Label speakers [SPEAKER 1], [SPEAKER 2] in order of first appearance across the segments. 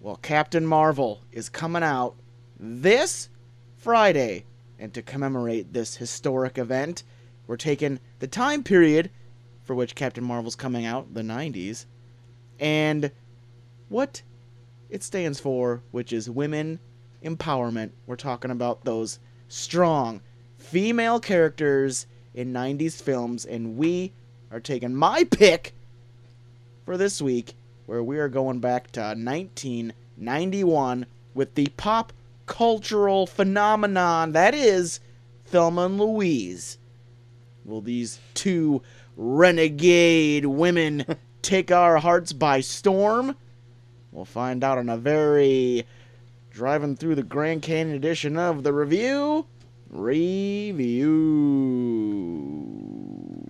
[SPEAKER 1] Well, Captain Marvel is coming out this Friday. And to commemorate this historic event, we're taking the time period for which Captain Marvel's coming out, the 90s, and what it stands for, which is women empowerment. We're talking about those strong female characters in 90s films, and we are taking my pick for this week, where we are going back to 1991 with the pop cultural phenomenon that is Thelma and Louise. Will these two renegade women take our hearts by storm? We'll find out on a very driving through the Grand Canyon edition of the review. Review.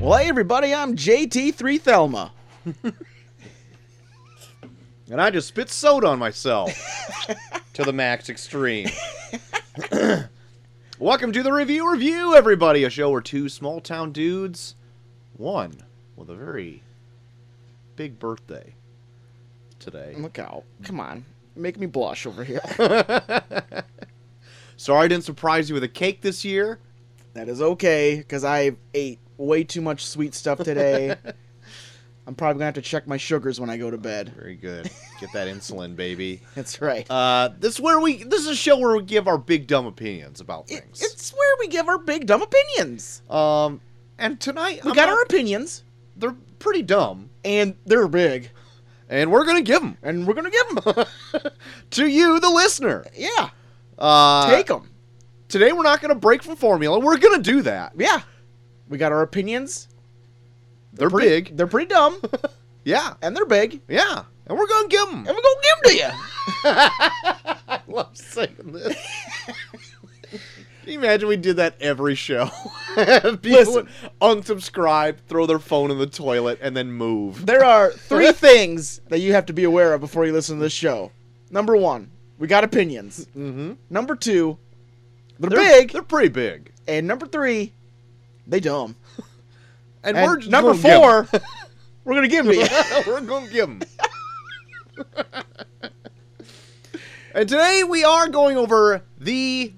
[SPEAKER 1] Well, hey, everybody, I'm JT3 Thelma.
[SPEAKER 2] And I just spit soda on myself to the max extreme. Welcome to the Review Review, everybody, a show where two small town dudes, one with a very big birthday today.
[SPEAKER 1] Look out. Come on. Make me blush over here.
[SPEAKER 2] Sorry I didn't surprise you with a cake this year.
[SPEAKER 1] That is okay because I ate way too much sweet stuff today. I'm probably gonna have to check my sugars when I go to bed.
[SPEAKER 2] Very good. Get that insulin, baby.
[SPEAKER 1] That's right.
[SPEAKER 2] Uh, this is where we. This is a show where we give our big dumb opinions about
[SPEAKER 1] It-
[SPEAKER 2] things.
[SPEAKER 1] it's where we give our big dumb opinions.
[SPEAKER 2] um, and tonight
[SPEAKER 1] We
[SPEAKER 2] I'm
[SPEAKER 1] got
[SPEAKER 2] not-
[SPEAKER 1] our opinions,
[SPEAKER 2] They're pretty dumb,
[SPEAKER 1] and they're big,
[SPEAKER 2] and we're gonna give them
[SPEAKER 1] and we're gonna give them.
[SPEAKER 2] to you, the listener.
[SPEAKER 1] yeah,
[SPEAKER 2] Uh,
[SPEAKER 1] take them.
[SPEAKER 2] Today we're not going to break from formula. We're going to do that.
[SPEAKER 1] Yeah, we got our opinions.
[SPEAKER 2] They're
[SPEAKER 1] Pretty-
[SPEAKER 2] big.
[SPEAKER 1] They're pretty dumb,
[SPEAKER 2] Yeah.
[SPEAKER 1] and they're big, and
[SPEAKER 2] Yeah. And we're going to give them.
[SPEAKER 1] we're gonna give them to you.
[SPEAKER 2] I love saying this. Can you imagine we did that every show? People would
[SPEAKER 1] Listen.
[SPEAKER 2] unsubscribe, throw their phone in the toilet, and then move.
[SPEAKER 1] There are three things that you have to be aware of before you listen to this show. Number one, we got opinions.
[SPEAKER 2] Mm-hmm.
[SPEAKER 1] Number two, they're, big,
[SPEAKER 2] They're pretty big.
[SPEAKER 1] and number three, they dumb.
[SPEAKER 2] And,
[SPEAKER 1] And
[SPEAKER 2] we're just
[SPEAKER 1] number
[SPEAKER 2] gonna give 'em.
[SPEAKER 1] four, we're gonna give them to you.
[SPEAKER 2] We're going to give them. and today we are going over the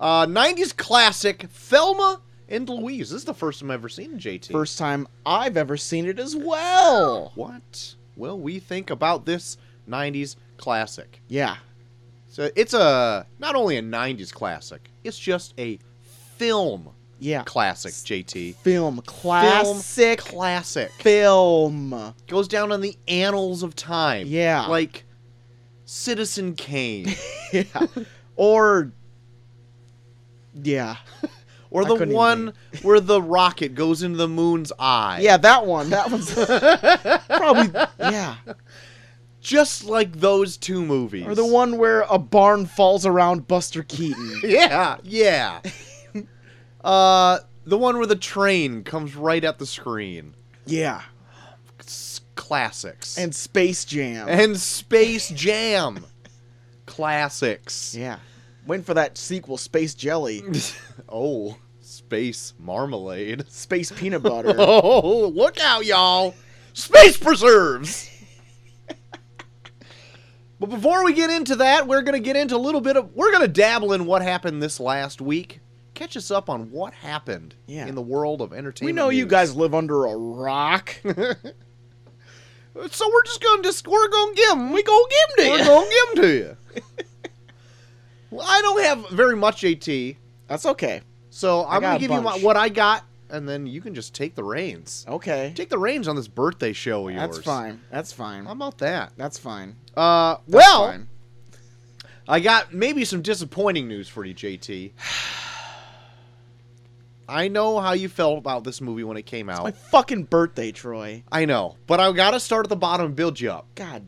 [SPEAKER 2] uh, 90s classic Thelma and Louise. This is the first time I've ever seen JT.
[SPEAKER 1] First time I've ever seen it as well.
[SPEAKER 2] What will we think about this 90s classic?
[SPEAKER 1] Yeah,
[SPEAKER 2] So it's a not only a 90s classic, it's just a film
[SPEAKER 1] yeah.
[SPEAKER 2] classic, JT.
[SPEAKER 1] Film classic
[SPEAKER 2] Film classic.
[SPEAKER 1] film.
[SPEAKER 2] goes down on the annals of time.
[SPEAKER 1] Yeah.
[SPEAKER 2] Like Citizen Kane
[SPEAKER 1] Yeah, or yeah,
[SPEAKER 2] or
[SPEAKER 1] I
[SPEAKER 2] the
[SPEAKER 1] couldn't even
[SPEAKER 2] one where the rocket goes into the moon's eye.
[SPEAKER 1] yeah. That one. That one's probably yeah.
[SPEAKER 2] Just like those two movies.
[SPEAKER 1] Or the one where a barn falls around Buster Keaton.
[SPEAKER 2] Yeah, yeah. uh the one where the train comes right at the screen.
[SPEAKER 1] Yeah,
[SPEAKER 2] S- Classics.
[SPEAKER 1] and Space Jam.
[SPEAKER 2] and Space Jam. Classics.
[SPEAKER 1] yeah, waiting for that sequel, Space Jelly,
[SPEAKER 2] Oh, Space Marmalade.
[SPEAKER 1] Space Peanut Butter.
[SPEAKER 2] Oh, look out, y'all! Space preserves! but before we get into that, we're going to get into a little bit of. We're going to dabble in what happened this last week. Catch us up on what happened
[SPEAKER 1] Yeah.
[SPEAKER 2] in the world of entertainment.
[SPEAKER 1] we know you
[SPEAKER 2] news.
[SPEAKER 1] guys live under a rock.
[SPEAKER 2] Uh, So we're just going to. We're going to give them.
[SPEAKER 1] we go give 'em
[SPEAKER 2] We're
[SPEAKER 1] to you.
[SPEAKER 2] going to give them to you. well, I don't have very much AT,
[SPEAKER 1] That's okay.
[SPEAKER 2] so
[SPEAKER 1] got
[SPEAKER 2] I'm going
[SPEAKER 1] a
[SPEAKER 2] to give you my,
[SPEAKER 1] bunch.
[SPEAKER 2] what I got, and then you can just take the reins.
[SPEAKER 1] Okay.
[SPEAKER 2] Take the reins on this birthday show of yours.
[SPEAKER 1] That's fine. That's fine.
[SPEAKER 2] How about that?
[SPEAKER 1] That's fine.
[SPEAKER 2] Uh,
[SPEAKER 1] That's
[SPEAKER 2] well,
[SPEAKER 1] fine.
[SPEAKER 2] I got maybe some disappointing news for you, JT. I know how you felt about this movie when it came
[SPEAKER 1] my
[SPEAKER 2] out.
[SPEAKER 1] fucking birthday, Troy.
[SPEAKER 2] I know, but I gotta start at the bottom and build you up.
[SPEAKER 1] God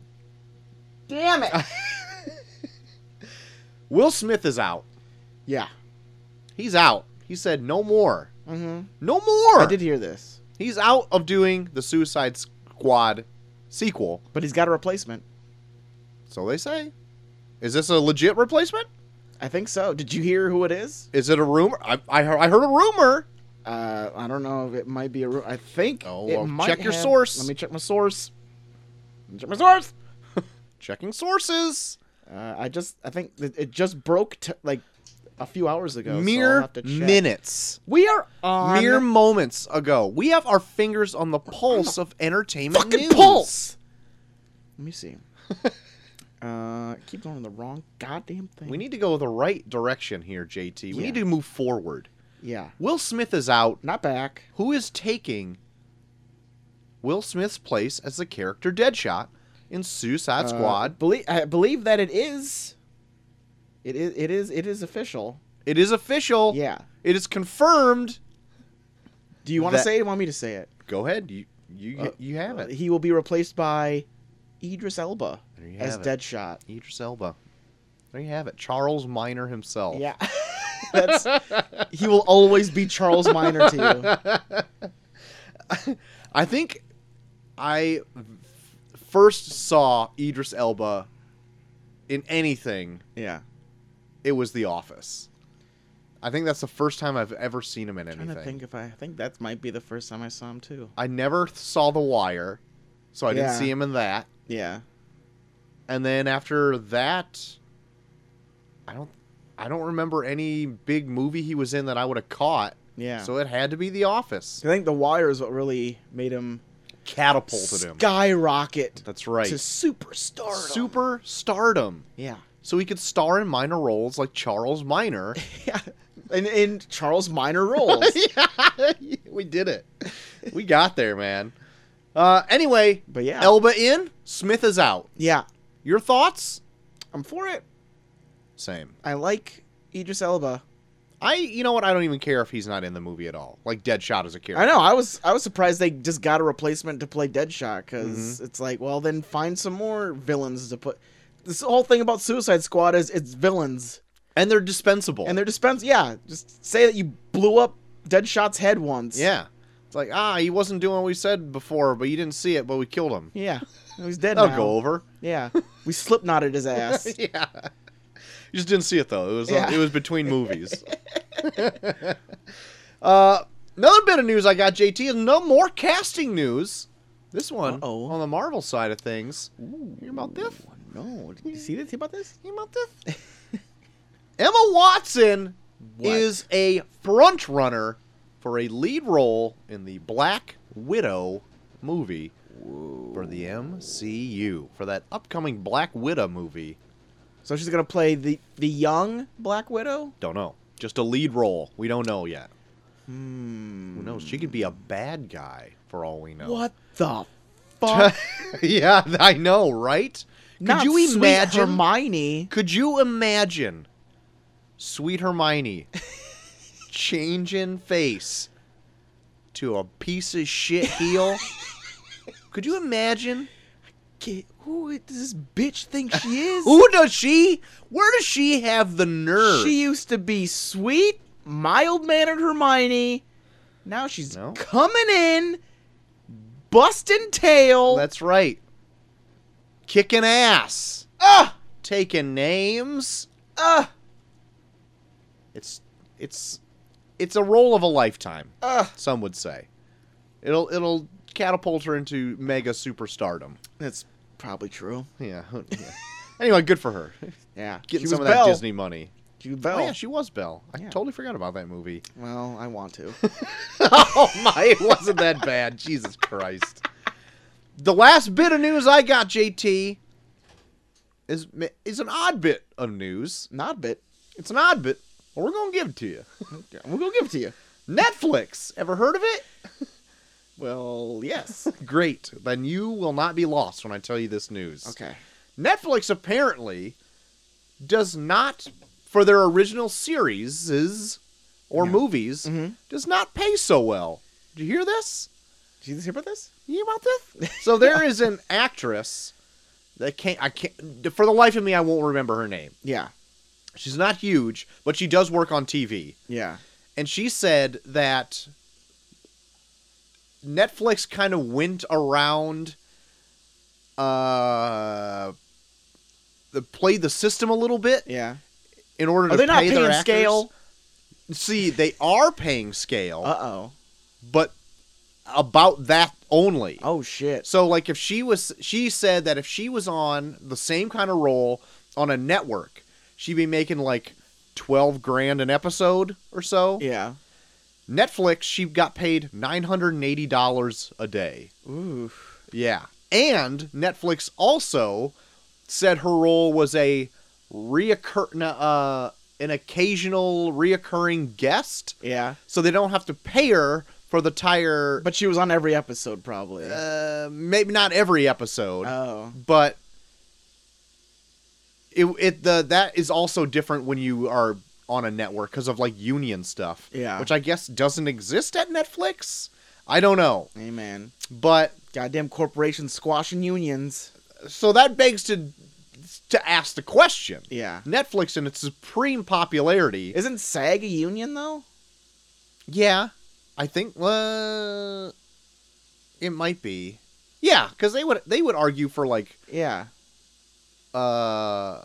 [SPEAKER 1] damn it.
[SPEAKER 2] Will Smith is out.
[SPEAKER 1] yeah.
[SPEAKER 2] He's out. He said no more.
[SPEAKER 1] Mm-hmm.
[SPEAKER 2] No more.
[SPEAKER 1] I did hear this,
[SPEAKER 2] He's out of doing the Suicide Squad sequel.
[SPEAKER 1] but he's got a replacement.
[SPEAKER 2] So they say. Is this a legit replacement?
[SPEAKER 1] I think so. Did you hear who it is?
[SPEAKER 2] Is it a rumor? I, I, heard, I heard a rumor.
[SPEAKER 1] Uh, I don't know if it might be a ru- I think.
[SPEAKER 2] Oh,
[SPEAKER 1] it
[SPEAKER 2] well,
[SPEAKER 1] might
[SPEAKER 2] check your
[SPEAKER 1] have-
[SPEAKER 2] source.
[SPEAKER 1] Let me check my source. Let me check my source.
[SPEAKER 2] Checking sources.
[SPEAKER 1] Uh, I just, I think it, it just broke t- like a few hours ago. so I'll
[SPEAKER 2] Mere
[SPEAKER 1] have to check.
[SPEAKER 2] minutes.
[SPEAKER 1] We are on
[SPEAKER 2] Mere moments ago. We have our fingers on the pulse of entertainment
[SPEAKER 1] fucking
[SPEAKER 2] news.
[SPEAKER 1] pulse. Let me see. uh, I keep going in the wrong goddamn thing.
[SPEAKER 2] We need to go the right direction here, JT. We
[SPEAKER 1] Yeah.
[SPEAKER 2] need to move forward.
[SPEAKER 1] yeah,
[SPEAKER 2] Will Smith is out.
[SPEAKER 1] not back.
[SPEAKER 2] Who is taking Will Smith's place as the character Deadshot in Suicide
[SPEAKER 1] Uh,
[SPEAKER 2] Squad?
[SPEAKER 1] Believe I believe that it is. It is. It is. It is official.
[SPEAKER 2] It is official.
[SPEAKER 1] Yeah.
[SPEAKER 2] It is confirmed.
[SPEAKER 1] Do you want to
[SPEAKER 2] That-
[SPEAKER 1] say it? or Want me to say it?
[SPEAKER 2] Go ahead. You you
[SPEAKER 1] Uh,
[SPEAKER 2] you have
[SPEAKER 1] Uh,
[SPEAKER 2] it.
[SPEAKER 1] He will be replaced by Idris Elba
[SPEAKER 2] There you
[SPEAKER 1] as
[SPEAKER 2] have it.
[SPEAKER 1] Deadshot.
[SPEAKER 2] Idris Elba. There you have it. Charles Minor himself.
[SPEAKER 1] Yeah. That's. He will always be Charles Minor to you.
[SPEAKER 2] I think I f- first saw Idris Elba in anything.
[SPEAKER 1] Yeah.
[SPEAKER 2] It was The Office. I think that's the first time I've ever seen him in
[SPEAKER 1] I'm trying to
[SPEAKER 2] anything.
[SPEAKER 1] think if I, I think that might be the first time I saw him too.
[SPEAKER 2] I never th- saw The Wire, so I didn't
[SPEAKER 1] Yeah.
[SPEAKER 2] see him in that.
[SPEAKER 1] Yeah.
[SPEAKER 2] And then after that, I don't, I don't remember any big movie he was in that I would have caught.
[SPEAKER 1] Yeah.
[SPEAKER 2] So it had to be The Office.
[SPEAKER 1] I think the wire is what really made him
[SPEAKER 2] Catapulted him.
[SPEAKER 1] skyrocket
[SPEAKER 2] That's right.
[SPEAKER 1] to superstar.
[SPEAKER 2] Super stardom.
[SPEAKER 1] Yeah.
[SPEAKER 2] so he could star in minor roles like Charles Minor.
[SPEAKER 1] Yeah. In, in Charles Minor roles.
[SPEAKER 2] yeah, we did it. We got there, man. Uh, anyway,
[SPEAKER 1] but yeah.
[SPEAKER 2] Elba in, Smith is out.
[SPEAKER 1] yeah.
[SPEAKER 2] Your thoughts?
[SPEAKER 1] I'm for it.
[SPEAKER 2] Same.
[SPEAKER 1] I like Idris Elba.
[SPEAKER 2] I, you know what? I don't even care if he's not in the movie at all. Like Deadshot is a character.
[SPEAKER 1] I know. I was I was surprised they just got a replacement to play Deadshot because
[SPEAKER 2] Mm-hmm.
[SPEAKER 1] it's like, well, then find some more villains to put. This whole thing about Suicide Squad is it's villains
[SPEAKER 2] And they're dispensable.
[SPEAKER 1] and they're dispensed. Yeah, just say that you blew up Deadshot's head once.
[SPEAKER 2] yeah. It's like ah, he wasn't doing what we said before, but you didn't see it, but we killed him.
[SPEAKER 1] yeah. He's dead
[SPEAKER 2] That'll
[SPEAKER 1] now.
[SPEAKER 2] go over.
[SPEAKER 1] Yeah, we slipknotted his ass.
[SPEAKER 2] yeah. You just didn't see it though. It was uh,
[SPEAKER 1] Yeah.
[SPEAKER 2] it was between movies. uh, another bit of news I got, JT, is no more casting news. This one
[SPEAKER 1] Uh-oh.
[SPEAKER 2] on the Marvel side of things. Hear about this?
[SPEAKER 1] Oh, No, did you see this? Hear about this?
[SPEAKER 2] Hear about this? Emma Watson
[SPEAKER 1] What?
[SPEAKER 2] is a front runner for a lead role in the Black Widow movie for the MCU for that upcoming Black Widow movie.
[SPEAKER 1] So she's gonna play the the young Black Widow.
[SPEAKER 2] Don't know. Just a lead role. We don't know yet.
[SPEAKER 1] Hmm.
[SPEAKER 2] Who knows? She could be a bad guy for all we know.
[SPEAKER 1] What the fuck?
[SPEAKER 2] yeah, I know, right? Could
[SPEAKER 1] Not
[SPEAKER 2] you
[SPEAKER 1] Sweet
[SPEAKER 2] imagine?
[SPEAKER 1] Hermione?
[SPEAKER 2] could you imagine, sweet Hermione, changing face to a piece of shit heel? could you imagine?
[SPEAKER 1] Get, who does this bitch think she is?
[SPEAKER 2] Who does she? Where does she have the nerve?
[SPEAKER 1] She used to be sweet, mild mannered Hermione. Now she's
[SPEAKER 2] No.
[SPEAKER 1] coming in, busting tail.
[SPEAKER 2] That's right. Kicking ass.
[SPEAKER 1] ah,
[SPEAKER 2] Taking names.
[SPEAKER 1] ah,
[SPEAKER 2] It's it's it's a role of a lifetime.
[SPEAKER 1] ah.
[SPEAKER 2] Some would say it'll it'll catapult her into mega superstardom.
[SPEAKER 1] That's probably true.
[SPEAKER 2] Yeah. who- yeah. anyway, good for her.
[SPEAKER 1] Yeah,
[SPEAKER 2] Getting
[SPEAKER 1] She
[SPEAKER 2] some of
[SPEAKER 1] was
[SPEAKER 2] that
[SPEAKER 1] Belle.
[SPEAKER 2] Disney money.
[SPEAKER 1] She was Belle.
[SPEAKER 2] Oh yeah, she was Belle. I
[SPEAKER 1] Yeah.
[SPEAKER 2] totally forgot about that movie.
[SPEAKER 1] well, I want to.
[SPEAKER 2] oh my, it wasn't that bad. Jesus Christ. The last bit of news I got, JT, is is an odd bit of news.
[SPEAKER 1] Not a bit.
[SPEAKER 2] It's an odd bit, but we're gonna give it to you.
[SPEAKER 1] Yeah, We're gonna give it to you.
[SPEAKER 2] Netflix. Ever heard of it?
[SPEAKER 1] Well, yes.
[SPEAKER 2] Great. Then you will not be lost when I tell you this news.
[SPEAKER 1] okay.
[SPEAKER 2] Netflix apparently does not, for their original series or
[SPEAKER 1] Yeah.
[SPEAKER 2] movies,
[SPEAKER 1] Mhm.
[SPEAKER 2] does not pay so well. Did you hear this?
[SPEAKER 1] Did you hear about this?
[SPEAKER 2] You about this? So there is an actress that can't. I can't. For the life of me, I won't remember her name.
[SPEAKER 1] Yeah.
[SPEAKER 2] She's not huge, but she does work on TV,
[SPEAKER 1] Yeah.
[SPEAKER 2] and she said that Netflix kind of went around, uh, the, played the system a little bit
[SPEAKER 1] Yeah.
[SPEAKER 2] in order to
[SPEAKER 1] Are they not
[SPEAKER 2] pay their
[SPEAKER 1] paying
[SPEAKER 2] actors-
[SPEAKER 1] scale?
[SPEAKER 2] See, they are paying scale,
[SPEAKER 1] Uh oh.
[SPEAKER 2] but about that only.
[SPEAKER 1] Oh shit.
[SPEAKER 2] So like if she was she said that if she was on the same kind of role on a network, she'd be making like 12 grand an episode or so.
[SPEAKER 1] Yeah.
[SPEAKER 2] Netflix, she got paid $980 a day.
[SPEAKER 1] Ooh.
[SPEAKER 2] Yeah. And Netflix also said her role was a reoccur no, uh an occasional reoccurring guest,
[SPEAKER 1] Yeah.
[SPEAKER 2] so they don't have to pay her for the entire
[SPEAKER 1] But she was on every episode probably.
[SPEAKER 2] uh, maybe not every episode
[SPEAKER 1] oh.
[SPEAKER 2] but it, it the that is also different when you are on a network because of like union stuff
[SPEAKER 1] Yeah.
[SPEAKER 2] which i guess doesn't exist at netflix i don't know
[SPEAKER 1] Amen.
[SPEAKER 2] but
[SPEAKER 1] Goddamn corporations squashing unions.
[SPEAKER 2] so that begs to to ask the question
[SPEAKER 1] Yeah.
[SPEAKER 2] netflix in its supreme popularity
[SPEAKER 1] Isn't SAG a union though?
[SPEAKER 2] yeah i think uh, it might be yeah because they would they would argue for like
[SPEAKER 1] Yeah.
[SPEAKER 2] uh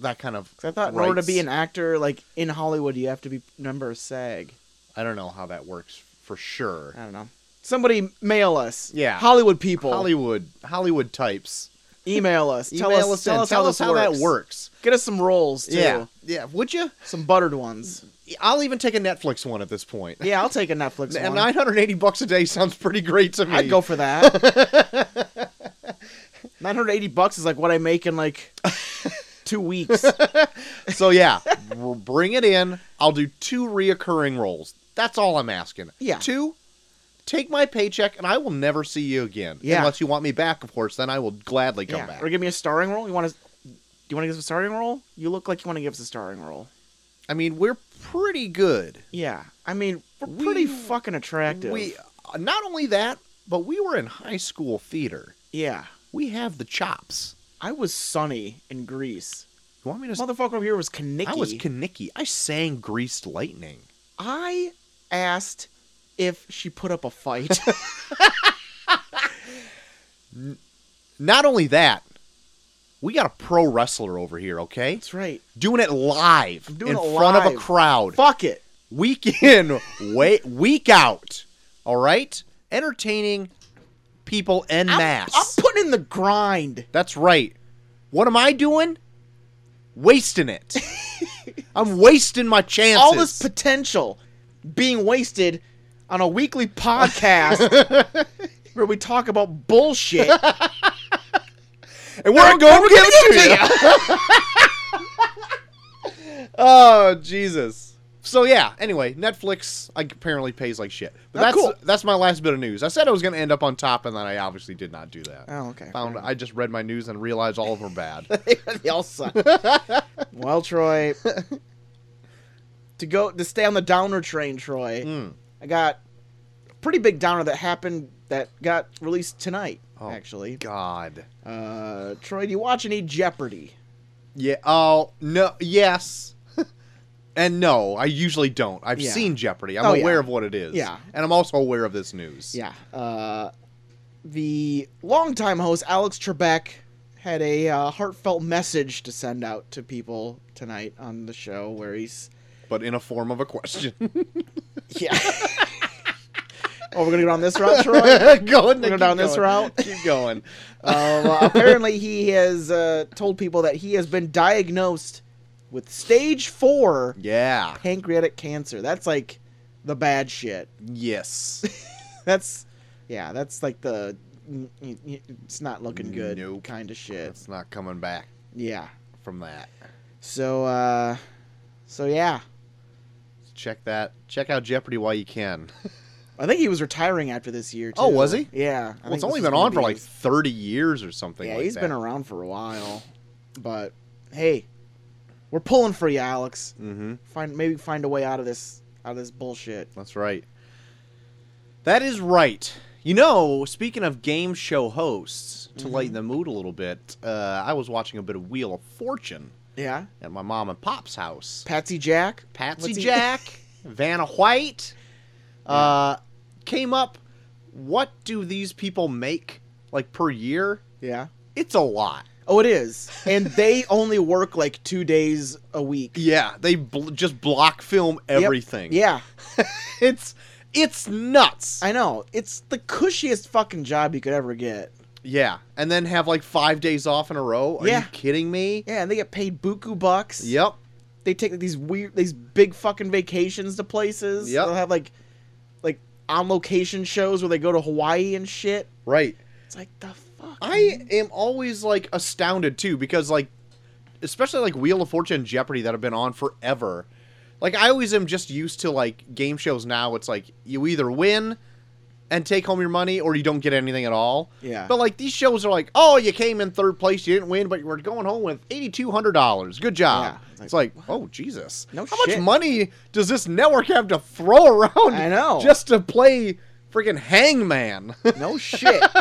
[SPEAKER 2] that kind of
[SPEAKER 1] 'Cause I thought in order to
[SPEAKER 2] Rights.
[SPEAKER 1] be an actor like in Hollywood you have to be member of SAG.
[SPEAKER 2] i don't know how that works for sure
[SPEAKER 1] I don't know. Somebody mail us.
[SPEAKER 2] Yeah.
[SPEAKER 1] Hollywood people.
[SPEAKER 2] Hollywood Hollywood types.
[SPEAKER 1] Email us. Tell
[SPEAKER 2] Email
[SPEAKER 1] us,
[SPEAKER 2] in.
[SPEAKER 1] tell us how this works.
[SPEAKER 2] that works.
[SPEAKER 1] Get us some rolls too.
[SPEAKER 2] Yeah, yeah. Would you?
[SPEAKER 1] Some buttered ones.
[SPEAKER 2] I'll even take a Netflix one at this point.
[SPEAKER 1] Yeah, I'll take a Netflix one.
[SPEAKER 2] And 980 bucks a day sounds pretty great to me.
[SPEAKER 1] I'd go for that. 980 bucks is like what I make in like two weeks.
[SPEAKER 2] so yeah, r- bring it in. I'll do two reoccurring roles. That's all I'm asking.
[SPEAKER 1] Yeah.
[SPEAKER 2] Two. Take my paycheck, and I will never see you again.
[SPEAKER 1] Yeah.
[SPEAKER 2] Unless you want me back, of course. Then I will gladly come
[SPEAKER 1] yeah.
[SPEAKER 2] back.
[SPEAKER 1] Or give me a starring role. You want to? Do you want to give us a starring role? You look like you want to give us a starring role.
[SPEAKER 2] I mean, we're pretty good.
[SPEAKER 1] Yeah. I mean, we're
[SPEAKER 2] We-
[SPEAKER 1] pretty fucking attractive.
[SPEAKER 2] We uh, not only that, but we were in high school theater.
[SPEAKER 1] yeah.
[SPEAKER 2] We have the chops.
[SPEAKER 1] I was Sunny in Greece.
[SPEAKER 2] You want me to?
[SPEAKER 1] This motherfucker over here was Kanicki.
[SPEAKER 2] I was Kanicki. I sang "Greased Lightning."
[SPEAKER 1] I asked if she put up a fight.
[SPEAKER 2] Not only that, we got a pro wrestler over here. Okay,
[SPEAKER 1] That's right.
[SPEAKER 2] doing it live
[SPEAKER 1] I'm doing
[SPEAKER 2] in
[SPEAKER 1] it
[SPEAKER 2] front of a
[SPEAKER 1] live.
[SPEAKER 2] crowd,
[SPEAKER 1] Fuck it.
[SPEAKER 2] week in, wait, week out. All right, entertaining people en
[SPEAKER 1] I'm-
[SPEAKER 2] masse.
[SPEAKER 1] I'm, putting in the grind.
[SPEAKER 2] That's right. What am I doing? Wasting it. I'm wasting my chances.
[SPEAKER 1] All this potential being wasted on a weekly podcast where we talk about bullshit.
[SPEAKER 2] and we're going to give it to you. oh Jesus! So yeah. Anyway, Netflix like, apparently pays like shit. But
[SPEAKER 1] Oh,
[SPEAKER 2] that's
[SPEAKER 1] cool.
[SPEAKER 2] that's my last bit of news. I said I was going to end up on top, and then I obviously did not do that.
[SPEAKER 1] Oh, okay.
[SPEAKER 2] Found I just read my news and realized all of them are bad.
[SPEAKER 1] they all suck. well, Troy, to go to stay on the downer train, Troy,
[SPEAKER 2] Mm.
[SPEAKER 1] I got a pretty big downer that happened that got released tonight.
[SPEAKER 2] Oh,
[SPEAKER 1] actually,
[SPEAKER 2] God.
[SPEAKER 1] uh, Troy, do you watch any Jeopardy?
[SPEAKER 2] Yeah. Oh no. Yes. and no. I usually don't. I've
[SPEAKER 1] Yeah.
[SPEAKER 2] seen Jeopardy. I'm
[SPEAKER 1] Oh, yeah.
[SPEAKER 2] aware of what it is.
[SPEAKER 1] Yeah.
[SPEAKER 2] And I'm also aware of this news.
[SPEAKER 1] Yeah. Uh, the longtime host Alex Trebek had a uh, heartfelt message to send out to people tonight on the show, where he's
[SPEAKER 2] But in a form of a question.
[SPEAKER 1] yeah. oh, we're gonna go on this route, Troy.
[SPEAKER 2] going
[SPEAKER 1] We're down this route.
[SPEAKER 2] Keep going.
[SPEAKER 1] Uh, well, apparently, he has uh, told people that he has been diagnosed with stage four
[SPEAKER 2] Yeah.
[SPEAKER 1] pancreatic cancer. That's like the bad shit.
[SPEAKER 2] Yes.
[SPEAKER 1] That's yeah. That's like the mm, mm, mm, it's not looking good
[SPEAKER 2] Nope.
[SPEAKER 1] kind of shit.
[SPEAKER 2] it's not coming back
[SPEAKER 1] Yeah.
[SPEAKER 2] from that.
[SPEAKER 1] So, uh, so yeah,
[SPEAKER 2] Check that. Check out Jeopardy while you can.
[SPEAKER 1] I think he was retiring after this year. Too.
[SPEAKER 2] Oh, was he?
[SPEAKER 1] Yeah. I
[SPEAKER 2] Well, it's
[SPEAKER 1] think this
[SPEAKER 2] only
[SPEAKER 1] is
[SPEAKER 2] been
[SPEAKER 1] gonna
[SPEAKER 2] on for
[SPEAKER 1] be
[SPEAKER 2] like
[SPEAKER 1] his-
[SPEAKER 2] 30 years or something.
[SPEAKER 1] yeah,
[SPEAKER 2] like
[SPEAKER 1] he's
[SPEAKER 2] that.
[SPEAKER 1] been around for a while, but hey, we're pulling for you, Alex.
[SPEAKER 2] Mm-hmm.
[SPEAKER 1] Find maybe find a way out of this out of this bullshit.
[SPEAKER 2] That's right. That is right. You know, speaking of game show hosts,
[SPEAKER 1] Mm-hmm.
[SPEAKER 2] to lighten the mood a little bit, uh, I was watching a bit of Wheel of Fortune
[SPEAKER 1] Yeah.
[SPEAKER 2] at my mom and pop's house.
[SPEAKER 1] Patsy Jack.
[SPEAKER 2] Patsy
[SPEAKER 1] What's he-
[SPEAKER 2] Jack, Vanna White, uh, came up. What do these people make like per year?
[SPEAKER 1] Yeah.
[SPEAKER 2] It's a lot.
[SPEAKER 1] Oh, it is. And they only work like two days a week.
[SPEAKER 2] Yeah, they bl- just block film E everything.
[SPEAKER 1] Yeah,
[SPEAKER 2] it's it's nuts.
[SPEAKER 1] I know. It's the cushiest fucking job you could ever get.
[SPEAKER 2] yeah, and then have like five days off in a row. Are
[SPEAKER 1] Yeah.
[SPEAKER 2] you kidding me?
[SPEAKER 1] Yeah, and they get paid buku bucks.
[SPEAKER 2] Yep.
[SPEAKER 1] They take like, these weird, these big fucking vacations to places.
[SPEAKER 2] Yep.
[SPEAKER 1] They'll have like, like on location shows where they go to Hawaii and shit.
[SPEAKER 2] Right.
[SPEAKER 1] It's like the fuck.
[SPEAKER 2] I am always like astounded too because like especially like Wheel of Fortune and Jeopardy that have been on forever. Like I always am just used to like game shows now it's like you either win and take home your money or you don't get anything at all.
[SPEAKER 1] Yeah.
[SPEAKER 2] But like these shows are like, "Oh, you came in third place, you didn't win, but you were going home with $8200. Good job."
[SPEAKER 1] Yeah.
[SPEAKER 2] It's like, "Oh, Jesus.
[SPEAKER 1] No
[SPEAKER 2] How
[SPEAKER 1] shit.
[SPEAKER 2] much money does this network have to throw around
[SPEAKER 1] I know.
[SPEAKER 2] just to play freaking Hangman?"
[SPEAKER 1] No shit.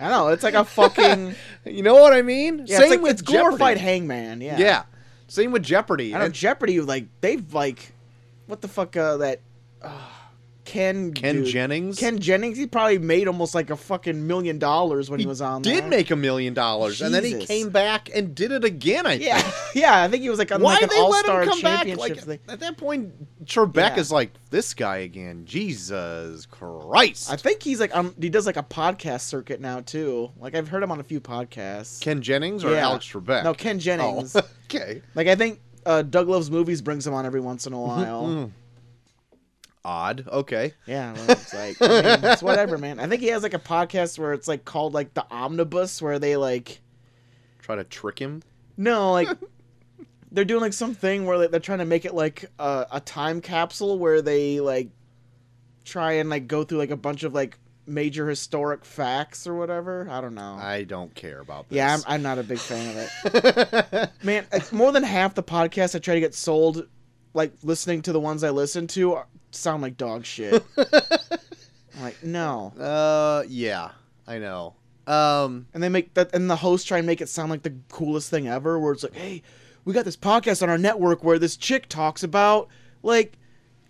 [SPEAKER 1] I know. It's like a fucking.
[SPEAKER 2] You know what I mean?
[SPEAKER 1] Yeah,
[SPEAKER 2] Same
[SPEAKER 1] it's like,
[SPEAKER 2] with
[SPEAKER 1] it's glorified
[SPEAKER 2] Jeopardy.
[SPEAKER 1] hangman. Yeah.
[SPEAKER 2] Yeah. Same with Jeopardy.
[SPEAKER 1] I know
[SPEAKER 2] And
[SPEAKER 1] Jeopardy. Like they've like, what the fuck? Uh, that uh, Ken
[SPEAKER 2] Ken
[SPEAKER 1] dude-
[SPEAKER 2] Jennings
[SPEAKER 1] Ken Jennings. He probably made almost like a fucking million dollars when he, was on.
[SPEAKER 2] did
[SPEAKER 1] there.
[SPEAKER 2] make a million dollars, and then he
[SPEAKER 1] Jesus.
[SPEAKER 2] came back and did it again. I
[SPEAKER 1] Yeah,
[SPEAKER 2] think.
[SPEAKER 1] yeah. I think he was like on
[SPEAKER 2] Why
[SPEAKER 1] like
[SPEAKER 2] did
[SPEAKER 1] an
[SPEAKER 2] they
[SPEAKER 1] All
[SPEAKER 2] let
[SPEAKER 1] Star
[SPEAKER 2] him come back?
[SPEAKER 1] Championship
[SPEAKER 2] Like
[SPEAKER 1] thing.
[SPEAKER 2] at that point, Trebek
[SPEAKER 1] Yeah.
[SPEAKER 2] is like this guy again. Jesus Christ!
[SPEAKER 1] I think he's like um he does like a podcast circuit now too. Like I've heard him on a few podcasts.
[SPEAKER 2] Ken Jennings or
[SPEAKER 1] Yeah.
[SPEAKER 2] Alex Trebek?
[SPEAKER 1] no, Ken Jennings.
[SPEAKER 2] Oh, okay.
[SPEAKER 1] like I think uh, Doug Loves Movies brings him on every once in a while.
[SPEAKER 2] Mm. Odd. Okay.
[SPEAKER 1] Yeah, well, it's like I mean, it's whatever, man. I think he has like a podcast where it's like called like the Omnibus, where they like
[SPEAKER 2] Try to trick him.
[SPEAKER 1] no like they're doing like something where like, they're trying to make it like uh, a, a time capsule where they like try and like go through like a bunch of like major historic facts or whatever. I don't know.
[SPEAKER 2] I don't care about this.
[SPEAKER 1] yeah, I'm, I'm not a big fan of it. Man, it's more than half the podcasts I try to get sold, like listening to the ones I listen to, are, sound like dog shit. I'm like, no.
[SPEAKER 2] uh, yeah. I know. Um.
[SPEAKER 1] and they make that and the hosts try and make it sound like the coolest thing ever where it's like hey we got this podcast on our network where this chick talks about like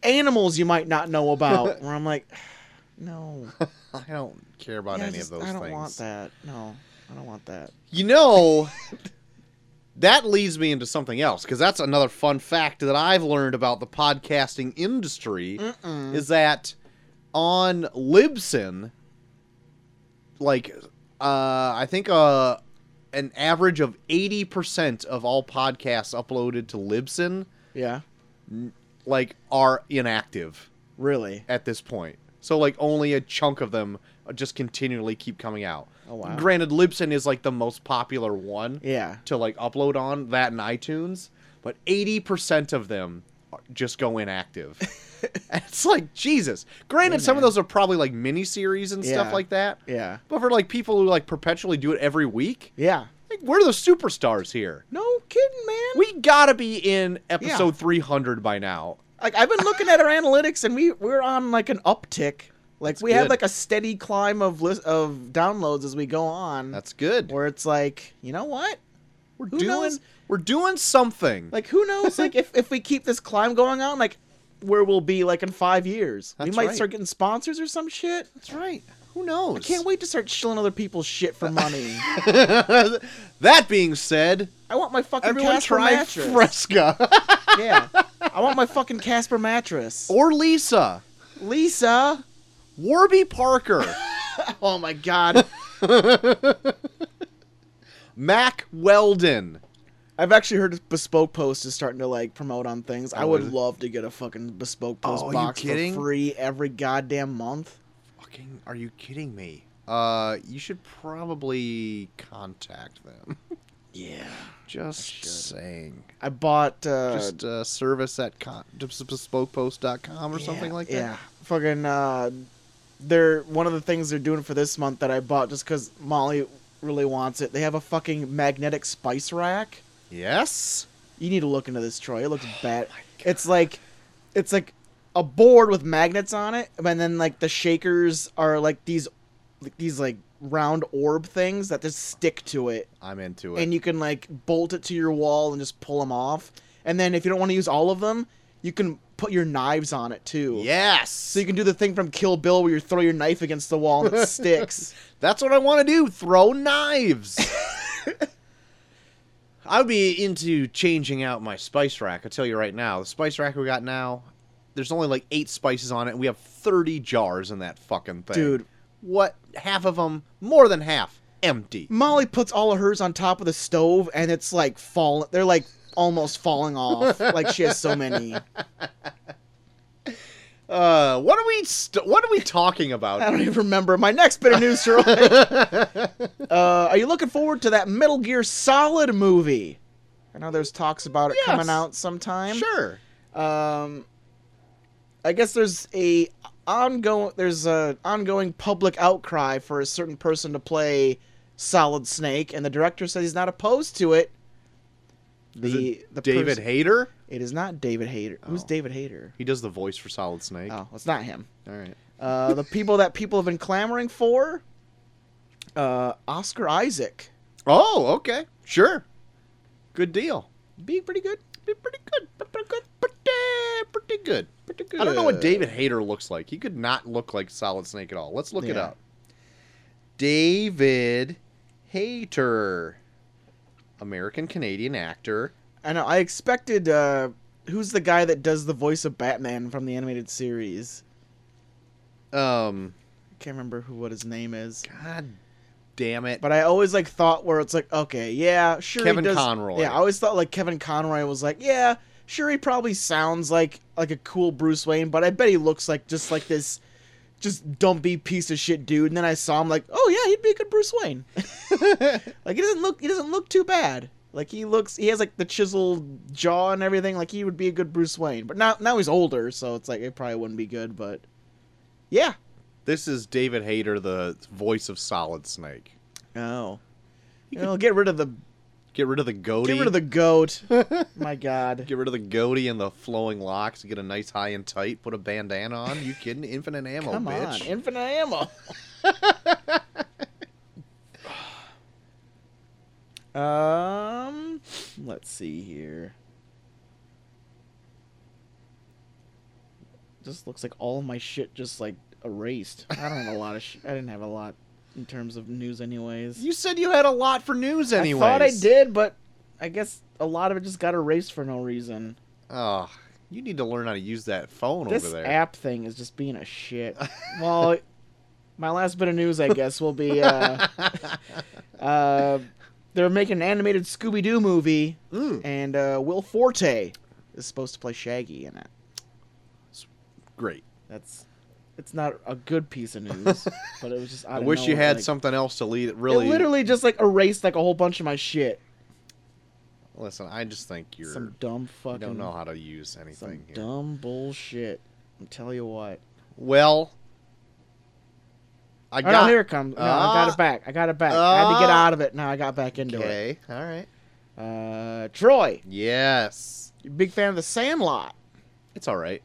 [SPEAKER 1] animals you might not know about where i'm like no
[SPEAKER 2] I don't care about
[SPEAKER 1] Yeah, I
[SPEAKER 2] any
[SPEAKER 1] just-
[SPEAKER 2] of those
[SPEAKER 1] i don't
[SPEAKER 2] things.
[SPEAKER 1] want that no i don't want that
[SPEAKER 2] You know, that leads me into something else because that's another fun fact that I've learned about the podcasting industry
[SPEAKER 1] Mm-mm.
[SPEAKER 2] is that on Libsyn, like uh, I think uh, an average of eighty percent of all podcasts uploaded to Libsyn
[SPEAKER 1] yeah
[SPEAKER 2] like are inactive
[SPEAKER 1] really
[SPEAKER 2] at this point. So like only a chunk of them just continually keep coming out.
[SPEAKER 1] Oh, wow.
[SPEAKER 2] Granted, Libsyn is like the most popular one
[SPEAKER 1] yeah
[SPEAKER 2] to like upload on that and iTunes, but 80% of them are, just go inactive. and it's like Jesus. Granted, some of
[SPEAKER 1] man.
[SPEAKER 2] those are probably like miniseries and
[SPEAKER 1] Yeah.
[SPEAKER 2] stuff like that.
[SPEAKER 1] yeah
[SPEAKER 2] But for like people who like perpetually do it every week,
[SPEAKER 1] yeah
[SPEAKER 2] like we're the superstars here.
[SPEAKER 1] no kidding man
[SPEAKER 2] We gotta be in episode 300 by now.
[SPEAKER 1] like i've been looking at our analytics and we we're on like an uptick like we have
[SPEAKER 2] good.
[SPEAKER 1] like a steady climb of list of downloads as we go on
[SPEAKER 2] That's good.
[SPEAKER 1] where it's like you know what
[SPEAKER 2] We're
[SPEAKER 1] who
[SPEAKER 2] doing
[SPEAKER 1] knows?
[SPEAKER 2] we're doing something.
[SPEAKER 1] Like who knows? Like if, if we keep this climb going on, like where we'll be like in five years, we
[SPEAKER 2] That's
[SPEAKER 1] might
[SPEAKER 2] right.
[SPEAKER 1] start getting sponsors or some shit.
[SPEAKER 2] That's right. Who knows?
[SPEAKER 1] Can't wait to start shilling other people's shit for money.
[SPEAKER 2] that being said,
[SPEAKER 1] I want my fucking
[SPEAKER 2] everyone
[SPEAKER 1] Casper
[SPEAKER 2] try
[SPEAKER 1] mattress.
[SPEAKER 2] Fresca
[SPEAKER 1] yeah, I want my fucking Casper mattress.
[SPEAKER 2] or Lisa.
[SPEAKER 1] Lisa.
[SPEAKER 2] Warby Parker,
[SPEAKER 1] Oh my god,
[SPEAKER 2] Mac Weldon.
[SPEAKER 1] I've actually heard bespoke post is starting to like promote on things. I
[SPEAKER 2] Oh,
[SPEAKER 1] would
[SPEAKER 2] is it?
[SPEAKER 1] love to get a fucking bespoke post
[SPEAKER 2] Oh, are you
[SPEAKER 1] box
[SPEAKER 2] kidding?
[SPEAKER 1] for free every goddamn month.
[SPEAKER 2] Fucking, are you kidding me? Uh, you should probably contact them.
[SPEAKER 1] Yeah,
[SPEAKER 2] Just saying.
[SPEAKER 1] I bought uh,
[SPEAKER 2] Just uh, service at con- bespokepost.com or something like that.
[SPEAKER 1] Yeah, fucking. Uh, they're one of the things they're doing for this month that I bought just because Molly really wants it. They have a fucking magnetic spice rack.
[SPEAKER 2] Yes.
[SPEAKER 1] You need to look into this, Troy. It looks bad.
[SPEAKER 2] my God.
[SPEAKER 1] It's like, it's like a board with magnets on it, and then like the shakers are like these, like these like round orb things that just stick to it
[SPEAKER 2] I'm into it.
[SPEAKER 1] and you can like bolt it to your wall and just pull them off. And then if you don't want to use all of them, you can put your knives on it too.
[SPEAKER 2] yes.
[SPEAKER 1] So you can do the thing from Kill Bill where you throw your knife against the wall and it sticks.
[SPEAKER 2] That's what I want to do. Throw knives. I'd be into changing out my spice rack. I tell you right now, the spice rack we got now, there's only like eight spices on it, and we have 30 jars in that fucking thing.
[SPEAKER 1] Dude.
[SPEAKER 2] what? Half of them, more than half, empty.
[SPEAKER 1] Molly puts all of hers on top of the stove, and it's like fall. They're like almost falling off. like she has so many.
[SPEAKER 2] Uh, what are we? St- what are we talking
[SPEAKER 1] I
[SPEAKER 2] about?
[SPEAKER 1] don't even remember my next bit of news. Troy. uh, are you looking forward to that Metal Gear Solid movie? I know there's talks about it
[SPEAKER 2] Yes.
[SPEAKER 1] coming out sometime.
[SPEAKER 2] Sure.
[SPEAKER 1] Um, I guess there's a ongoing there's a ongoing public outcry for a certain person to play Solid Snake, and the director says he's not opposed to it.
[SPEAKER 2] Is
[SPEAKER 1] The
[SPEAKER 2] it
[SPEAKER 1] the
[SPEAKER 2] David
[SPEAKER 1] pers-
[SPEAKER 2] Hayter.
[SPEAKER 1] it is not David Hayter. Who's
[SPEAKER 2] Oh.
[SPEAKER 1] David Hayter?
[SPEAKER 2] He does the voice for Solid Snake.
[SPEAKER 1] Oh, it's not him.
[SPEAKER 2] All right.
[SPEAKER 1] Uh, the people that people have been clamoring for, uh, Oscar Isaac,
[SPEAKER 2] Oh, okay. Sure. Good deal.
[SPEAKER 1] be pretty good.
[SPEAKER 2] Be pretty good. Be Pretty good. Pretty, pretty good.
[SPEAKER 1] Pretty good.
[SPEAKER 2] I don't know what David Hayter looks like. He could not look like Solid Snake at all. Let's look it
[SPEAKER 1] Yeah.
[SPEAKER 2] up. David Hayter, American Canadian actor.
[SPEAKER 1] I know. I expected. Uh, who's the guy that does the voice of Batman from the animated series?
[SPEAKER 2] Um,
[SPEAKER 1] can't remember who what his name is.
[SPEAKER 2] God damn it.
[SPEAKER 1] But I always like thought where it's like, okay, yeah, sure. he
[SPEAKER 2] Kevin
[SPEAKER 1] does-
[SPEAKER 2] Conroy.
[SPEAKER 1] Yeah, I always thought like Kevin Conroy was like, yeah, sure, he probably sounds like like a cool Bruce Wayne, but I bet he looks like just like this, just dumpy piece of shit dude. And then I saw him like, oh yeah, he'd be a good Bruce Wayne. like he doesn't look he doesn't look too bad. Like he looks he has like the chiseled jaw and everything. Like he would be a good Bruce Wayne. But now now he's older, so it's like it probably wouldn't be good. But yeah,
[SPEAKER 2] this is David Hayter, the voice of Solid Snake.
[SPEAKER 1] oh, you know, get rid of the
[SPEAKER 2] Get rid of the goatee.
[SPEAKER 1] Get rid of the goat. My God.
[SPEAKER 2] Get rid of the goatee and the flowing locks. Get a nice high and tight. Put a bandana on. You kidding? Infinite ammo,
[SPEAKER 1] Come
[SPEAKER 2] bitch.
[SPEAKER 1] on, infinite ammo. um, let's see here. Just looks like all my shit just like erased. I don't have a lot of. Sh- I didn't have a lot in terms of news, anyways.
[SPEAKER 2] You said you had a lot for news, anyways.
[SPEAKER 1] I thought I did, but I guess a lot of it just got erased for no reason.
[SPEAKER 2] Oh, you need to learn how to use that phone
[SPEAKER 1] this
[SPEAKER 2] over there.
[SPEAKER 1] app thing is just being a shit. well, my last bit of news, I guess, will be uh, uh, they're making an animated Scooby Doo movie,
[SPEAKER 2] Mm,
[SPEAKER 1] and uh, Will Forte is supposed to play Shaggy in it.
[SPEAKER 2] great.
[SPEAKER 1] That's it's not a good piece of news, but it was just
[SPEAKER 2] I,
[SPEAKER 1] out of
[SPEAKER 2] wish you
[SPEAKER 1] nowhere,
[SPEAKER 2] had
[SPEAKER 1] like-
[SPEAKER 2] something else to lead.
[SPEAKER 1] It
[SPEAKER 2] Really,
[SPEAKER 1] literally just like erased like a whole bunch of my shit.
[SPEAKER 2] listen. I just think you're.
[SPEAKER 1] Some dumb
[SPEAKER 2] you
[SPEAKER 1] fucking
[SPEAKER 2] don't know how to use
[SPEAKER 1] some
[SPEAKER 2] anything. Here.
[SPEAKER 1] dumb bullshit. I'm tell you what.
[SPEAKER 2] Well, I
[SPEAKER 1] oh,
[SPEAKER 2] got
[SPEAKER 1] no, here it comes. No, I got
[SPEAKER 2] Ah.
[SPEAKER 1] it back. I got it back. I had to get
[SPEAKER 2] Ah.
[SPEAKER 1] out of it. Now I got back into it.
[SPEAKER 2] Okay. All right.
[SPEAKER 1] Uh, Troy,
[SPEAKER 2] Yes.
[SPEAKER 1] you big fan of The Sandlot.
[SPEAKER 2] It's all right.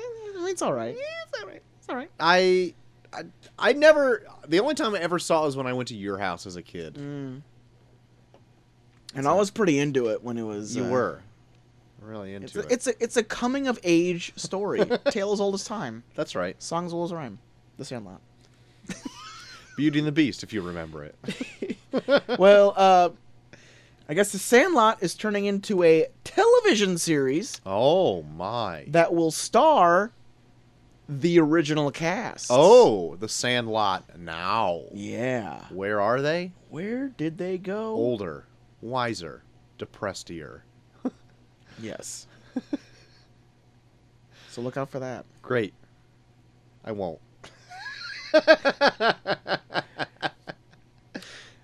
[SPEAKER 1] Eh, It's all right.
[SPEAKER 2] it's all right.
[SPEAKER 1] It's all right.
[SPEAKER 2] I, I, I never. The only time I ever saw it was when I went to your house as a kid.
[SPEAKER 1] Mm. And I was pretty into it when it was.
[SPEAKER 2] You
[SPEAKER 1] uh,
[SPEAKER 2] were really into
[SPEAKER 1] It's a,
[SPEAKER 2] it.
[SPEAKER 1] it's a it's a coming of age story. Tale as old as time.
[SPEAKER 2] That's right.
[SPEAKER 1] Songs as old as rhyme. The Sandlot.
[SPEAKER 2] Beauty and the Beast, if you remember it.
[SPEAKER 1] well, uh, I guess The Sandlot is turning into a television series
[SPEAKER 2] oh my.
[SPEAKER 1] that will star the original cast.
[SPEAKER 2] Oh, the Sandlot now.
[SPEAKER 1] Yeah. Oh.
[SPEAKER 2] Where are they?
[SPEAKER 1] Where did they go?
[SPEAKER 2] Older, wiser, depressedier.
[SPEAKER 1] Yes. so look out for that.
[SPEAKER 2] Great. I won't.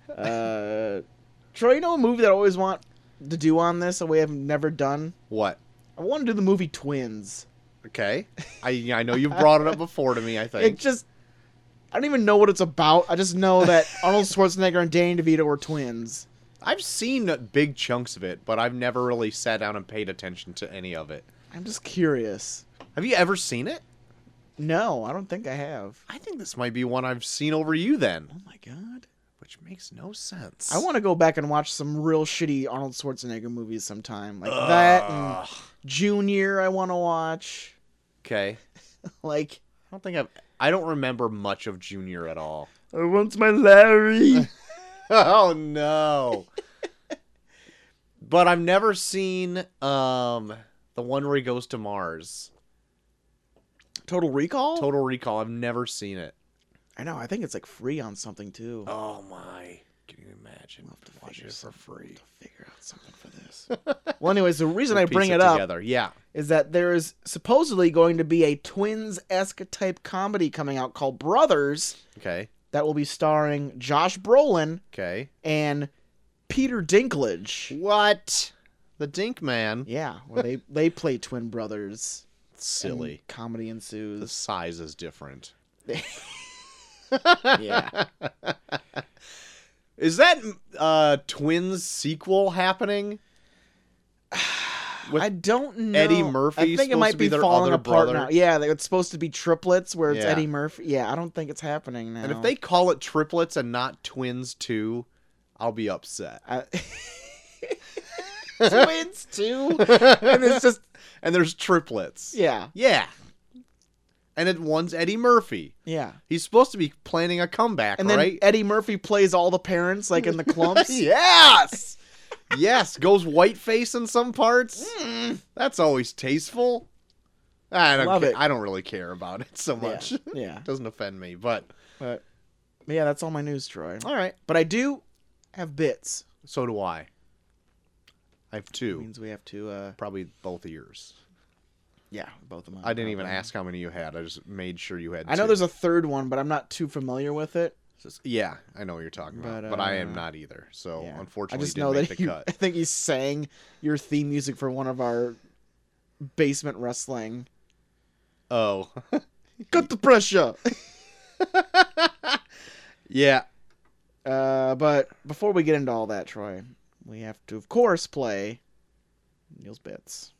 [SPEAKER 1] Uh, Troy, you know a movie that I always want to do on this, a way I've never done?
[SPEAKER 2] What?
[SPEAKER 1] I want to do the movie Twins.
[SPEAKER 2] Okay. I I know you've brought it up before to me, I
[SPEAKER 1] It
[SPEAKER 2] think.
[SPEAKER 1] just. I don't even know what it's about. I just know that Arnold Schwarzenegger and Danny DeVito were twins.
[SPEAKER 2] I've seen big chunks of it, but I've never really sat down and paid attention to any of it.
[SPEAKER 1] I'm just curious.
[SPEAKER 2] Have you ever seen it?
[SPEAKER 1] No, I don't think I have.
[SPEAKER 2] I think this might be one I've seen over you then,
[SPEAKER 1] Oh my god.
[SPEAKER 2] which makes no sense.
[SPEAKER 1] I want to go back and watch some real shitty Arnold Schwarzenegger movies sometime. Like that and
[SPEAKER 2] Ugh.
[SPEAKER 1] Junior, I want to watch.
[SPEAKER 2] Okay.
[SPEAKER 1] Like.
[SPEAKER 2] I don't think I've. I don't remember much of Junior at all.
[SPEAKER 1] I want my Larry.
[SPEAKER 2] oh no. But I've never seen um the one where he goes to Mars.
[SPEAKER 1] Total Recall.
[SPEAKER 2] Total Recall. I've never seen it.
[SPEAKER 1] I know. I think it's like free on something too.
[SPEAKER 2] Oh my! Can you imagine?
[SPEAKER 1] We'll have to
[SPEAKER 2] watching
[SPEAKER 1] figure
[SPEAKER 2] it for free.
[SPEAKER 1] To figure out something for this. well, anyways, the reason I
[SPEAKER 2] Piece
[SPEAKER 1] bring it up
[SPEAKER 2] together. Yeah.
[SPEAKER 1] is that there is supposedly going to be a twins esque type comedy coming out called Brothers
[SPEAKER 2] Okay.
[SPEAKER 1] that will be starring Josh Brolin
[SPEAKER 2] Okay.
[SPEAKER 1] and Peter Dinklage.
[SPEAKER 2] What? The Dink Man.
[SPEAKER 1] Yeah, where they they play twin brothers. and
[SPEAKER 2] Silly.
[SPEAKER 1] comedy
[SPEAKER 2] The
[SPEAKER 1] ensues.
[SPEAKER 2] size is different.
[SPEAKER 1] yeah,
[SPEAKER 2] Is that uh twins sequel happening? With
[SPEAKER 1] I don't know.
[SPEAKER 2] Eddie Murphy
[SPEAKER 1] I think
[SPEAKER 2] supposed
[SPEAKER 1] it might
[SPEAKER 2] to be
[SPEAKER 1] be
[SPEAKER 2] their
[SPEAKER 1] falling
[SPEAKER 2] other
[SPEAKER 1] apart
[SPEAKER 2] brother?
[SPEAKER 1] now. Yeah, they- it's supposed to be triplets where it's
[SPEAKER 2] Yeah.
[SPEAKER 1] Eddie Murphy. Yeah, I don't think it's happening now.
[SPEAKER 2] And if they call it triplets and not twins two, I'll be upset.
[SPEAKER 1] I... twins too, and it's just
[SPEAKER 2] And there's triplets.
[SPEAKER 1] yeah,
[SPEAKER 2] Yeah. And it one's Eddie Murphy.
[SPEAKER 1] yeah.
[SPEAKER 2] He's supposed to be planning a comeback,
[SPEAKER 1] And then
[SPEAKER 2] right?
[SPEAKER 1] Eddie Murphy plays all the parents like in the clumps.
[SPEAKER 2] yes. yes, goes whiteface in some parts.
[SPEAKER 1] Mm.
[SPEAKER 2] That's always tasteful. I don't
[SPEAKER 1] Love
[SPEAKER 2] ca-
[SPEAKER 1] it.
[SPEAKER 2] I don't really care about it so much.
[SPEAKER 1] Yeah, yeah.
[SPEAKER 2] Doesn't offend me, but
[SPEAKER 1] But yeah, that's all my news, Troy.
[SPEAKER 2] all right.
[SPEAKER 1] But I do have bits.
[SPEAKER 2] So do I. I have
[SPEAKER 1] It
[SPEAKER 2] two,
[SPEAKER 1] means we have to. uh
[SPEAKER 2] probably both of yours.
[SPEAKER 1] Yeah, both of mine.
[SPEAKER 2] I didn't even
[SPEAKER 1] probably.
[SPEAKER 2] ask how many you had. I just made sure you had.
[SPEAKER 1] I know
[SPEAKER 2] two.
[SPEAKER 1] there's a third one, but I'm not too familiar with it.
[SPEAKER 2] Just- yeah, I know what you're talking about,
[SPEAKER 1] But,
[SPEAKER 2] but I am
[SPEAKER 1] uh,
[SPEAKER 2] not either. So
[SPEAKER 1] Yeah.
[SPEAKER 2] Oh,
[SPEAKER 1] I
[SPEAKER 2] unfortunately,
[SPEAKER 1] just
[SPEAKER 2] didn't
[SPEAKER 1] know
[SPEAKER 2] make
[SPEAKER 1] that
[SPEAKER 2] the
[SPEAKER 1] he,
[SPEAKER 2] cut.
[SPEAKER 1] I think he sang your theme music for one of our basement wrestling.
[SPEAKER 2] Oh,
[SPEAKER 1] Cut the pressure.
[SPEAKER 2] yeah.
[SPEAKER 1] uh, but before we get into all that, Troy, we have to, of course, play Neil's bits.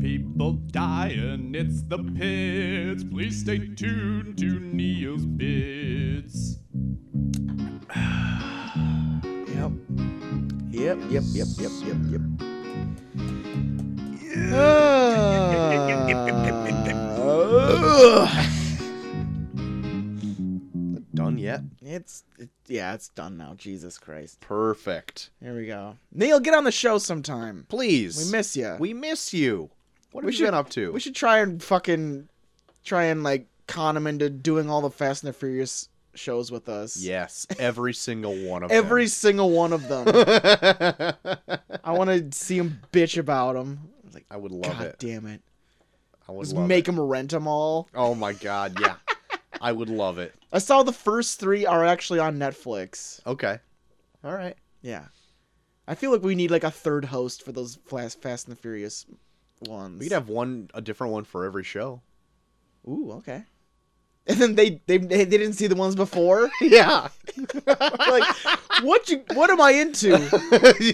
[SPEAKER 3] People dying, it's the pits. Please stay tuned to Neil's Bits.
[SPEAKER 1] Yep. Yep. Yep. Yep. Yep. Yep. Yep. Uh,
[SPEAKER 2] Done yet?
[SPEAKER 1] it's it, yeah, it's done now. Jesus Christ.
[SPEAKER 2] Perfect.
[SPEAKER 1] Here we go. Neil, get on the show sometime.
[SPEAKER 2] Please,
[SPEAKER 1] We miss you.
[SPEAKER 2] We miss you. What
[SPEAKER 1] We
[SPEAKER 2] have
[SPEAKER 1] should-
[SPEAKER 2] you been up to?
[SPEAKER 1] we should try and fucking try and like con him into doing all the Fast and the Furious shows with us.
[SPEAKER 2] Yes, every single one of
[SPEAKER 1] Every
[SPEAKER 2] them.
[SPEAKER 1] single one of them.
[SPEAKER 2] I
[SPEAKER 1] I want to see him bitch about them. Like,
[SPEAKER 2] would love
[SPEAKER 1] God
[SPEAKER 2] it.
[SPEAKER 1] damn it.
[SPEAKER 2] I would
[SPEAKER 1] Just
[SPEAKER 2] love
[SPEAKER 1] make
[SPEAKER 2] it.
[SPEAKER 1] him rent them all.
[SPEAKER 2] Oh my god, yeah. I would love it.
[SPEAKER 1] I saw the first three are actually on Netflix.
[SPEAKER 2] Okay. All right.
[SPEAKER 1] Yeah. I feel like we need like a third host for those Fast, Fast and the Furious ones.
[SPEAKER 2] We could have one a different one for every show.
[SPEAKER 1] Ooh, okay. And then they, they they didn't see the ones before.
[SPEAKER 2] Yeah.
[SPEAKER 1] like what you what am I into?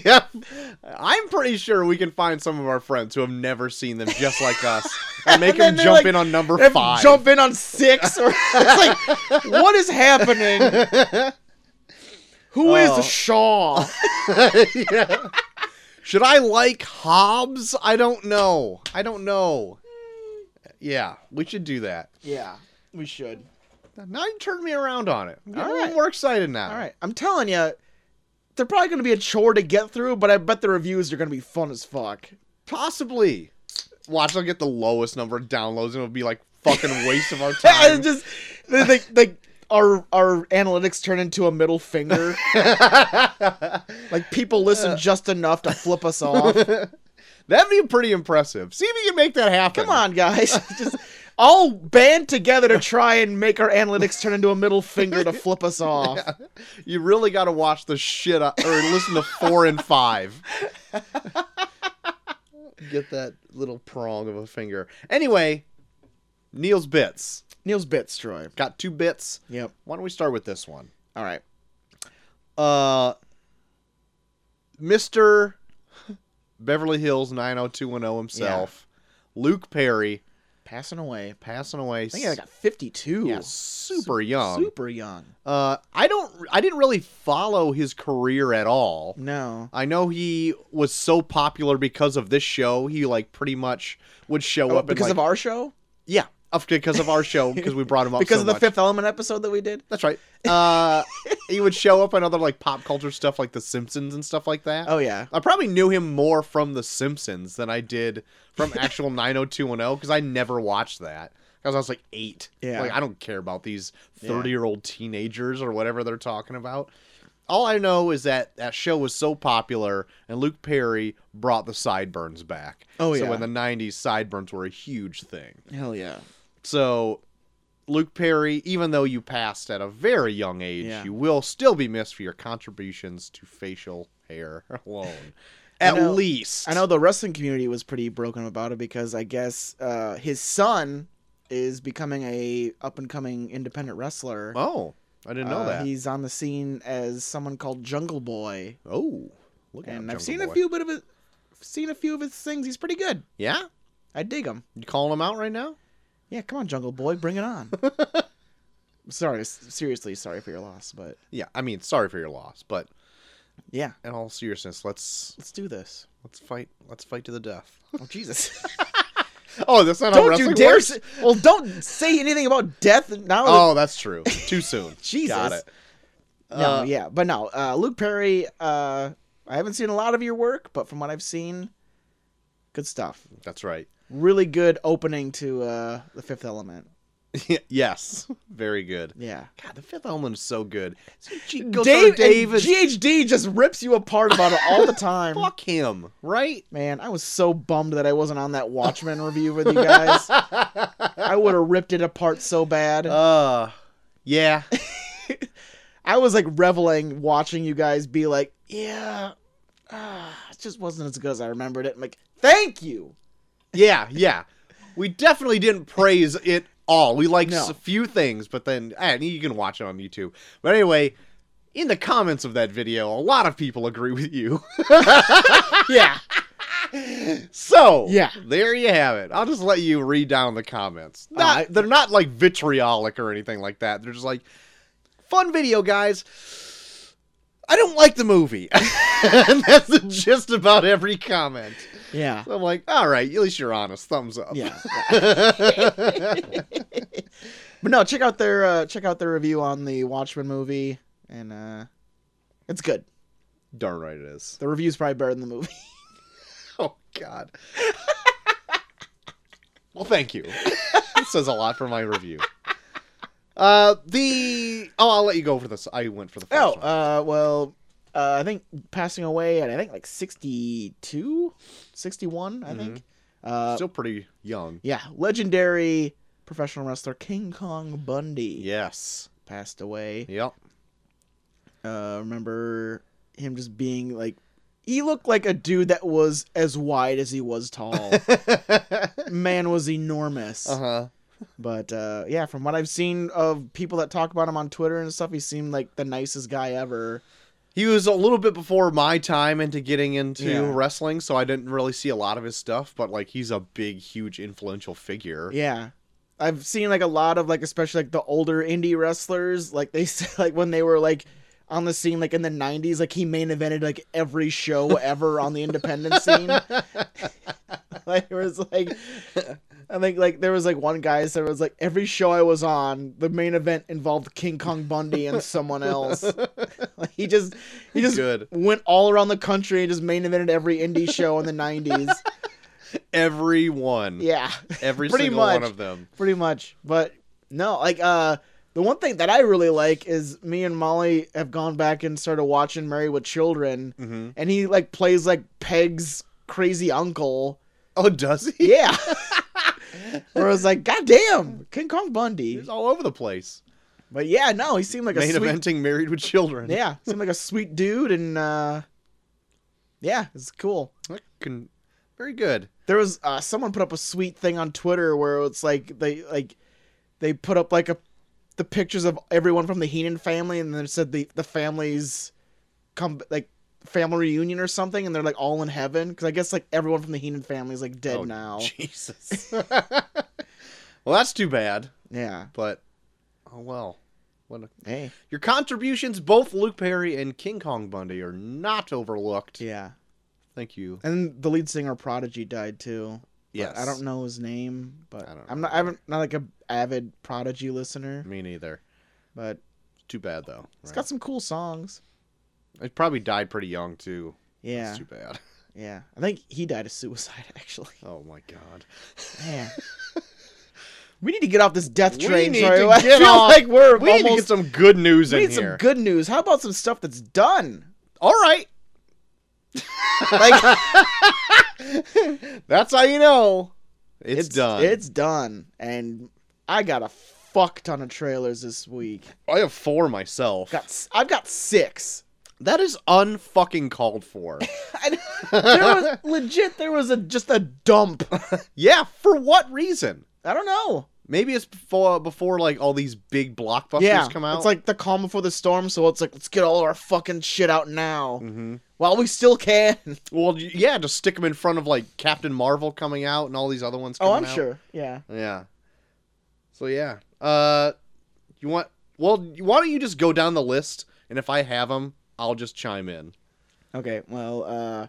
[SPEAKER 2] yeah. I'm pretty sure we can find some of our friends who have never seen them just like us and make
[SPEAKER 1] And then
[SPEAKER 2] them
[SPEAKER 1] they're
[SPEAKER 2] jump
[SPEAKER 1] like-
[SPEAKER 2] in on number
[SPEAKER 1] If
[SPEAKER 2] five.
[SPEAKER 1] Jump in on six or it's like what is happening? Who is
[SPEAKER 2] Oh.
[SPEAKER 1] Shaw?
[SPEAKER 2] yeah. Should I like Hobbs? I don't know. I don't know. Yeah, we should do that.
[SPEAKER 1] yeah, we should.
[SPEAKER 2] Now you turned me around on it. I'm
[SPEAKER 1] All
[SPEAKER 2] a little
[SPEAKER 1] right.
[SPEAKER 2] more excited now.
[SPEAKER 1] All right, I'm telling you, they're probably gonna be a chore to get through, but I bet the reviews are gonna be fun as fuck.
[SPEAKER 2] Possibly. Watch, I'll get the lowest number of downloads and it'll be like fucking waste of our
[SPEAKER 1] And
[SPEAKER 2] time.
[SPEAKER 1] just like like- like our our analytics turn into a middle finger. like people listen just enough to flip us off.
[SPEAKER 2] That'd be pretty impressive. See if you can make that happen.
[SPEAKER 1] Come on, guys. Just all band together to try and make our analytics turn into a middle finger to flip us off.
[SPEAKER 2] You really got to watch the shit out, or listen to four and five. Get that little prong of a finger. Anyway, Neil's bits.
[SPEAKER 1] Neil's bits, Troy.
[SPEAKER 2] Got two bits.
[SPEAKER 1] Yep.
[SPEAKER 2] Why don't we start with this one?
[SPEAKER 1] All right.
[SPEAKER 2] Uh, Mr. Beverly Hills 90210 himself, Luke Perry,
[SPEAKER 1] Passing away. I
[SPEAKER 2] passing away.
[SPEAKER 1] think I got 52.
[SPEAKER 2] yeah, super young.
[SPEAKER 1] Super young.
[SPEAKER 2] Uh, I don't. I didn't really follow his career at all.
[SPEAKER 1] No.
[SPEAKER 2] I know he was so popular because of this show. He like pretty much would show
[SPEAKER 1] Oh,
[SPEAKER 2] up and,
[SPEAKER 1] because
[SPEAKER 2] like-
[SPEAKER 1] of our show?
[SPEAKER 2] yeah. up because of our show because we brought him up
[SPEAKER 1] because
[SPEAKER 2] so
[SPEAKER 1] of the
[SPEAKER 2] much.
[SPEAKER 1] Fifth Element episode that we did.
[SPEAKER 2] That's right. Uh, he would show up on other like pop culture stuff like The Simpsons and stuff like that.
[SPEAKER 1] Oh yeah,
[SPEAKER 2] I probably knew him more from The Simpsons than I did from actual 90210 because I never watched that. Because I was like eight.
[SPEAKER 1] Yeah.
[SPEAKER 2] Like, I don't care about these
[SPEAKER 1] Yeah.
[SPEAKER 2] 30 year old teenagers or whatever they're talking about. All I know is that that show was so popular and Luke Perry brought the sideburns back.
[SPEAKER 1] Oh,
[SPEAKER 2] So
[SPEAKER 1] yeah.
[SPEAKER 2] in the 90s, sideburns were a huge thing.
[SPEAKER 1] hell yeah.
[SPEAKER 2] So Luke Perry, even though you passed at a very young age,
[SPEAKER 1] Yeah.
[SPEAKER 2] you will still be missed for your contributions to facial hair alone. At
[SPEAKER 1] know-
[SPEAKER 2] least.
[SPEAKER 1] I know the wrestling community was pretty broken about it because I guess uh, his son is becoming a up and coming independent wrestler.
[SPEAKER 2] Oh, I didn't know
[SPEAKER 1] Uh,
[SPEAKER 2] that.
[SPEAKER 1] He's on the scene as someone called Jungle Boy,
[SPEAKER 2] Oh, look at
[SPEAKER 1] and I've seen a few bit of it, seen a few of his things. He's pretty good.
[SPEAKER 2] Yeah,
[SPEAKER 1] I dig him.
[SPEAKER 2] you calling him out right now?
[SPEAKER 1] Yeah, come on, Jungle Boy, bring it on. sorry, s- seriously, sorry for your loss, but
[SPEAKER 2] Yeah, I mean, sorry for your loss, but
[SPEAKER 1] yeah,
[SPEAKER 2] in all seriousness, let's
[SPEAKER 1] let's do this.
[SPEAKER 2] let's fight. Let's fight to the death.
[SPEAKER 1] Oh Jesus!
[SPEAKER 2] Oh, that's not how
[SPEAKER 1] don't
[SPEAKER 2] wrestling
[SPEAKER 1] you dare!
[SPEAKER 2] works?
[SPEAKER 1] Say, well, don't say anything about death now. that-
[SPEAKER 2] Oh, that's true. Too soon.
[SPEAKER 1] Jesus.
[SPEAKER 2] Got it.
[SPEAKER 1] no,
[SPEAKER 2] Uh,
[SPEAKER 1] yeah, but no, uh, Luke Perry. Uh, I haven't seen a lot of your work, but from what I've seen, good stuff.
[SPEAKER 2] That's right.
[SPEAKER 1] Really good opening to uh, the Fifth Element.
[SPEAKER 2] yes, very good.
[SPEAKER 1] Yeah,
[SPEAKER 2] God, the Fifth Element is so good. So she goes
[SPEAKER 1] Dave,
[SPEAKER 2] on Dave
[SPEAKER 1] and
[SPEAKER 2] is-
[SPEAKER 1] GHD just rips you apart about it all the time.
[SPEAKER 2] fuck him, right?
[SPEAKER 1] Man, I was so bummed that I wasn't on that Watchmen review with you guys. I would have ripped it apart so bad.
[SPEAKER 2] Uh, yeah.
[SPEAKER 1] I was like reveling watching you guys be like, yeah, ah, it just wasn't as good as I remembered it. I'm like, thank you.
[SPEAKER 2] Yeah, yeah. We definitely didn't praise it all. We liked
[SPEAKER 1] No.
[SPEAKER 2] s- a few things, but then and you can watch it on YouTube. But anyway, in the comments of that video, a lot of people agree with you.
[SPEAKER 1] Yeah.
[SPEAKER 2] So
[SPEAKER 1] Yeah.
[SPEAKER 2] there you have it. I'll just let you read down the comments. Not,
[SPEAKER 1] I-
[SPEAKER 2] they're not like vitriolic or anything like that. They're just like fun video, guys. I don't like the movie. and that's just about every comment.
[SPEAKER 1] Yeah.
[SPEAKER 2] So I'm like, all right, at least you're honest. Thumbs up.
[SPEAKER 1] Yeah. but no, check out their uh, check out their review on the Watchmen movie and uh it's good.
[SPEAKER 2] Darn right it is.
[SPEAKER 1] The review's probably better than the movie.
[SPEAKER 2] Oh God. well, thank you. That says a lot for my review. Uh, the oh, I'll let you go for this. I went for the first
[SPEAKER 1] Oh,
[SPEAKER 2] one.
[SPEAKER 1] uh, well, uh, I think passing away at I think like 62, 61, I think. Uh,
[SPEAKER 2] Still pretty young.
[SPEAKER 1] yeah, legendary professional wrestler King Kong Bundy
[SPEAKER 2] Yes.
[SPEAKER 1] passed away.
[SPEAKER 2] Yep.
[SPEAKER 1] Uh, remember him just being like, he looked like a dude that was as wide as he was tall.
[SPEAKER 2] uh
[SPEAKER 1] Man was enormous.
[SPEAKER 2] huh.
[SPEAKER 1] But uh, yeah, from what I've seen of people that talk about him on Twitter and stuff, he seemed like the nicest guy ever.
[SPEAKER 2] He was a little bit before my time into getting into
[SPEAKER 1] Yeah.
[SPEAKER 2] wrestling, so I didn't really see a lot of his stuff. But like, he's a big, huge, influential figure.
[SPEAKER 1] Yeah. I've seen like a lot of like especially like the older indie wrestlers like they said like when they were like on the scene like in the 90s like he main evented like every show ever on the independent scene. like it was like I think like there was like one guy said it was like every show I was on the main event involved King Kong Bundy and someone else. like he just he just
[SPEAKER 2] Good.
[SPEAKER 1] went all around the country and just main evented every indie show in the 90s.
[SPEAKER 2] Everyone.
[SPEAKER 1] Yeah.
[SPEAKER 2] Every
[SPEAKER 1] Pretty
[SPEAKER 2] single one
[SPEAKER 1] much.
[SPEAKER 2] of them.
[SPEAKER 1] pretty much. But no, like uh the one thing that I really like is me and Molly have gone back and started watching Married with Children
[SPEAKER 2] Mm-hmm.
[SPEAKER 1] and he like plays like Peg's crazy uncle.
[SPEAKER 2] Oh, does he?
[SPEAKER 1] Yeah. Where I was like, God damn, King Kong Bundy.
[SPEAKER 2] He's all over the place.
[SPEAKER 1] But yeah, no, he seemed like a
[SPEAKER 2] Main
[SPEAKER 1] sweet
[SPEAKER 2] eventing Married with Children.
[SPEAKER 1] Yeah, seemed like a sweet dude and uh yeah, it's cool.
[SPEAKER 2] That Can, very good.
[SPEAKER 1] there was uh, someone put up a sweet thing on Twitter where it's like they like they put up like a the pictures of everyone from the Heenan family and then said the the family's come like family reunion or something and they're like all in heaven because I guess like everyone from the Heenan family is like dead
[SPEAKER 2] oh,
[SPEAKER 1] now.
[SPEAKER 2] Jesus. well, that's too bad,
[SPEAKER 1] Yeah.
[SPEAKER 2] but oh well. What a-
[SPEAKER 1] Hey.
[SPEAKER 2] Your contributions, both Luke Perry and King Kong Bundy, are not overlooked.
[SPEAKER 1] Yeah.
[SPEAKER 2] Thank you.
[SPEAKER 1] And the lead singer Prodigy died too.
[SPEAKER 2] Yes.
[SPEAKER 1] I don't know his name, but
[SPEAKER 2] I don't
[SPEAKER 1] I'm not. I'm not like a avid Prodigy listener,
[SPEAKER 2] Me neither.
[SPEAKER 1] but
[SPEAKER 2] Too bad though.
[SPEAKER 1] it's
[SPEAKER 2] right?
[SPEAKER 1] got some cool songs.
[SPEAKER 2] It probably died pretty young too.
[SPEAKER 1] Yeah,
[SPEAKER 2] That's too bad.
[SPEAKER 1] yeah. I think he died of suicide. Actually,
[SPEAKER 2] Oh my god.
[SPEAKER 1] man. We need to get off this death
[SPEAKER 2] We
[SPEAKER 1] train.
[SPEAKER 2] need
[SPEAKER 1] sorry.
[SPEAKER 2] to
[SPEAKER 1] I
[SPEAKER 2] get
[SPEAKER 1] feel
[SPEAKER 2] off-
[SPEAKER 1] like we're
[SPEAKER 2] We need to get
[SPEAKER 1] almost.
[SPEAKER 2] some good news
[SPEAKER 1] we
[SPEAKER 2] in
[SPEAKER 1] need
[SPEAKER 2] here.
[SPEAKER 1] some good news. How about some stuff that's done?
[SPEAKER 2] All right.
[SPEAKER 1] Like
[SPEAKER 2] That's how you know it's, done.
[SPEAKER 1] It's done. And I got a fuck ton of trailers this week.
[SPEAKER 2] I have four myself.
[SPEAKER 1] Got s- I've got six.
[SPEAKER 2] That is unfucking called for.
[SPEAKER 1] I, there was, legit, there was a just a dump.
[SPEAKER 2] yeah, for what reason?
[SPEAKER 1] I don't know.
[SPEAKER 2] Maybe it's before before like all these big blockbusters
[SPEAKER 1] yeah,
[SPEAKER 2] come out.
[SPEAKER 1] it's like the calm before the storm. So it's like let's get all our fucking shit out now
[SPEAKER 2] Mhm.
[SPEAKER 1] while we still can.
[SPEAKER 2] well, y- yeah, just stick them in front of like Captain Marvel coming out and all these other ones.
[SPEAKER 1] oh,
[SPEAKER 2] Coming
[SPEAKER 1] I'm
[SPEAKER 2] out.
[SPEAKER 1] sure. Yeah.
[SPEAKER 2] Yeah. So yeah. Uh, you want? Well, why don't you just go down the list, and if I have them, I'll just chime in.
[SPEAKER 1] Okay. Well, uh,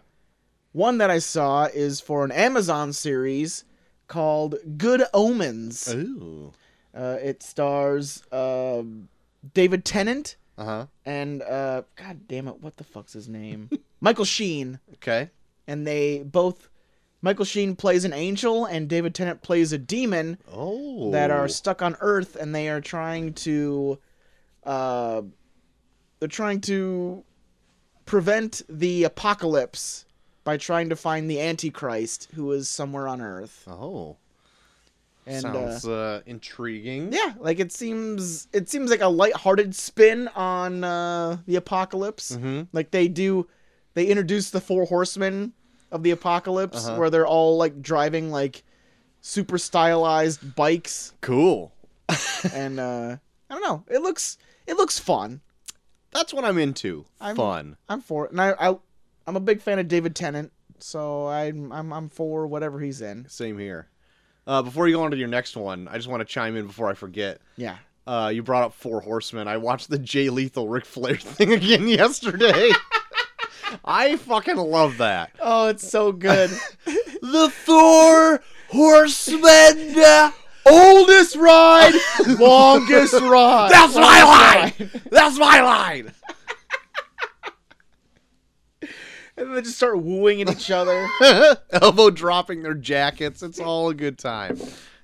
[SPEAKER 1] one that I saw is for an Amazon series called Good Omens.
[SPEAKER 2] Ooh.
[SPEAKER 1] Uh, it stars um David Tennant
[SPEAKER 2] Uh huh.
[SPEAKER 1] and uh, God damn it, what the fuck's his name? Michael Sheen.
[SPEAKER 2] Okay.
[SPEAKER 1] And they both, Michael Sheen plays an angel and David Tennant plays a demon
[SPEAKER 2] Oh.
[SPEAKER 1] that are stuck on Earth and they are trying to, uh, they're trying to prevent the apocalypse by trying to find the Antichrist who is somewhere on Earth.
[SPEAKER 2] Oh.
[SPEAKER 1] And, uh,
[SPEAKER 2] Sounds uh, intriguing.
[SPEAKER 1] Yeah, like it seems it seems like a lighthearted spin on uh, the apocalypse.
[SPEAKER 2] Mhm.
[SPEAKER 1] Like they do, they introduce the four horsemen of the apocalypse,
[SPEAKER 2] Uh-huh.
[SPEAKER 1] where they're all like driving like super stylized bikes,
[SPEAKER 2] Cool.
[SPEAKER 1] and uh, I don't know. It looks it looks fun.
[SPEAKER 2] That's what I'm into.
[SPEAKER 1] I'm-
[SPEAKER 2] Fun.
[SPEAKER 1] I'm for it, and I, I I'm a big fan of David Tennant, so I'm I'm I'm for whatever he's in.
[SPEAKER 2] Same here. Uh, before you go on to your next one, I just want to chime in before I forget.
[SPEAKER 1] Yeah.
[SPEAKER 2] Uh, you brought up Four Horsemen. I watched the Jay Lethal Ric Flair thing again yesterday. I fucking love that.
[SPEAKER 1] Oh, it's so good.
[SPEAKER 2] The Four Horsemen.
[SPEAKER 1] Oldest ride, longest ride.
[SPEAKER 2] That's my line. That's my line.
[SPEAKER 1] And they just start wooing at each other.
[SPEAKER 2] Elbow dropping their jackets. It's all a good time.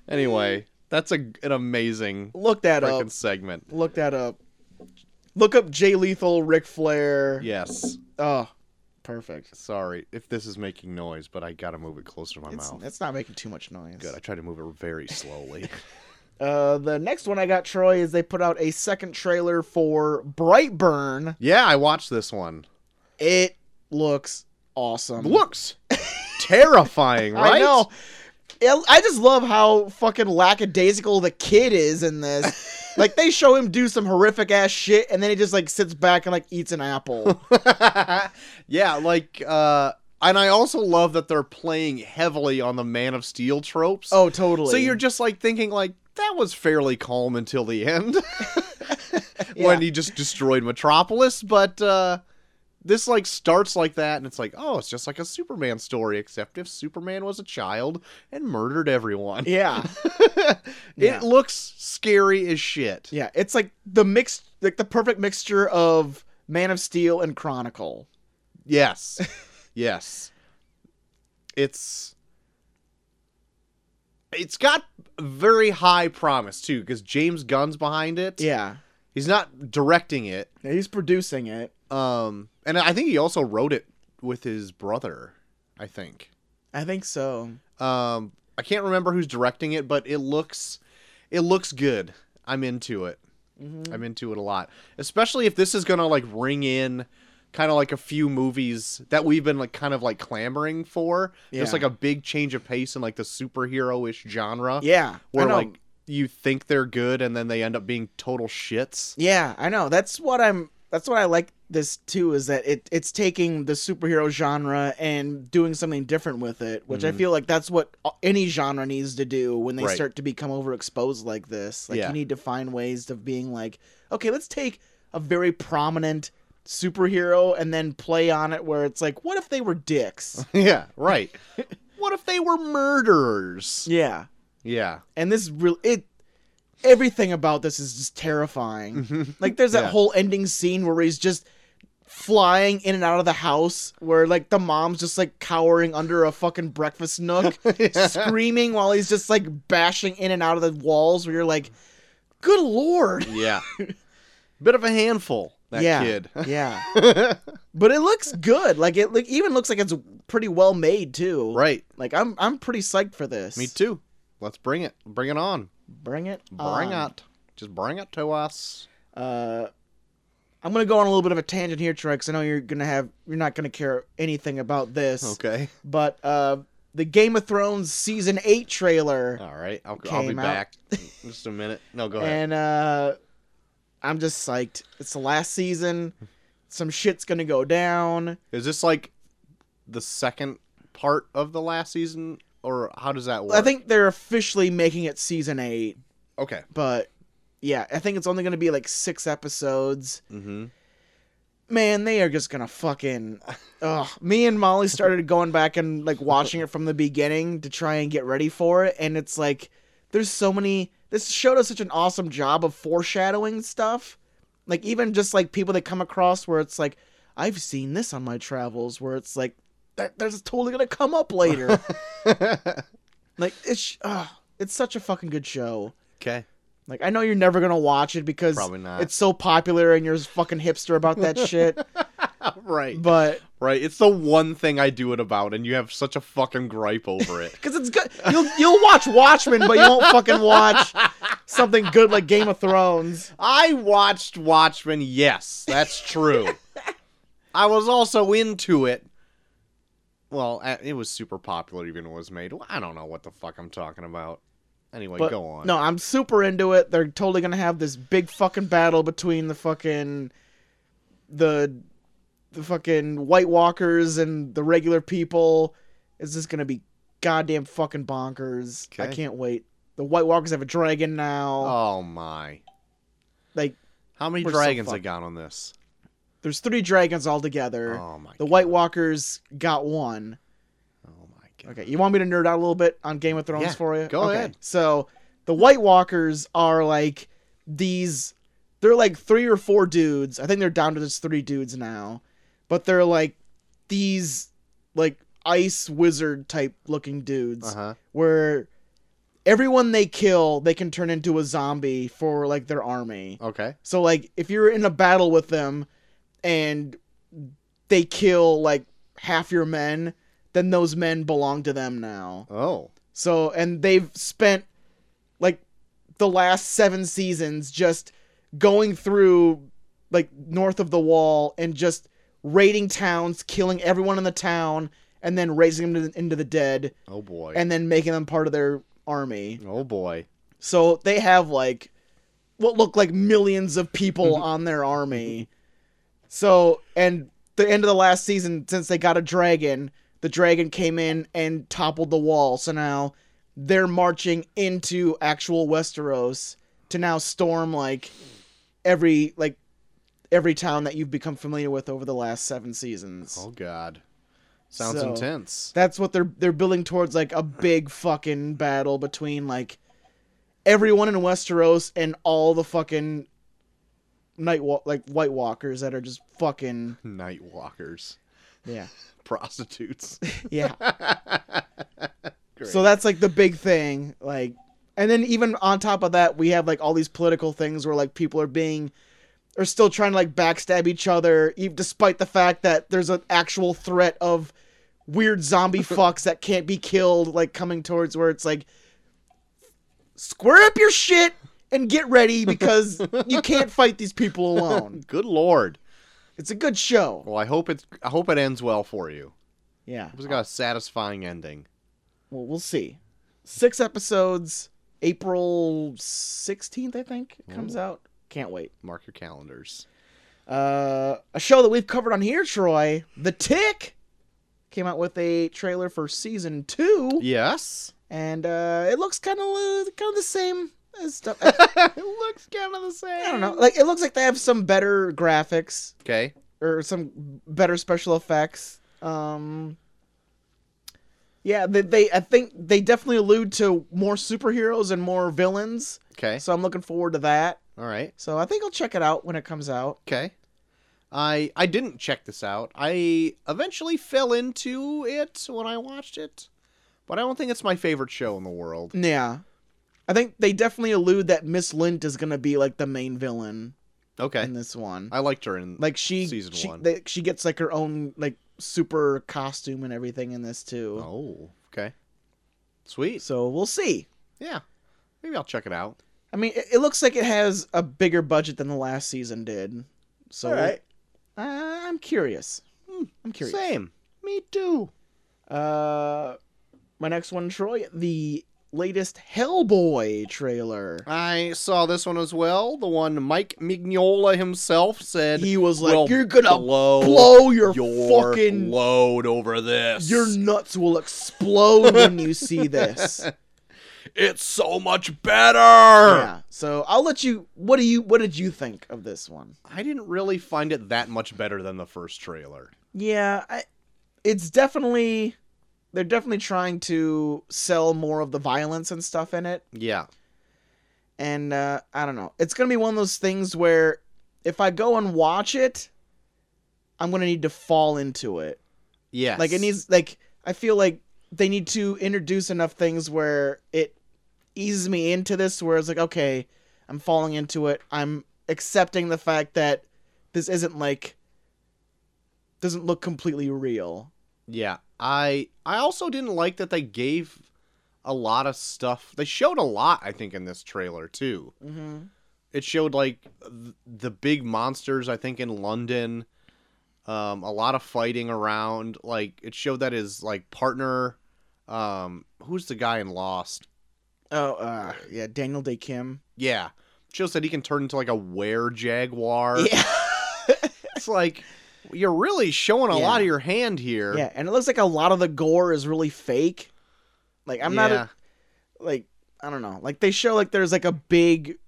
[SPEAKER 2] Anyway, that's a, an amazing
[SPEAKER 1] Look that
[SPEAKER 2] freaking
[SPEAKER 1] up.
[SPEAKER 2] segment.
[SPEAKER 1] Look that up. Look up Jay Lethal, Ric Flair.
[SPEAKER 2] Yes.
[SPEAKER 1] Oh, perfect.
[SPEAKER 2] Sorry if this is making noise, but I gotta move it closer to my
[SPEAKER 1] It's,
[SPEAKER 2] mouth.
[SPEAKER 1] it's not making too much noise.
[SPEAKER 2] Good. I try to move it very slowly.
[SPEAKER 1] Uh, the next one I got, Troy, is they put out a second trailer for Brightburn.
[SPEAKER 2] yeah, I watched this one.
[SPEAKER 1] It looks awesome.
[SPEAKER 2] Looks terrifying, right?
[SPEAKER 1] I know. It- I just love how fucking lackadaisical the kid is in this. like they show him do some horrific ass shit, and then he just like sits back and like eats an apple.
[SPEAKER 2] yeah, like, uh, and I also love that they're playing heavily on the Man of Steel tropes.
[SPEAKER 1] oh, totally.
[SPEAKER 2] so you're just like thinking, like, that was fairly calm until the end when he just destroyed Metropolis, but, uh, this like starts like that and it's like oh it's just like a superman story except if superman was a child and murdered everyone
[SPEAKER 1] yeah. Yeah.
[SPEAKER 2] It looks scary as shit.
[SPEAKER 1] Yeah, it's like the mix, like the perfect mixture of Man of Steel and Chronicle.
[SPEAKER 2] Yes. yes. It's it's got very high promise too cuz James Gunn's behind it.
[SPEAKER 1] Yeah,
[SPEAKER 2] He's not directing it.
[SPEAKER 1] he's producing it.
[SPEAKER 2] Um and I think he also wrote it with his brother, I think.
[SPEAKER 1] I think so.
[SPEAKER 2] Um I can't remember who's directing it, but it looks it looks good. I'm into it.
[SPEAKER 1] Mm-hmm.
[SPEAKER 2] I'm into it a lot, especially if this is gonna like ring in kind of like a few movies that we've been like kind of like clamoring for.
[SPEAKER 1] Yeah.
[SPEAKER 2] Just like a big change of pace in like the superhero ish genre,
[SPEAKER 1] Yeah, I
[SPEAKER 2] where
[SPEAKER 1] know.
[SPEAKER 2] like you think they're good and then they end up being total shits.
[SPEAKER 1] yeah, I know. That's what I'm. That's what I like this too. Is that it? It's taking the superhero genre and doing something different with it, which I feel like that's what a- any genre needs to do when they
[SPEAKER 2] Mm-hmm. Right.
[SPEAKER 1] start to become overexposed like this. Like
[SPEAKER 2] Yeah.
[SPEAKER 1] you need to find ways of being like, okay, let's take a very prominent superhero and then play on it where it's like what if they were dicks
[SPEAKER 2] yeah, right. what if they were murderers?
[SPEAKER 1] Yeah.
[SPEAKER 2] Yeah.
[SPEAKER 1] and this real it everything about this is just terrifying like there's that
[SPEAKER 2] Mm-hmm. Yeah.
[SPEAKER 1] whole ending scene where he's just flying in and out of the house where like the mom's just like cowering under a fucking breakfast nook screaming while he's just like bashing in and out of the walls where you're like good lord
[SPEAKER 2] Yeah. Bit of a handful, that
[SPEAKER 1] yeah
[SPEAKER 2] kid.
[SPEAKER 1] yeah but it looks good like it like, even looks like it's pretty well made too
[SPEAKER 2] right.
[SPEAKER 1] like i'm i'm pretty psyched for this
[SPEAKER 2] Me too. Let's bring it. Bring it on.
[SPEAKER 1] bring it
[SPEAKER 2] Bring
[SPEAKER 1] on.
[SPEAKER 2] it. Just bring it to us.
[SPEAKER 1] uh, I'm gonna go on a little bit of a tangent here, Troy, because I know you're gonna have you're not gonna care anything about this.
[SPEAKER 2] Okay.
[SPEAKER 1] But uh, the Game of Thrones season eight trailer,
[SPEAKER 2] All right. I'll, I'll be
[SPEAKER 1] Came out.
[SPEAKER 2] back. Just a minute. No, Uh, go ahead.
[SPEAKER 1] and uh, I'm just psyched. It's the last season. Some shit's gonna go down.
[SPEAKER 2] Is this like the second part of the last season, or how does that work?
[SPEAKER 1] I think they're officially making it season eight,
[SPEAKER 2] Okay.
[SPEAKER 1] but yeah, I think it's only gonna be like six episodes.
[SPEAKER 2] Mm-hmm.
[SPEAKER 1] man, they are just gonna fucking. Ugh. Me and Molly started going back and like watching it from the beginning to try and get ready for it, and it's like there's so many. This show does such an awesome job of foreshadowing stuff, like even just like people that come across where it's like I've seen this on my travels, where it's like that that's totally gonna come up later. like it's uh, it's such a fucking good show.
[SPEAKER 2] Okay.
[SPEAKER 1] Like I know you're never gonna watch it because
[SPEAKER 2] Probably not.
[SPEAKER 1] it's so popular and you're a fucking hipster about that shit.
[SPEAKER 2] Right.
[SPEAKER 1] But
[SPEAKER 2] Right. It's the one thing I do it about, and you have such a fucking gripe over it.
[SPEAKER 1] Because it's good. You'll you'll watch Watchmen, but you won't fucking watch something good like Game of Thrones.
[SPEAKER 2] I watched Watchmen. Yes, that's true. I was also into it. Well, a- it was super popular even when it was made. I don't know what the fuck I'm talking about. Anyway,
[SPEAKER 1] But
[SPEAKER 2] go on.
[SPEAKER 1] No, I'm super into it. They're totally gonna have this big fucking battle between the fucking the the fucking White Walkers and the regular people. It's just gonna be goddamn fucking bonkers. I
[SPEAKER 2] Okay.
[SPEAKER 1] can't wait. The White Walkers have a dragon now.
[SPEAKER 2] Oh my.
[SPEAKER 1] Like
[SPEAKER 2] How many
[SPEAKER 1] We're so
[SPEAKER 2] dragons I
[SPEAKER 1] fucked.
[SPEAKER 2] got on this?
[SPEAKER 1] there's three dragons altogether.
[SPEAKER 2] Oh my.
[SPEAKER 1] the
[SPEAKER 2] God.
[SPEAKER 1] White Walkers got one.
[SPEAKER 2] Oh my god.
[SPEAKER 1] Okay, you want me to nerd out a little bit on Game of Thrones
[SPEAKER 2] Yeah,
[SPEAKER 1] for you?
[SPEAKER 2] go
[SPEAKER 1] okay.
[SPEAKER 2] ahead.
[SPEAKER 1] So the White Walkers are like these. They're like three or four dudes. I think they're down to just three dudes now, but they're like these like ice wizard type looking dudes
[SPEAKER 2] Uh huh.
[SPEAKER 1] where everyone they kill they can turn into a zombie for like their army.
[SPEAKER 2] Okay.
[SPEAKER 1] So like if you're in a battle with them and they kill like half your men, then those men belong to them now.
[SPEAKER 2] Oh.
[SPEAKER 1] So and they've spent like the last 7 seasons just going through like north of the wall and just raiding towns, killing everyone in the town and then raising them to the, into the dead
[SPEAKER 2] Oh boy.
[SPEAKER 1] and then making them part of their army.
[SPEAKER 2] oh boy.
[SPEAKER 1] So they have like what look like millions of people on their army. So and the end of the last season, since they got a dragon, the dragon came in and toppled the wall. So now they're marching into actual Westeros to now storm like every like every town that you've become familiar with over the last seven seasons.
[SPEAKER 2] Oh god. Sounds
[SPEAKER 1] So-
[SPEAKER 2] intense.
[SPEAKER 1] That's what they're they're building towards like a big fucking battle between like everyone in Westeros and all the fucking night wa- like White Walkers that are just fucking
[SPEAKER 2] Night walkers.
[SPEAKER 1] yeah
[SPEAKER 2] Prostitutes.
[SPEAKER 1] yeah.
[SPEAKER 2] Great.
[SPEAKER 1] So that's like the big thing like, and then even on top of that we have like all these political things where like people are being are still trying to like backstab each other e- despite the fact that there's an actual threat of weird zombie fucks that can't be killed like coming towards where it's like square up your shit and get ready because you can't fight these people alone
[SPEAKER 2] Good lord.
[SPEAKER 1] it's a good show
[SPEAKER 2] Well, I hope it's I hope it ends well for you.
[SPEAKER 1] yeah
[SPEAKER 2] It's got a satisfying ending.
[SPEAKER 1] well we'll see six episodes april 16th i think it comes out can't wait
[SPEAKER 2] Mark your calendars.
[SPEAKER 1] Uh, a show that we've covered on here, Troy, The Tick, came out with a trailer for season two,
[SPEAKER 2] Yes.
[SPEAKER 1] and uh, it looks kind of kind of the same as stuff.
[SPEAKER 2] it looks kind of the same.
[SPEAKER 1] I don't know, like it looks like they have some better graphics
[SPEAKER 2] Okay.
[SPEAKER 1] or some better special effects. Um, Yeah, they, they I think they definitely allude to more superheroes and more villains.
[SPEAKER 2] Okay.
[SPEAKER 1] So I'm looking forward to that.
[SPEAKER 2] All right.
[SPEAKER 1] So I think I'll check it out when it comes out.
[SPEAKER 2] Okay. I I didn't check this out. I eventually fell into it when I watched it, but I don't think it's my favorite show in the world.
[SPEAKER 1] Yeah. I think they definitely allude that Miss Lint is going to be like the main villain
[SPEAKER 2] Okay.
[SPEAKER 1] in this one.
[SPEAKER 2] I liked her in
[SPEAKER 1] Like she
[SPEAKER 2] Season
[SPEAKER 1] she
[SPEAKER 2] one.
[SPEAKER 1] They, she gets like her own like super costume and everything in this too.
[SPEAKER 2] Oh, okay. Sweet.
[SPEAKER 1] So we'll see.
[SPEAKER 2] Yeah. Maybe I'll check it out.
[SPEAKER 1] I mean, it, it looks like it has a bigger budget than the last season did. So
[SPEAKER 2] All right.
[SPEAKER 1] uh, I'm curious. Hmm, I'm curious.
[SPEAKER 2] Same. Me too.
[SPEAKER 1] Uh, my next one, Troy, the latest Hellboy trailer.
[SPEAKER 2] I saw this one as well. The one Mike Mignola himself said
[SPEAKER 1] He was like,
[SPEAKER 2] "We'll
[SPEAKER 1] "You're gonna
[SPEAKER 2] blow,
[SPEAKER 1] blow your
[SPEAKER 2] your
[SPEAKER 1] fucking-
[SPEAKER 2] load over this.
[SPEAKER 1] Your nuts will explode when you see this.
[SPEAKER 2] it's so much better."
[SPEAKER 1] Yeah. So I'll let you. What do you? What did you think of this one?
[SPEAKER 2] I didn't really find it that much better than the first trailer.
[SPEAKER 1] Yeah, I, it's definitely they're definitely trying to sell more of the violence and stuff in it.
[SPEAKER 2] Yeah.
[SPEAKER 1] and uh, I don't know. It's gonna be one of those things where if I go and watch it, I'm gonna need to fall into it.
[SPEAKER 2] Yes.
[SPEAKER 1] Like it needs, like I feel like they need to introduce enough things where it eases me into this, where it's like, okay, I'm falling into it. I'm accepting the fact that this isn't like doesn't look completely real.
[SPEAKER 2] Yeah. I I also didn't like that they gave a lot of stuff. They showed a lot, I think, in this trailer too.
[SPEAKER 1] Mm-hmm.
[SPEAKER 2] It showed like th- the big monsters, I think, in London. Um, a lot of fighting around. Like it showed that his like partner, um, who's the guy in Lost?
[SPEAKER 1] Oh, uh, yeah, Daniel Day Kim.
[SPEAKER 2] Yeah, shows that he can turn into like a were jaguar. it's like you're really showing a
[SPEAKER 1] Yeah.
[SPEAKER 2] lot of your hand here.
[SPEAKER 1] Yeah, and it looks like a lot of the gore is really fake. Like I'm not
[SPEAKER 2] Yeah.
[SPEAKER 1] a, like I don't know. Like they show like there's like a big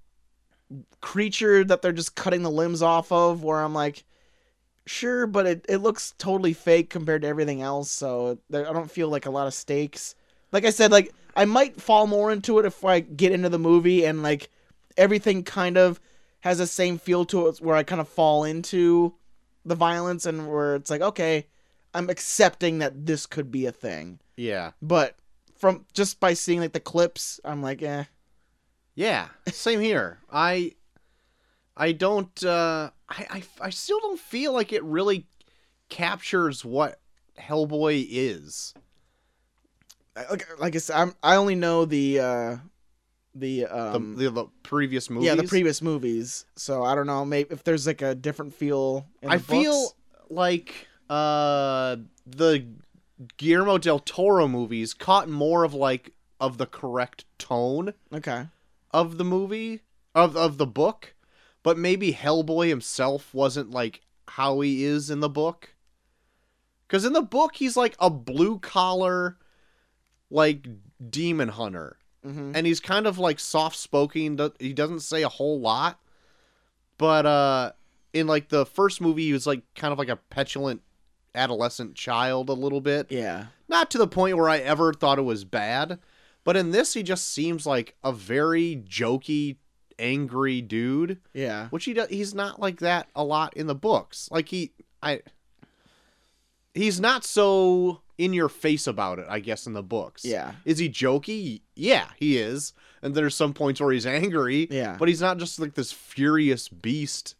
[SPEAKER 1] creature that they're just cutting the limbs off of where I'm like sure, but it, it looks totally fake compared to everything else, so there, I don't feel like a lot of stakes. Like I said like I might fall more into it if I get into the movie and like everything kind of has the same feel to it where I kind of fall into the violence and where it's like okay, I'm accepting that this could be a thing.
[SPEAKER 2] yeah,
[SPEAKER 1] But from just by seeing like the clips, I'm like, eh.
[SPEAKER 2] yeah. Same here. I, I don't. Uh, I, I, I still don't feel like it really captures what Hellboy is.
[SPEAKER 1] I- Like, like I said, I'm, I only know the uh, the
[SPEAKER 2] The,
[SPEAKER 1] um
[SPEAKER 2] the, the previous movies.
[SPEAKER 1] yeah the previous movies, so I don't know. Maybe if there's like a different feel. In the
[SPEAKER 2] I feel
[SPEAKER 1] books.
[SPEAKER 2] like uh the Guillermo del Toro movies caught more of like of the correct tone
[SPEAKER 1] okay.
[SPEAKER 2] of the movie of of the book, but maybe Hellboy himself wasn't like how he is in the book. Cuz in the book he's like a blue collar like demon hunter
[SPEAKER 1] hmm
[SPEAKER 2] and he's kind of like soft spoken, he doesn't say a whole lot. But uh in like the first movie he was like kind of like a petulant adolescent child a little bit
[SPEAKER 1] Yeah.
[SPEAKER 2] not to the point where I ever thought it was bad, but in this he just seems like a very jokey, angry dude,
[SPEAKER 1] Yeah.
[SPEAKER 2] which he does, he's not like that a lot in the books. Like he I he's not so in your face about it, I guess in the books.
[SPEAKER 1] Yeah.
[SPEAKER 2] Is he jokey? Yeah, he is. And there's some points where he's angry,
[SPEAKER 1] Yeah.
[SPEAKER 2] but he's not just like this furious beast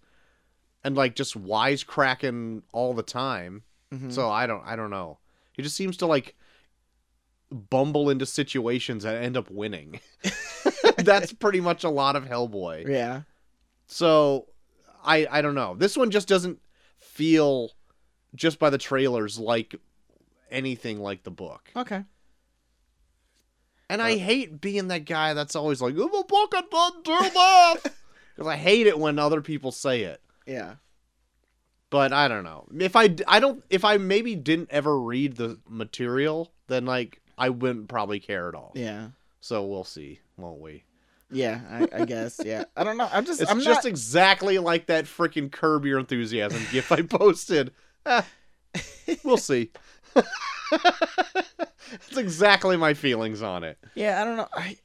[SPEAKER 2] and like just wisecracking all the time.
[SPEAKER 1] Mhm.
[SPEAKER 2] So I don't I don't know. He just seems to like bumble into situations and end up winning. That's pretty much a lot of Hellboy.
[SPEAKER 1] yeah.
[SPEAKER 2] So I I don't know. This one just doesn't feel just by the trailers like anything like the book.
[SPEAKER 1] Okay.
[SPEAKER 2] And I hate being that guy that's always like, "Oh, the book it doesn't do that," because I hate it when other people say it.
[SPEAKER 1] Yeah.
[SPEAKER 2] But I don't know. If I, d- I don't, if I maybe didn't ever read the material, then like I wouldn't probably care at all.
[SPEAKER 1] Yeah.
[SPEAKER 2] So we'll see, won't we?
[SPEAKER 1] Yeah. I, I guess. Yeah. I don't know. I'm just.
[SPEAKER 2] It's
[SPEAKER 1] I'm not.
[SPEAKER 2] just exactly like that freaking Curb Your Enthusiasm gif I posted. Eh, we'll see. That's exactly my feelings on it.
[SPEAKER 1] Yeah, I don't know. I,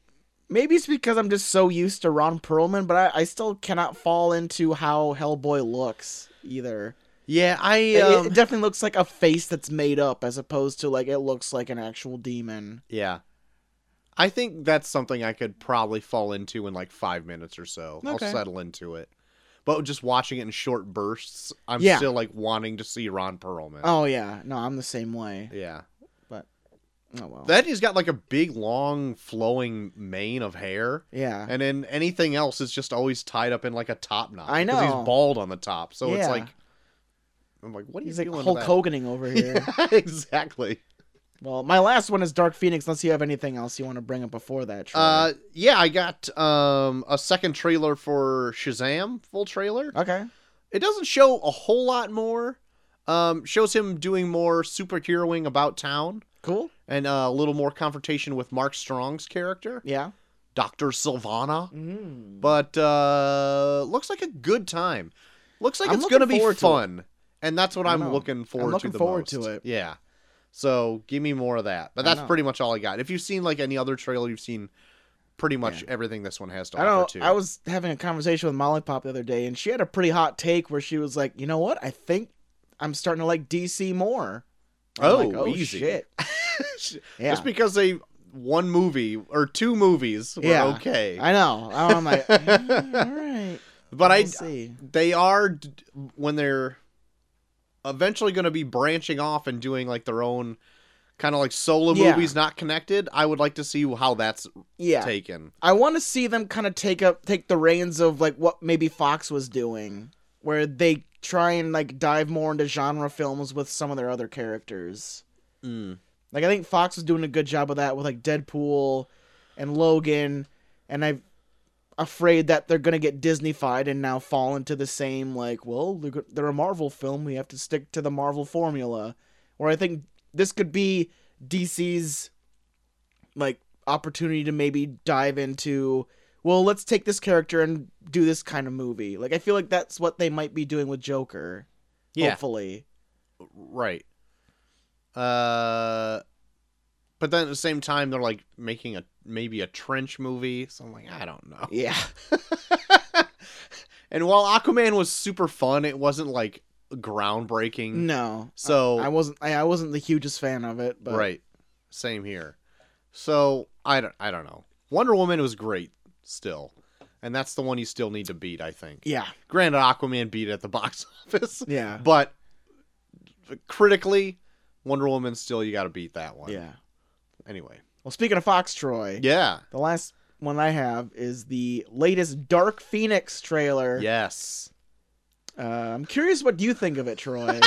[SPEAKER 1] maybe it's because I'm just so used to Ron Perlman, but I, I still cannot fall into how Hellboy looks either.
[SPEAKER 2] Yeah, I
[SPEAKER 1] It-
[SPEAKER 2] um,
[SPEAKER 1] it definitely looks like a face that's made up as opposed to like it looks like an actual demon.
[SPEAKER 2] yeah. I think that's something I could probably fall into in like five minutes or so. I'll
[SPEAKER 1] Okay.
[SPEAKER 2] settle into it. But just watching it in short bursts, I'm
[SPEAKER 1] Yeah.
[SPEAKER 2] still like wanting to see Ron Perlman.
[SPEAKER 1] Oh yeah, no, I'm the same way.
[SPEAKER 2] Yeah.
[SPEAKER 1] Oh well.
[SPEAKER 2] Then he's got like a big, long, flowing mane of hair.
[SPEAKER 1] yeah.
[SPEAKER 2] And then anything else is just always tied up in like a top knot.
[SPEAKER 1] I
[SPEAKER 2] 'cause
[SPEAKER 1] know.
[SPEAKER 2] He's bald on the top. So
[SPEAKER 1] Yeah.
[SPEAKER 2] it's like, I'm like, what are
[SPEAKER 1] He's
[SPEAKER 2] you
[SPEAKER 1] like
[SPEAKER 2] doing? to
[SPEAKER 1] Hulk
[SPEAKER 2] that?
[SPEAKER 1] Hoganing over here.
[SPEAKER 2] Yeah, exactly.
[SPEAKER 1] Well, my last one is Dark Phoenix. Unless you have anything else you want to bring up before that, Troy.
[SPEAKER 2] Uh, yeah, I got um a second trailer for Shazam, full trailer.
[SPEAKER 1] okay.
[SPEAKER 2] It doesn't show a whole lot more. Um, shows him doing more superheroing about town
[SPEAKER 1] Cool.
[SPEAKER 2] and uh, a little more confrontation with Mark Strong's character,
[SPEAKER 1] Yeah.
[SPEAKER 2] Doctor Sylvana.
[SPEAKER 1] Mm.
[SPEAKER 2] But uh, looks like a good time. Looks like
[SPEAKER 1] I'm
[SPEAKER 2] it's
[SPEAKER 1] looking
[SPEAKER 2] gonna be
[SPEAKER 1] forward to it.
[SPEAKER 2] fun, and that's what
[SPEAKER 1] I
[SPEAKER 2] I'm
[SPEAKER 1] know.
[SPEAKER 2] looking forward
[SPEAKER 1] looking
[SPEAKER 2] to the
[SPEAKER 1] forward
[SPEAKER 2] most.
[SPEAKER 1] to it.
[SPEAKER 2] Yeah. So give me more of that. But
[SPEAKER 1] I
[SPEAKER 2] that's
[SPEAKER 1] know.
[SPEAKER 2] pretty much all I got. If you've seen like any other trailer, you've seen pretty much everything this one has to
[SPEAKER 1] I
[SPEAKER 2] offer
[SPEAKER 1] don't
[SPEAKER 2] too.
[SPEAKER 1] know. I was having a conversation with Molly Pop the other day, and she had a pretty hot take where she was like, "You know what? I think I'm starting to like DC more." I'm
[SPEAKER 2] Oh,
[SPEAKER 1] like, oh
[SPEAKER 2] easy.
[SPEAKER 1] shit! Yeah.
[SPEAKER 2] Just because they one movie or two movies were
[SPEAKER 1] Yeah.
[SPEAKER 2] okay.
[SPEAKER 1] I know. I'm like, "Mm, all right.
[SPEAKER 2] but I
[SPEAKER 1] we'll see.
[SPEAKER 2] they are d- when they're eventually going to be branching off and doing like their own kind of like solo
[SPEAKER 1] Yeah.
[SPEAKER 2] movies not connected. I would like to see how that's
[SPEAKER 1] Yeah,
[SPEAKER 2] taken.
[SPEAKER 1] I want to see them kind of take up take the reins of like what maybe Fox was doing, where they try and like dive more into genre films with some of their other characters.
[SPEAKER 2] Mm.
[SPEAKER 1] Like I think Fox was doing a good job of that with like Deadpool and Logan, and I'm afraid that they're gonna get Disneyfied and now fall into the same like, well, they're go- they're a Marvel film, we have to stick to the Marvel formula. Where I think this could be DC's like opportunity to maybe dive into. Well, let's take this character and do this kind of movie. Like I feel like that's what they might be doing with Joker.
[SPEAKER 2] Yeah.
[SPEAKER 1] Hopefully.
[SPEAKER 2] Right. Uh but then at the same time they're like making a maybe a trench movie. So I'm like, I don't know.
[SPEAKER 1] Yeah.
[SPEAKER 2] And while Aquaman was super fun, it wasn't like groundbreaking.
[SPEAKER 1] No.
[SPEAKER 2] Mm-hmm. So
[SPEAKER 1] I wasn't I, I wasn't the hugest fan of it, but
[SPEAKER 2] right, same here. So I don't I don't know. Wonder Woman was great still, and that's the one you still need to beat. I think.
[SPEAKER 1] yeah,
[SPEAKER 2] Granted, Aquaman beat it at the box office,
[SPEAKER 1] yeah,
[SPEAKER 2] but critically, Wonder Woman still you got to beat that one.
[SPEAKER 1] yeah.
[SPEAKER 2] Anyway.
[SPEAKER 1] Well, speaking of Fox Troy,
[SPEAKER 2] Yeah.
[SPEAKER 1] the last one I have is the latest Dark Phoenix trailer.
[SPEAKER 2] Yes.
[SPEAKER 1] Uh, I'm curious what you think of it, Troy.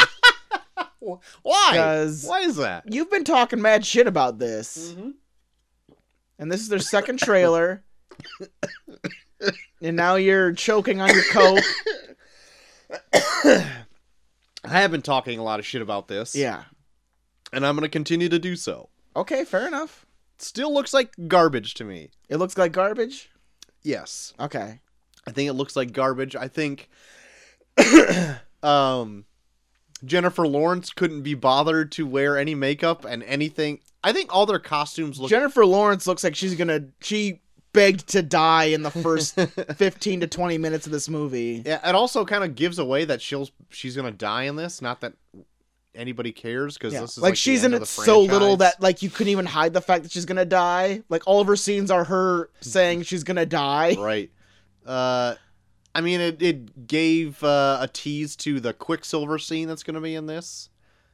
[SPEAKER 2] Why? Why
[SPEAKER 1] 'Cause-
[SPEAKER 2] is that?
[SPEAKER 1] You've been talking mad shit about this,
[SPEAKER 2] Mm-hmm.
[SPEAKER 1] and this is their second trailer. and now you're choking on your coke.
[SPEAKER 2] I have been talking a lot of shit about this.
[SPEAKER 1] yeah.
[SPEAKER 2] And I'm going to continue to do so.
[SPEAKER 1] Okay, fair enough.
[SPEAKER 2] Still looks like garbage to me.
[SPEAKER 1] It looks like garbage.
[SPEAKER 2] Yes.
[SPEAKER 1] Okay.
[SPEAKER 2] I think it looks like garbage. I think um Jennifer Lawrence couldn't be bothered to wear any makeup and anything. I think all their costumes look
[SPEAKER 1] Jennifer Lawrence looks like she's gonna. She begged to die in the first 15 to 20 minutes of this movie.
[SPEAKER 2] Yeah, it also kind of gives away that she'll she's going to die in this, not that anybody cares cuz
[SPEAKER 1] Yeah.
[SPEAKER 2] this is
[SPEAKER 1] like,
[SPEAKER 2] the
[SPEAKER 1] she's
[SPEAKER 2] end
[SPEAKER 1] in
[SPEAKER 2] of
[SPEAKER 1] it
[SPEAKER 2] the
[SPEAKER 1] so little
[SPEAKER 2] franchise.
[SPEAKER 1] that like you couldn't even hide the fact that she's gonna die. Like all of her scenes are her saying she's gonna die.
[SPEAKER 2] right. Uh, I mean, it, it gave uh, a tease to the Quicksilver scene that's going to be in this,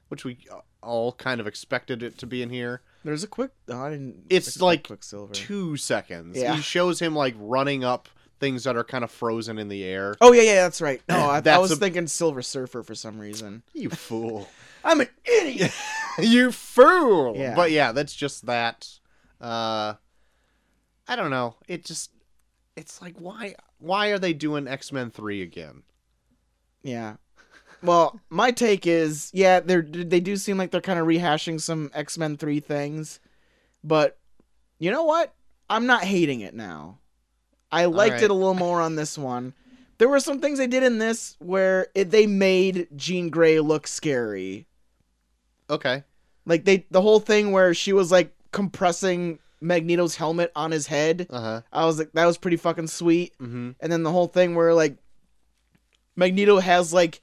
[SPEAKER 2] which we all kind of expected it to be in here.
[SPEAKER 1] There's a quick. Oh, I didn't.
[SPEAKER 2] It's
[SPEAKER 1] expect
[SPEAKER 2] like
[SPEAKER 1] Quicksilver.
[SPEAKER 2] Two seconds.
[SPEAKER 1] Yeah.
[SPEAKER 2] He shows him like running up things that are kind of frozen in the air.
[SPEAKER 1] Oh yeah, yeah, that's right. No, I, I
[SPEAKER 2] That's
[SPEAKER 1] was
[SPEAKER 2] a-
[SPEAKER 1] thinking Silver Surfer for some reason.
[SPEAKER 2] You fool.
[SPEAKER 1] I'm an idiot.
[SPEAKER 2] you fool.
[SPEAKER 1] Yeah.
[SPEAKER 2] But yeah, that's just that. Uh, I don't know. It just, it's like why why are they doing X Men three again?
[SPEAKER 1] yeah. Well, my take is, yeah, they're they do seem like they're kind of rehashing some X Men three things, but you know what? I'm not hating it now. I liked
[SPEAKER 2] right.
[SPEAKER 1] it a little more on this one. There were some things they did in this where it, they made Jean Grey look scary.
[SPEAKER 2] Okay.
[SPEAKER 1] Like they the whole thing where she was like compressing Magneto's helmet on his head.
[SPEAKER 2] Uh huh.
[SPEAKER 1] I was like that was pretty fucking sweet.
[SPEAKER 2] Mm-hmm.
[SPEAKER 1] And then the whole thing where like Magneto has like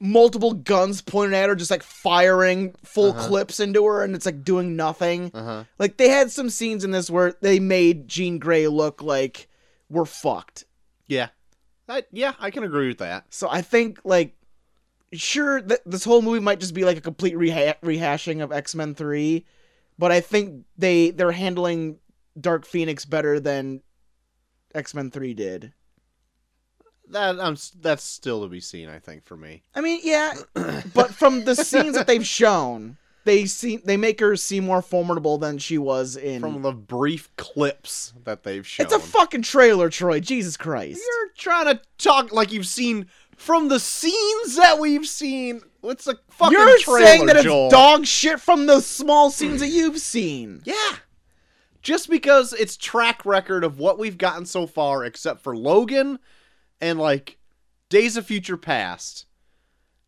[SPEAKER 1] multiple guns pointed at her just like firing full
[SPEAKER 2] Uh-huh.
[SPEAKER 1] clips into her and it's like doing nothing.
[SPEAKER 2] Uh huh.
[SPEAKER 1] Like they had some scenes in this where they made Jean Grey look like we're fucked.
[SPEAKER 2] Yeah. I, yeah, I can agree with that.
[SPEAKER 1] So I think like sure th- this whole movie might just be like a complete reha- rehashing of X-Men 3, but I think they they're handling Dark Phoenix better than X-Men 3 did.
[SPEAKER 2] That I'm s- that's still to be seen. I think for me.
[SPEAKER 1] I mean, yeah, but from the scenes that they've shown, they seem they make her seem more formidable than she was in
[SPEAKER 2] From the brief clips that they've shown,
[SPEAKER 1] It's a fucking trailer, Troy. Jesus Christ.
[SPEAKER 2] You're trying to talk like you've seen from the scenes that we've seen. It's a fucking
[SPEAKER 1] You're
[SPEAKER 2] trailer,
[SPEAKER 1] saying that
[SPEAKER 2] Joel.
[SPEAKER 1] it's dog shit from the small scenes that you've seen.
[SPEAKER 2] Yeah. Just because it's track record of what we've gotten so far, except for Logan and like Days of Future Past.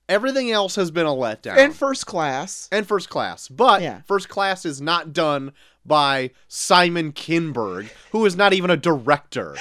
[SPEAKER 2] Everything else has been a letdown.
[SPEAKER 1] And first class.
[SPEAKER 2] and First Class. But
[SPEAKER 1] Yeah.
[SPEAKER 2] First Class is not done by Simon Kinberg, who is not even a director.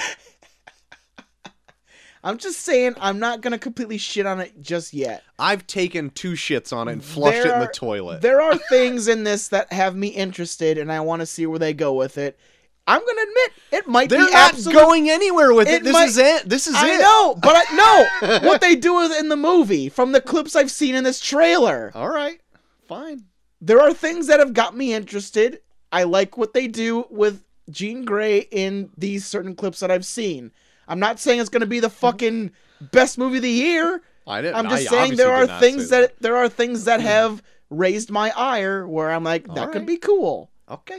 [SPEAKER 1] I'm just saying I'm not gonna completely shit on it just yet.
[SPEAKER 2] I've taken two shits on it and flushed
[SPEAKER 1] There
[SPEAKER 2] it in the
[SPEAKER 1] are-
[SPEAKER 2] toilet.
[SPEAKER 1] There are things in this that have me interested and I wanna see where they go with it. I'm gonna admit it might
[SPEAKER 2] They're
[SPEAKER 1] be
[SPEAKER 2] not
[SPEAKER 1] absolute-
[SPEAKER 2] going anywhere with it.
[SPEAKER 1] It
[SPEAKER 2] This
[SPEAKER 1] might-
[SPEAKER 2] is it. This is
[SPEAKER 1] I
[SPEAKER 2] it.
[SPEAKER 1] know, but I no what they do is in the movie from the clips I've seen in this trailer.
[SPEAKER 2] All right. Fine.
[SPEAKER 1] There are things that have got me interested. I like what they do with Jean Grey in these certain clips that I've seen. I'm not saying it's going to be the fucking best movie of the year.
[SPEAKER 2] Mm-hmm. I didn't.
[SPEAKER 1] I'm
[SPEAKER 2] I
[SPEAKER 1] just saying there
[SPEAKER 2] obviously
[SPEAKER 1] are
[SPEAKER 2] did not
[SPEAKER 1] things
[SPEAKER 2] say Mm.
[SPEAKER 1] that. there are things that have raised my ire where I'm like that
[SPEAKER 2] All right.
[SPEAKER 1] could be cool.
[SPEAKER 2] Okay.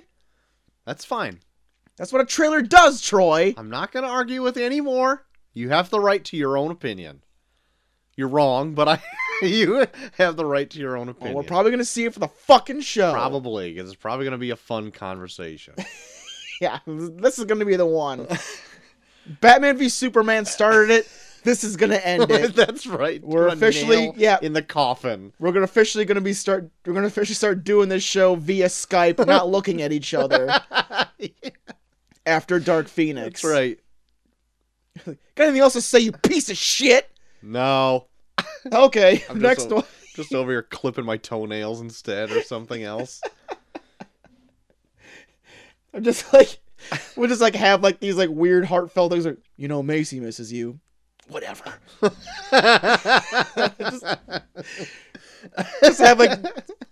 [SPEAKER 2] That's fine.
[SPEAKER 1] That's what a trailer does, Troy.
[SPEAKER 2] I'm not going to argue with you anymore. You have the right to your own opinion. You're wrong, but I you have the right to your own
[SPEAKER 1] Well,
[SPEAKER 2] opinion.
[SPEAKER 1] we're probably going to see it for the fucking show.
[SPEAKER 2] probably 'cause it's probably going to be a fun conversation.
[SPEAKER 1] Yeah, this is going to be the one. Batman v Superman started it. This is going to end it.
[SPEAKER 2] That's right.
[SPEAKER 1] We're
[SPEAKER 2] Put a
[SPEAKER 1] officially-
[SPEAKER 2] nail
[SPEAKER 1] yeah.
[SPEAKER 2] in the coffin.
[SPEAKER 1] We're gonna officially gonna be start. We're gonna officially start doing this show via Skype, not looking at each other after Dark Phoenix.
[SPEAKER 2] That's right.
[SPEAKER 1] Got anything else to say, you piece of shit?
[SPEAKER 2] No.
[SPEAKER 1] Okay,
[SPEAKER 2] I'm just
[SPEAKER 1] next
[SPEAKER 2] o-
[SPEAKER 1] one.
[SPEAKER 2] Just over here clipping my toenails instead or something else.
[SPEAKER 1] I'm just like, we just like have like these like weird heartfelt things. Like, you know, Macy misses you. Whatever. Just have like,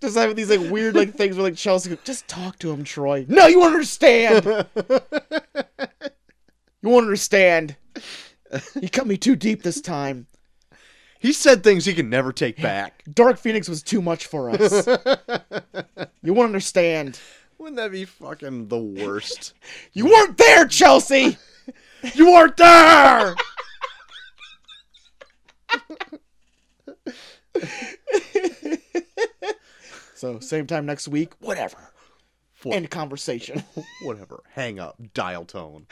[SPEAKER 1] just have these like weird like things where like Chelsea, goes, just talk to him, Troy. No, you won't understand. you won't understand. You cut me too deep this time.
[SPEAKER 2] he said things he can never take back.
[SPEAKER 1] Dark Phoenix was too much for us. you won't understand.
[SPEAKER 2] Wouldn't that be fucking the worst?
[SPEAKER 1] You weren't there, Chelsea.
[SPEAKER 2] you weren't there.
[SPEAKER 1] So same time next week. Whatever.
[SPEAKER 2] What-
[SPEAKER 1] End conversation.
[SPEAKER 2] Whatever. Hang up. Dial tone.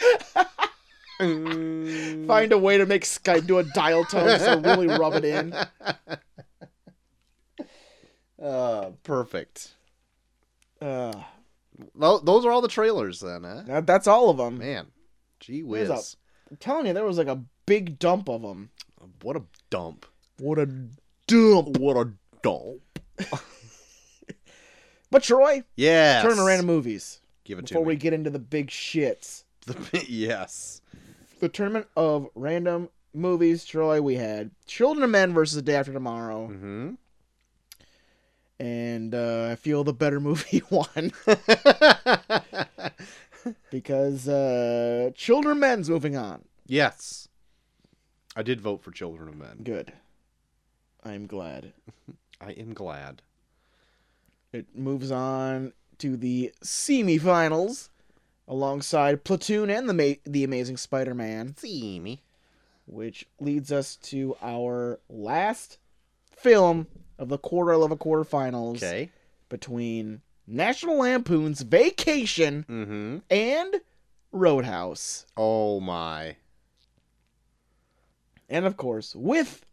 [SPEAKER 2] Mm.
[SPEAKER 1] Find a way to make Skype do a dial tone so really rub it in.
[SPEAKER 2] Uh, perfect.
[SPEAKER 1] Uh,
[SPEAKER 2] Tho- Those are all the trailers then, huh?
[SPEAKER 1] that- that's all of them.
[SPEAKER 2] Man, gee
[SPEAKER 1] There's
[SPEAKER 2] whiz.
[SPEAKER 1] I'm telling you, there was like a big dump of them.
[SPEAKER 2] What a dump.
[SPEAKER 1] What a dump.
[SPEAKER 2] What a dump.
[SPEAKER 1] But Troy,
[SPEAKER 2] Yes.
[SPEAKER 1] turn to random movies
[SPEAKER 2] Give it
[SPEAKER 1] before
[SPEAKER 2] to
[SPEAKER 1] we
[SPEAKER 2] me.
[SPEAKER 1] get into the big shits.
[SPEAKER 2] The- yes.
[SPEAKER 1] The tournament of random movies, Troy. We had Children of Men versus The Day After Tomorrow.
[SPEAKER 2] Mm-hmm.
[SPEAKER 1] and uh, I feel the better movie won because uh, Children of Men's moving on.
[SPEAKER 2] yes. I did vote for Children of Men.
[SPEAKER 1] Good. I'm glad.
[SPEAKER 2] I am glad.
[SPEAKER 1] It moves on to the semifinals alongside Platoon and the Ma- the Amazing Spider-Man,
[SPEAKER 2] See me.
[SPEAKER 1] which leads us to our last film of the quarter of a quarterfinals
[SPEAKER 2] Okay.
[SPEAKER 1] between National Lampoon's Vacation
[SPEAKER 2] Mm-hmm.
[SPEAKER 1] and Roadhouse.
[SPEAKER 2] Oh my.
[SPEAKER 1] And of course, with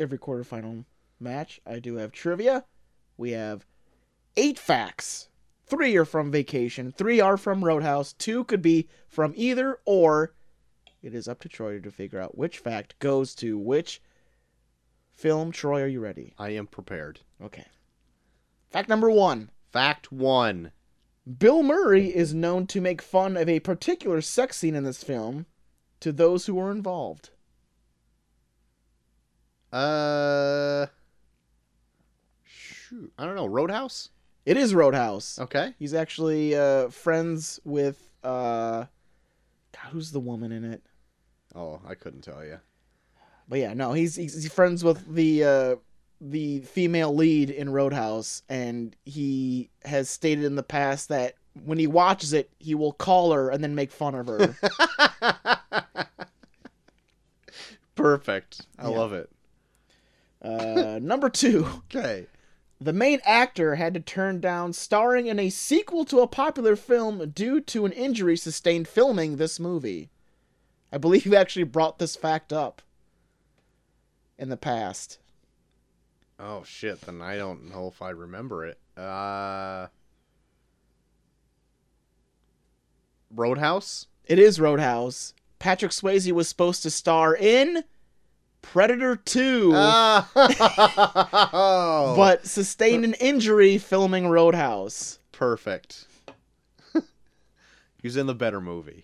[SPEAKER 1] every quarterfinal match, I do have trivia. We have eight facts. Three are from Vacation, three are from Roadhouse, two could be from either, or it is up to Troy to figure out which fact goes to which film. Troy, are you ready?
[SPEAKER 2] I am prepared.
[SPEAKER 1] Okay. Fact number one
[SPEAKER 2] Fact one.
[SPEAKER 1] Bill Murray is known to make fun of a particular sex scene in this film to those who were involved.
[SPEAKER 2] Uh. Shoot. I don't know. Roadhouse?
[SPEAKER 1] It is Roadhouse.
[SPEAKER 2] Okay.
[SPEAKER 1] He's actually uh, friends with uh, God, who's the woman in it?
[SPEAKER 2] Oh, I couldn't tell you.
[SPEAKER 1] But yeah, no, he's he's, he's friends with the uh, the female lead in Roadhouse, and he has stated in the past that when he watches it, he will call her and then make fun of her.
[SPEAKER 2] Perfect. I
[SPEAKER 1] Yeah.
[SPEAKER 2] love it.
[SPEAKER 1] uh, number two.
[SPEAKER 2] Okay.
[SPEAKER 1] The main actor had to turn down starring in a sequel to a popular film due to an injury sustained filming this movie. I believe you actually brought this fact up in the past.
[SPEAKER 2] Oh shit, then I don't know if I remember it. Uh Roadhouse?
[SPEAKER 1] It is Roadhouse. Patrick Swayze was supposed to star in Predator 2,
[SPEAKER 2] Oh.
[SPEAKER 1] but sustained an injury filming Roadhouse.
[SPEAKER 2] perfect. He's in the better movie.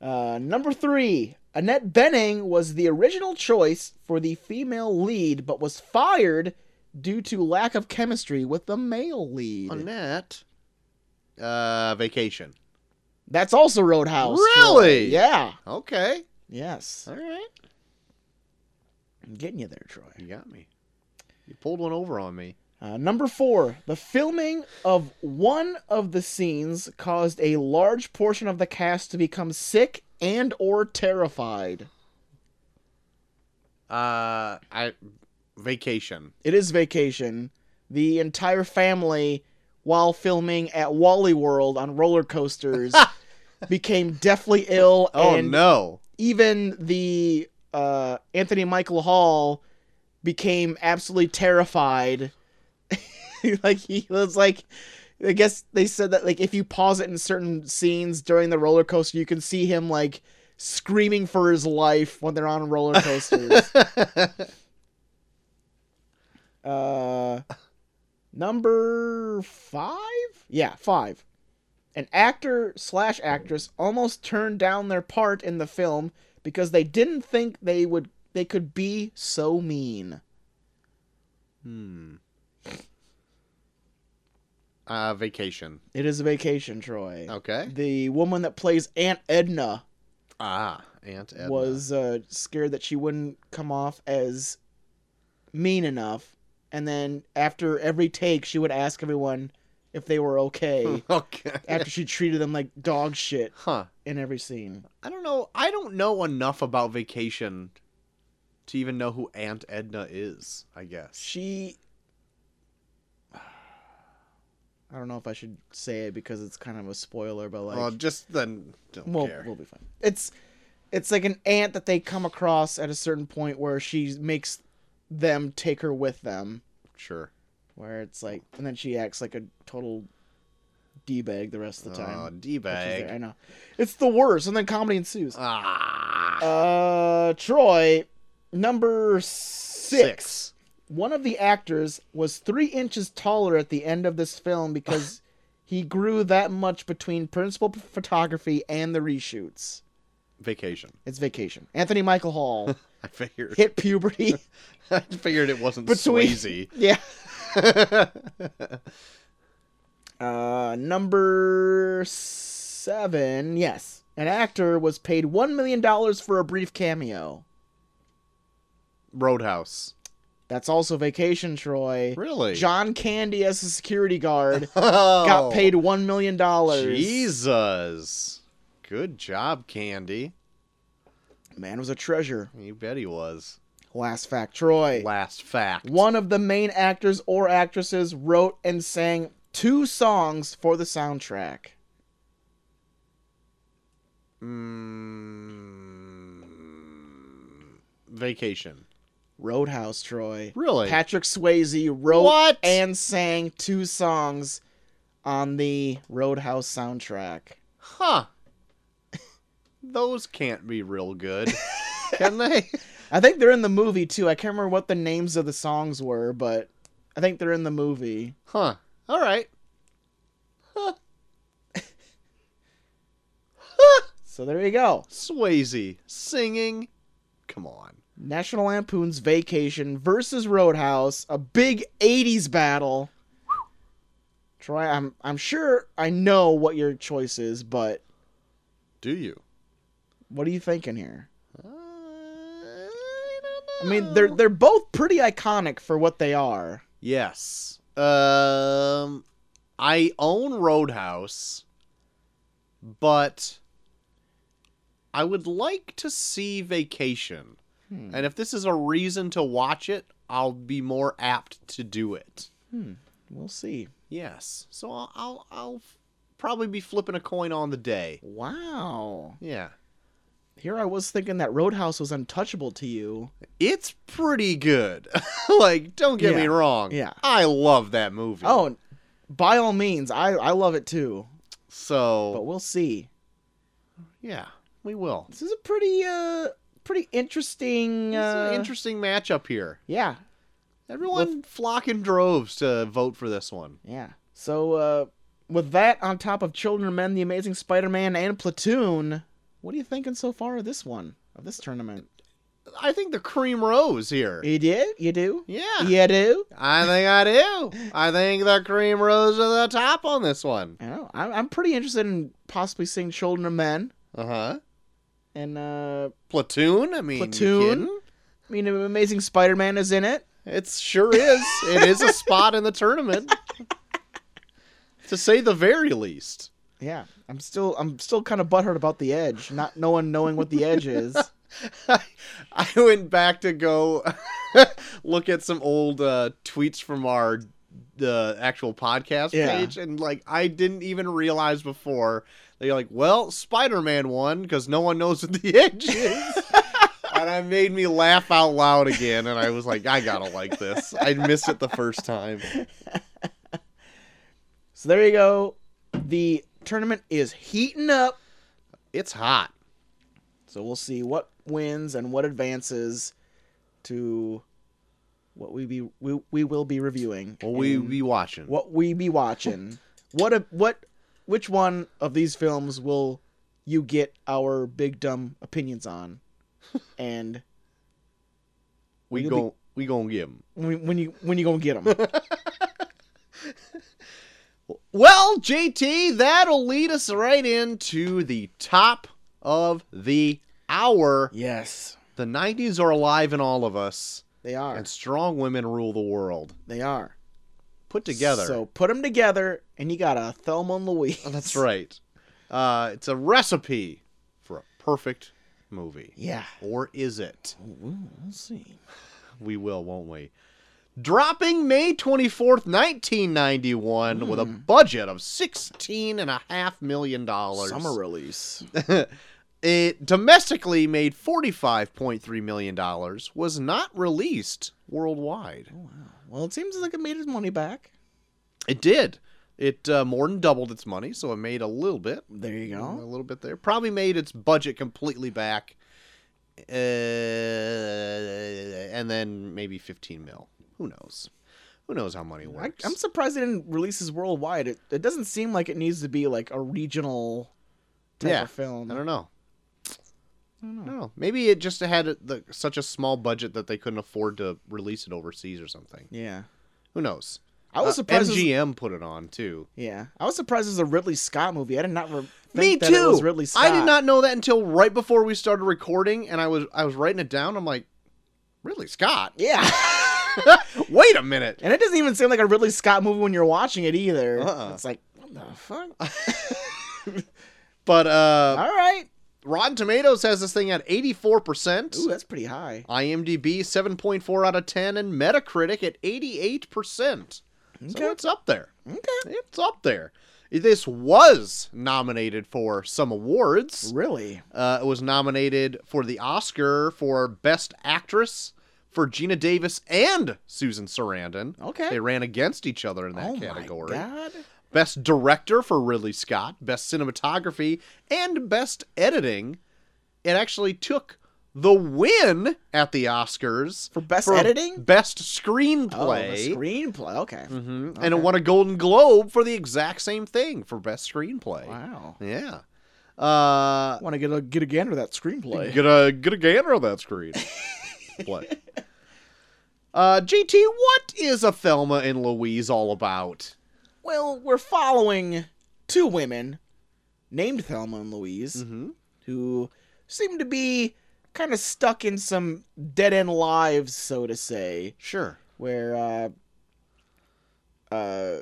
[SPEAKER 1] Uh, number three, Annette Benning was the original choice for the female lead, but was fired due to lack of chemistry with the male lead.
[SPEAKER 2] Annette. Uh vacation.
[SPEAKER 1] That's also Roadhouse.
[SPEAKER 2] Really?
[SPEAKER 1] Troy. Yeah.
[SPEAKER 2] Okay.
[SPEAKER 1] Yes.
[SPEAKER 2] Alright.
[SPEAKER 1] I'm getting you there, Troy.
[SPEAKER 2] You got me. You pulled one over on me.
[SPEAKER 1] Uh, number four, the filming of one of the scenes caused a large portion of the cast to become sick and or terrified.
[SPEAKER 2] Uh I vacation.
[SPEAKER 1] It is vacation. The entire family, while filming at Wally World on roller coasters, became deathly ill,
[SPEAKER 2] Oh
[SPEAKER 1] and
[SPEAKER 2] no.
[SPEAKER 1] even the uh, Anthony Michael Hall became absolutely terrified. like he was like, I guess they said that like if you pause it in certain scenes during the roller coaster, you can see him like screaming for his life when they're on roller coasters. Uh, number five? Yeah, five. An actor slash actress almost turned down their part in the film because they didn't think they would they could be so mean.
[SPEAKER 2] Hmm. Uh, vacation.
[SPEAKER 1] It is a vacation, Troy.
[SPEAKER 2] Okay.
[SPEAKER 1] The woman that plays Aunt Edna
[SPEAKER 2] Ah, Aunt Edna.
[SPEAKER 1] was uh, scared that she wouldn't come off as mean enough, and then after every take, she would ask everyone if they were
[SPEAKER 2] Hmm.
[SPEAKER 1] okay.
[SPEAKER 2] okay.
[SPEAKER 1] after she treated them like dog shit
[SPEAKER 2] Huh.
[SPEAKER 1] in every scene.
[SPEAKER 2] I don't know. I don't know enough about vacation to even know who Aunt Edna is. I guess.
[SPEAKER 1] She. I don't know if I should say it because it's kind of a spoiler, but like,
[SPEAKER 2] well, just then don't
[SPEAKER 1] we'll,
[SPEAKER 2] care.
[SPEAKER 1] we'll be fine. It's, it's like an aunt that they come across at a certain point where she makes them take her with them,
[SPEAKER 2] sure.
[SPEAKER 1] where it's like, and then she acts like a total d bag the rest of the time.
[SPEAKER 2] Oh,
[SPEAKER 1] that
[SPEAKER 2] d
[SPEAKER 1] she's there. I
[SPEAKER 2] bag.
[SPEAKER 1] know, it's the worst, and then comedy ensues.
[SPEAKER 2] Ah.
[SPEAKER 1] Uh, Troy, number six. one of the actors was three inches taller at the end of this film because he grew that much between principal p- photography and the reshoots.
[SPEAKER 2] Vacation.
[SPEAKER 1] It's vacation. Anthony Michael Hall
[SPEAKER 2] I figured.
[SPEAKER 1] hit puberty.
[SPEAKER 2] I figured it wasn't
[SPEAKER 1] Between-
[SPEAKER 2] Swayze.
[SPEAKER 1] yeah. Uh, number seven. Yes. An actor was paid $1 million for a brief cameo.
[SPEAKER 2] Roadhouse.
[SPEAKER 1] That's also vacation, Troy.
[SPEAKER 2] Really?
[SPEAKER 1] John Candy as a security guard
[SPEAKER 2] Oh.
[SPEAKER 1] got paid $1 million.
[SPEAKER 2] Jesus. Good job, Candy.
[SPEAKER 1] Man was a treasure.
[SPEAKER 2] You bet he was.
[SPEAKER 1] Last fact, Troy.
[SPEAKER 2] Last fact.
[SPEAKER 1] One of the main actors or actresses wrote and sang two songs for the soundtrack.
[SPEAKER 2] Mm, vacation.
[SPEAKER 1] Roadhouse Troy.
[SPEAKER 2] Really?
[SPEAKER 1] Patrick Swayze wrote
[SPEAKER 2] What?
[SPEAKER 1] and sang two songs on the Roadhouse soundtrack.
[SPEAKER 2] Huh. Those can't be real good, can they?
[SPEAKER 1] I think they're in the movie too. I can't remember what the names of the songs were, but I think they're in the movie.
[SPEAKER 2] Huh. All right.
[SPEAKER 1] So there you go.
[SPEAKER 2] Swayze singing. Come on.
[SPEAKER 1] National Lampoon's Vacation versus Roadhouse, a big 80s battle. Troy, I'm I'm sure I know what your choice is, but
[SPEAKER 2] Do you?
[SPEAKER 1] what are you thinking here?
[SPEAKER 2] I don't
[SPEAKER 1] I mean, they're
[SPEAKER 2] know.
[SPEAKER 1] they're both pretty iconic for what they are.
[SPEAKER 2] Yes. Um, I own Roadhouse, but I would like to see Vacation.
[SPEAKER 1] Hmm.
[SPEAKER 2] And if this is a reason to watch it, I'll be more apt to do it.
[SPEAKER 1] We'll see.
[SPEAKER 2] Yes. So I'll I'll, I'll f- probably be flipping a coin on the day.
[SPEAKER 1] Wow.
[SPEAKER 2] Yeah.
[SPEAKER 1] Here I was thinking that Roadhouse was untouchable to you.
[SPEAKER 2] It's pretty good. like, don't get me
[SPEAKER 1] Yeah.
[SPEAKER 2] wrong.
[SPEAKER 1] Yeah.
[SPEAKER 2] I love that movie.
[SPEAKER 1] Oh, and by all means, I I love it too. But
[SPEAKER 2] so
[SPEAKER 1] we'll see.
[SPEAKER 2] yeah, we will.
[SPEAKER 1] This is a pretty uh pretty interesting
[SPEAKER 2] It's
[SPEAKER 1] uh
[SPEAKER 2] an interesting matchup here.
[SPEAKER 1] Yeah.
[SPEAKER 2] Everyone flock in droves to vote for this one.
[SPEAKER 1] Yeah. So uh with that on top of Children of Men, The Amazing Spider-Man and Platoon, what are you thinking so far of this one? Of this tournament?
[SPEAKER 2] I think the cream rose here.
[SPEAKER 1] You did? You do?
[SPEAKER 2] Yeah.
[SPEAKER 1] You do?
[SPEAKER 2] I think I do. I think the cream rose to the top on this one.
[SPEAKER 1] I don't know. I'm, I'm pretty interested in possibly seeing Children of Men
[SPEAKER 2] Uh huh.
[SPEAKER 1] and uh
[SPEAKER 2] Platoon. I mean, you
[SPEAKER 1] Platoon?
[SPEAKER 2] kidding?
[SPEAKER 1] I mean, Amazing Spider-Man is in it.
[SPEAKER 2] It sure is. it is a spot in the tournament, to say the very least.
[SPEAKER 1] Yeah, I'm still I'm still kind of butthurt about the edge, not no one knowing what the edge is.
[SPEAKER 2] I went back to go look at some old uh, tweets from our the actual podcast
[SPEAKER 1] Yeah.
[SPEAKER 2] page, and like I didn't even realize before they're like, "Well, Spider-Man won because no one knows what the edge is." And I made me laugh out loud again, and I was like, "I gotta like this." I missed it the first time.
[SPEAKER 1] So there you go. The tournament is heating up.
[SPEAKER 2] It's hot.
[SPEAKER 1] So we'll see what wins and what advances to what we be we, we will be reviewing.
[SPEAKER 2] Well, we
[SPEAKER 1] and
[SPEAKER 2] be watching.
[SPEAKER 1] what we be watching. what a, what which one of these films will you get our big dumb opinions on? And
[SPEAKER 2] we
[SPEAKER 1] you'll be-
[SPEAKER 2] gon' we gonna get 'em.
[SPEAKER 1] when, when you when you gonna get them?
[SPEAKER 2] Well, JT, that'll lead us right into the top of the hour.
[SPEAKER 1] yes,
[SPEAKER 2] The 90s are alive in all of us,
[SPEAKER 1] they are.
[SPEAKER 2] and strong women rule the world.
[SPEAKER 1] They are
[SPEAKER 2] Put together. Oh,
[SPEAKER 1] So put them together, and you got a Thelma and Louise.
[SPEAKER 2] That's right. Uh, it's a recipe for a perfect movie.
[SPEAKER 1] Yeah.
[SPEAKER 2] Or is it?
[SPEAKER 1] We'll see.
[SPEAKER 2] We will, won't we? Dropping May 24th, 1991, with a budget of $16.5 million.
[SPEAKER 1] Summer release.
[SPEAKER 2] It domestically made $45.3 million, was not released worldwide.
[SPEAKER 1] wow. Well, it seems like it made his money back.
[SPEAKER 2] It did. It uh, more than doubled its money, so it made a little bit.
[SPEAKER 1] There you
[SPEAKER 2] A
[SPEAKER 1] go.
[SPEAKER 2] little bit there. Probably made its budget completely back. Uh, and then maybe 15 mil. Who knows? Who knows how money
[SPEAKER 1] I,
[SPEAKER 2] works?
[SPEAKER 1] I'm surprised it didn't release this worldwide. It, it doesn't seem like it needs to be like a regional type
[SPEAKER 2] Yeah.
[SPEAKER 1] of film.
[SPEAKER 2] I don't know.
[SPEAKER 1] I don't
[SPEAKER 2] I don't know. Maybe it just had a- the, such a small budget that they couldn't afford to release it overseas or something.
[SPEAKER 1] Yeah.
[SPEAKER 2] Who knows?
[SPEAKER 1] I was
[SPEAKER 2] Uh,
[SPEAKER 1] surprised. it was-
[SPEAKER 2] MGM put it on too.
[SPEAKER 1] yeah. I was surprised it was a Ridley Scott movie. I did not. Re- think
[SPEAKER 2] Me
[SPEAKER 1] that
[SPEAKER 2] too.
[SPEAKER 1] It was Ridley Scott.
[SPEAKER 2] I did not know that until right before we started recording, and I was I was writing it down. I'm like, Ridley Scott?
[SPEAKER 1] Yeah.
[SPEAKER 2] Wait a minute.
[SPEAKER 1] and it doesn't even seem like a Ridley Scott movie when you're watching it either.
[SPEAKER 2] Uh-uh.
[SPEAKER 1] It's like what the fuck.
[SPEAKER 2] But uh,
[SPEAKER 1] All right.
[SPEAKER 2] Rotten Tomatoes has this thing at 84%.
[SPEAKER 1] Ooh, that's pretty high.
[SPEAKER 2] IMDb 7.4 out of 10, and Metacritic at 88%. So
[SPEAKER 1] Okay.
[SPEAKER 2] it's up there.
[SPEAKER 1] Okay.
[SPEAKER 2] It's up there. This was nominated for some awards.
[SPEAKER 1] Really?
[SPEAKER 2] Uh, it was nominated for the Oscar for Best Actress for Gina Davis and Susan Sarandon.
[SPEAKER 1] Okay.
[SPEAKER 2] They ran against each other in that
[SPEAKER 1] oh
[SPEAKER 2] category.
[SPEAKER 1] my god.
[SPEAKER 2] Best director for Ridley Scott, best cinematography, and best editing. It actually took the win at the Oscars
[SPEAKER 1] For best editing?
[SPEAKER 2] best
[SPEAKER 1] Oh,
[SPEAKER 2] screenplay.
[SPEAKER 1] the screenplay. Okay.
[SPEAKER 2] hmm And it won a Golden Globe for the exact same thing for best screenplay.
[SPEAKER 1] Wow.
[SPEAKER 2] Yeah. Uh,
[SPEAKER 1] Want to get a get a gander at that screenplay?
[SPEAKER 2] Get a get a gander on that screen. what? Uh, GT, what is a Thelma and Louise all about?
[SPEAKER 1] Well, we're following two women named Thelma and Louise
[SPEAKER 2] Mm-hmm.
[SPEAKER 1] who seem to be kind of stuck in some dead end lives, so to say,
[SPEAKER 2] Sure.
[SPEAKER 1] where uh, uh,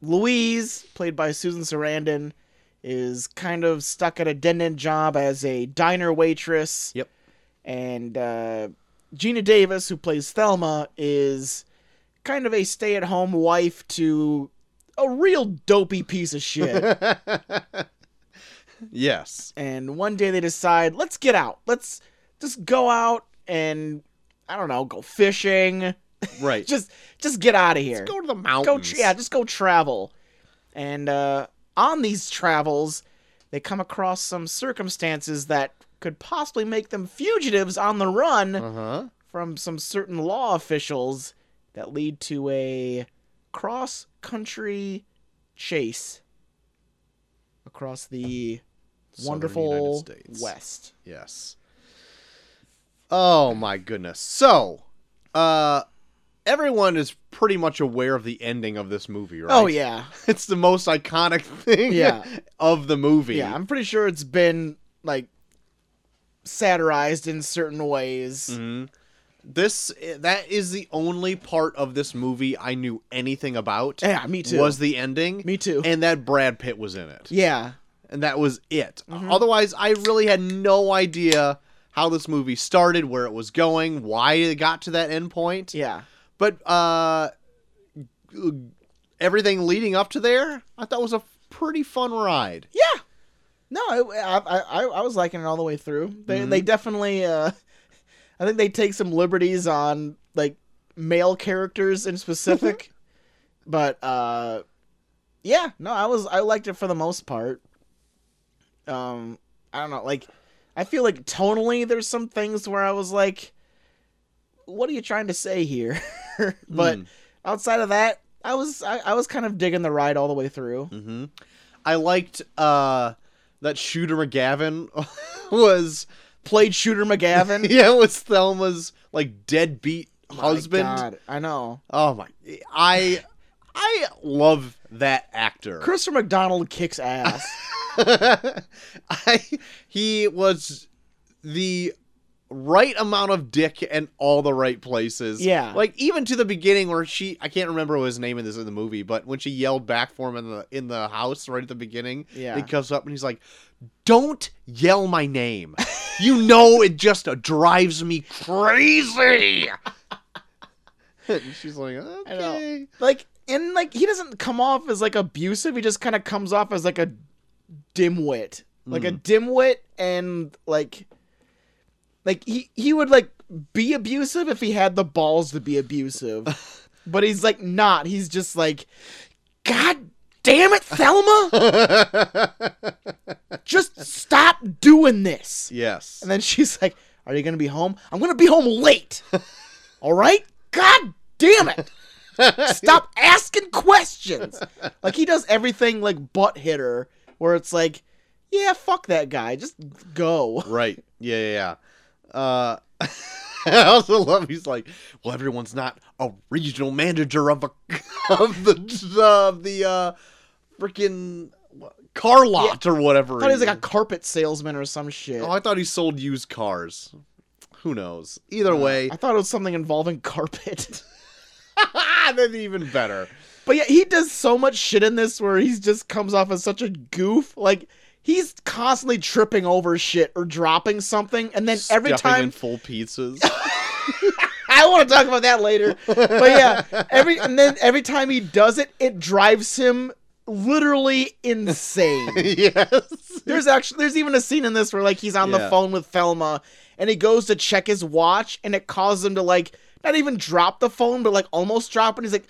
[SPEAKER 1] Louise, played by Susan Sarandon, is kind of stuck at a dead end job as a diner waitress.
[SPEAKER 2] Yep.
[SPEAKER 1] And uh, Gina Davis, who plays Thelma, is kind of a stay at home wife to a real dopey piece of shit.
[SPEAKER 2] Yes.
[SPEAKER 1] and one day they decide let's get out let's just go out and i don't know go fishing
[SPEAKER 2] Right.
[SPEAKER 1] just just get out of here
[SPEAKER 2] go to the
[SPEAKER 1] go
[SPEAKER 2] mountains.
[SPEAKER 1] tr- yeah just go travel and uh on these travels they come across some circumstances that could possibly make them fugitives on the run
[SPEAKER 2] Uh huh.
[SPEAKER 1] from some certain law officials that lead to a cross country chase across the
[SPEAKER 2] Southern United
[SPEAKER 1] wonderful
[SPEAKER 2] States.
[SPEAKER 1] West.
[SPEAKER 2] Yes. Oh my goodness. So, uh, everyone is pretty much aware of the ending of this movie, right?
[SPEAKER 1] Oh yeah,
[SPEAKER 2] It's the most iconic thing
[SPEAKER 1] Yeah.
[SPEAKER 2] of the movie.
[SPEAKER 1] yeah. I'm pretty sure it's been like satirized in certain ways.
[SPEAKER 2] Mm. Mm-hmm. This eh, that is the only part of this movie I knew anything about.
[SPEAKER 1] Yeah, me too.
[SPEAKER 2] Was the ending.
[SPEAKER 1] Me too.
[SPEAKER 2] And that Brad Pitt was in it.
[SPEAKER 1] yeah, Mm-hmm.
[SPEAKER 2] And that was it. Otherwise, I really had no idea how this movie started, where it was going, why it got to that end point.
[SPEAKER 1] yeah.
[SPEAKER 2] But uh everything leading up to there, I thought was a pretty fun ride.
[SPEAKER 1] Yeah. No, I, I, I, I was liking it all the way through. They, they definitely, uh, I think they take some liberties on like male characters in specific, but uh, yeah, no, I was I liked it for the most part. Um, I don't know, like I feel like tonally there's some things where I was like, what are you trying to say here? but
[SPEAKER 2] Mm.
[SPEAKER 1] outside of that, I was I, I was kind of digging the ride all the way through.
[SPEAKER 2] Mm-hmm. I liked uh that Shooter McGavin was
[SPEAKER 1] Played Shooter McGavin.
[SPEAKER 2] yeah, was Thelma's like deadbeat husband.
[SPEAKER 1] Oh My God, I know.
[SPEAKER 2] Oh my I I love that actor.
[SPEAKER 1] Christopher McDonald kicks ass.
[SPEAKER 2] I he was the right amount of dick in all the right places.
[SPEAKER 1] Yeah.
[SPEAKER 2] Like even to the beginning where she I can't remember what his name in this in the movie, but when she yelled back for him in the in the house right at the beginning,
[SPEAKER 1] Yeah.
[SPEAKER 2] he comes up and he's like, Don't yell my name. you know it just uh, drives me crazy. and she's like,
[SPEAKER 1] I know.
[SPEAKER 2] Okay.
[SPEAKER 1] like and like he doesn't come off as like abusive. He just kind of comes off as like a dimwit. Like a dimwit and like like he he would like be abusive if he had the balls to be abusive. but he's like not. He's just like god damn it, Thelma, just stop doing this.
[SPEAKER 2] yes.
[SPEAKER 1] And then she's like, Are you going to be home? I'm going to be home late. All right? God damn it. Stop asking questions. Like, he does everything like butt hitter, where it's like, Yeah, fuck that guy. Just go.
[SPEAKER 2] Right. Yeah, yeah, yeah. Uh, I also love he's like, well, everyone's not a regional manager of a of the of the uh, freaking car lot or whatever.
[SPEAKER 1] I thought he was
[SPEAKER 2] it
[SPEAKER 1] like a
[SPEAKER 2] is.
[SPEAKER 1] carpet salesman or some shit.
[SPEAKER 2] oh, I thought he sold used cars. Who knows? Either
[SPEAKER 1] Uh,
[SPEAKER 2] way,
[SPEAKER 1] I thought it was something involving carpet.
[SPEAKER 2] that'd be even better.
[SPEAKER 1] But yeah, he does so much shit in this where he just comes off as such a goof. Like he's constantly tripping over shit or dropping something, and then every
[SPEAKER 2] Stuffing
[SPEAKER 1] time
[SPEAKER 2] in full pizzas.
[SPEAKER 1] I want to talk about that later. But yeah, every and then every time he does it, it drives him literally insane.
[SPEAKER 2] yes.
[SPEAKER 1] There's actually there's even a scene in this where like he's on the
[SPEAKER 2] Yeah.
[SPEAKER 1] phone with Thelma and he goes to check his watch and it causes him to like not even drop the phone, but like almost drop, and he's like,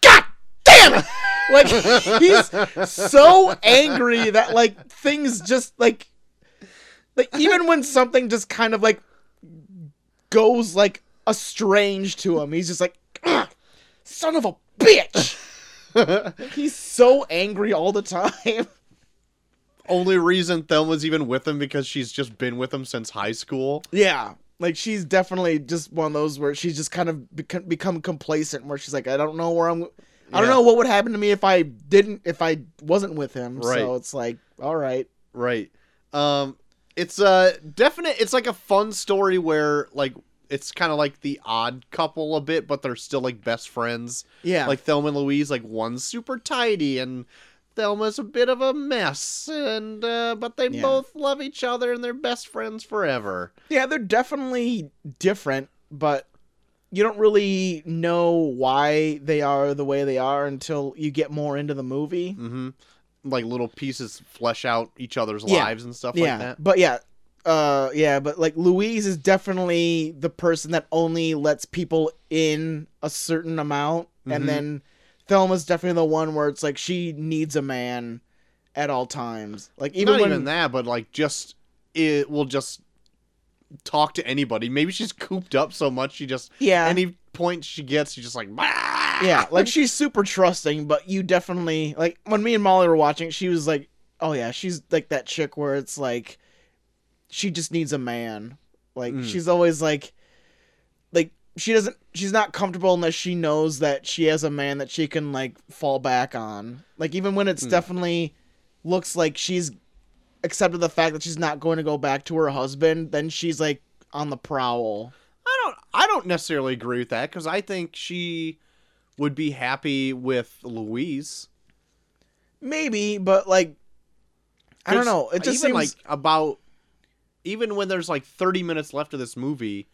[SPEAKER 1] "God damn it!" Like he's so angry that like things just like like even when something just kind of like goes like astrange to him, he's just like, "Ugh, "Son of a bitch!" Like, he's so angry all the time.
[SPEAKER 2] Only reason Thelma's even with him because she's just been with him since high school.
[SPEAKER 1] Yeah. Like she's definitely just one of those where she's just kind of become, become complacent where she's like I don't know where I'm I don't
[SPEAKER 2] Yeah.
[SPEAKER 1] know what would happen to me if I didn't if I wasn't with him.
[SPEAKER 2] Right.
[SPEAKER 1] So it's like all right.
[SPEAKER 2] Right. Um it's a definite it's like a fun story where like it's kind of like the odd couple a bit but they're still like best friends.
[SPEAKER 1] Yeah.
[SPEAKER 2] Like Thelma and Louise like one's super tidy and Thelma's a bit of a mess and uh but they
[SPEAKER 1] Yeah.
[SPEAKER 2] both love each other and they're best friends forever.
[SPEAKER 1] yeah, they're definitely different, but you don't really know why they are the way they are until you get more into the movie.
[SPEAKER 2] Mhm. Like little pieces flesh out each other's
[SPEAKER 1] Yeah.
[SPEAKER 2] lives and stuff
[SPEAKER 1] yeah.
[SPEAKER 2] like that.
[SPEAKER 1] But yeah. Uh yeah, but like Louise is definitely the person that only lets people in a certain amount
[SPEAKER 2] Mhm.
[SPEAKER 1] and then Thelma's definitely the one where it's like she needs a man at all times. Like even
[SPEAKER 2] Not
[SPEAKER 1] when
[SPEAKER 2] even that, but like just it will just talk to anybody. Maybe she's cooped up so much she just
[SPEAKER 1] yeah.
[SPEAKER 2] any point she gets, she's just like "Bah!"
[SPEAKER 1] yeah, like she's super trusting, but you definitely like when me and Molly were watching, she was like, "Oh yeah, she's like that chick where it's like she just needs a man." Like
[SPEAKER 2] Mm.
[SPEAKER 1] she's always like like she doesn't she's not comfortable unless she knows that she has a man that she can like fall back on. Like even when it's
[SPEAKER 2] Mm.
[SPEAKER 1] definitely looks like she's accepted the fact that she's not going to go back to her husband, then she's like on the prowl.
[SPEAKER 2] I don't I don't necessarily agree with that cuz I think she would be happy with Louise.
[SPEAKER 1] Maybe, but like I don't
[SPEAKER 2] There's-
[SPEAKER 1] know. It just
[SPEAKER 2] even
[SPEAKER 1] seems
[SPEAKER 2] like about even when there's like 30 minutes left of this movie,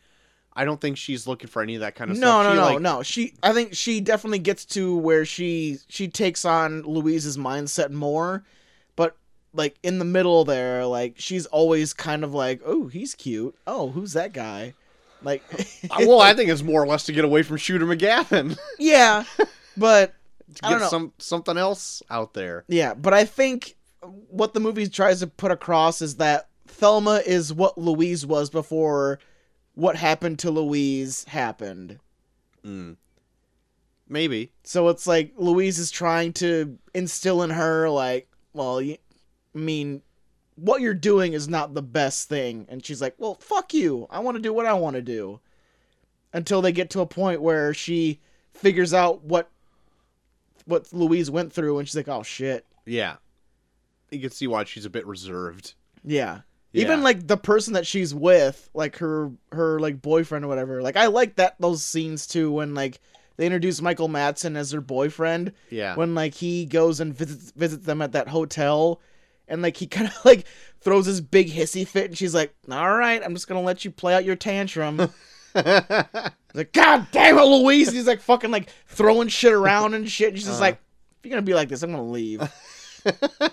[SPEAKER 2] I don't think she's looking for any of that kind of
[SPEAKER 1] no,
[SPEAKER 2] stuff.
[SPEAKER 1] no,
[SPEAKER 2] She,
[SPEAKER 1] no,
[SPEAKER 2] like,
[SPEAKER 1] no. She, I think she definitely gets to where she she takes on Louise's mindset more, but like in the middle there, like she's always kind of like, oh, he's cute. Oh, who's that guy? Like,
[SPEAKER 2] uh, well, I think it's more or less to get away from Shooter McGavin.
[SPEAKER 1] yeah, but
[SPEAKER 2] to
[SPEAKER 1] I don't know.
[SPEAKER 2] get some something else out there.
[SPEAKER 1] Yeah, but I think what the movie tries to put across is that Thelma is what Louise was before what happened to Louise happened.
[SPEAKER 2] Mm. Maybe.
[SPEAKER 1] So it's like Louise is trying to instill in her, like, well, you, I mean, what you're doing is not the best thing. And she's like, well, fuck you. I want to do what I want to do. Until they get to a point where she figures out what what Louise went through, and she's like, oh shit,
[SPEAKER 2] Yeah. You can see why she's a bit reserved.
[SPEAKER 1] yeah.
[SPEAKER 2] Yeah.
[SPEAKER 1] Even like the person that she's with, like her her like boyfriend or whatever. Like I like that those scenes too when like they introduce Michael Madsen as her boyfriend
[SPEAKER 2] yeah.
[SPEAKER 1] when like he goes and visits visits them at that hotel and like he kind of like throws his big hissy fit and she's like all right i'm just gonna let you play out your tantrum He's like god damn it louise he's like fucking like throwing shit around and shit and she's just
[SPEAKER 2] Uh-huh.
[SPEAKER 1] like if you're gonna be like this i'm gonna leave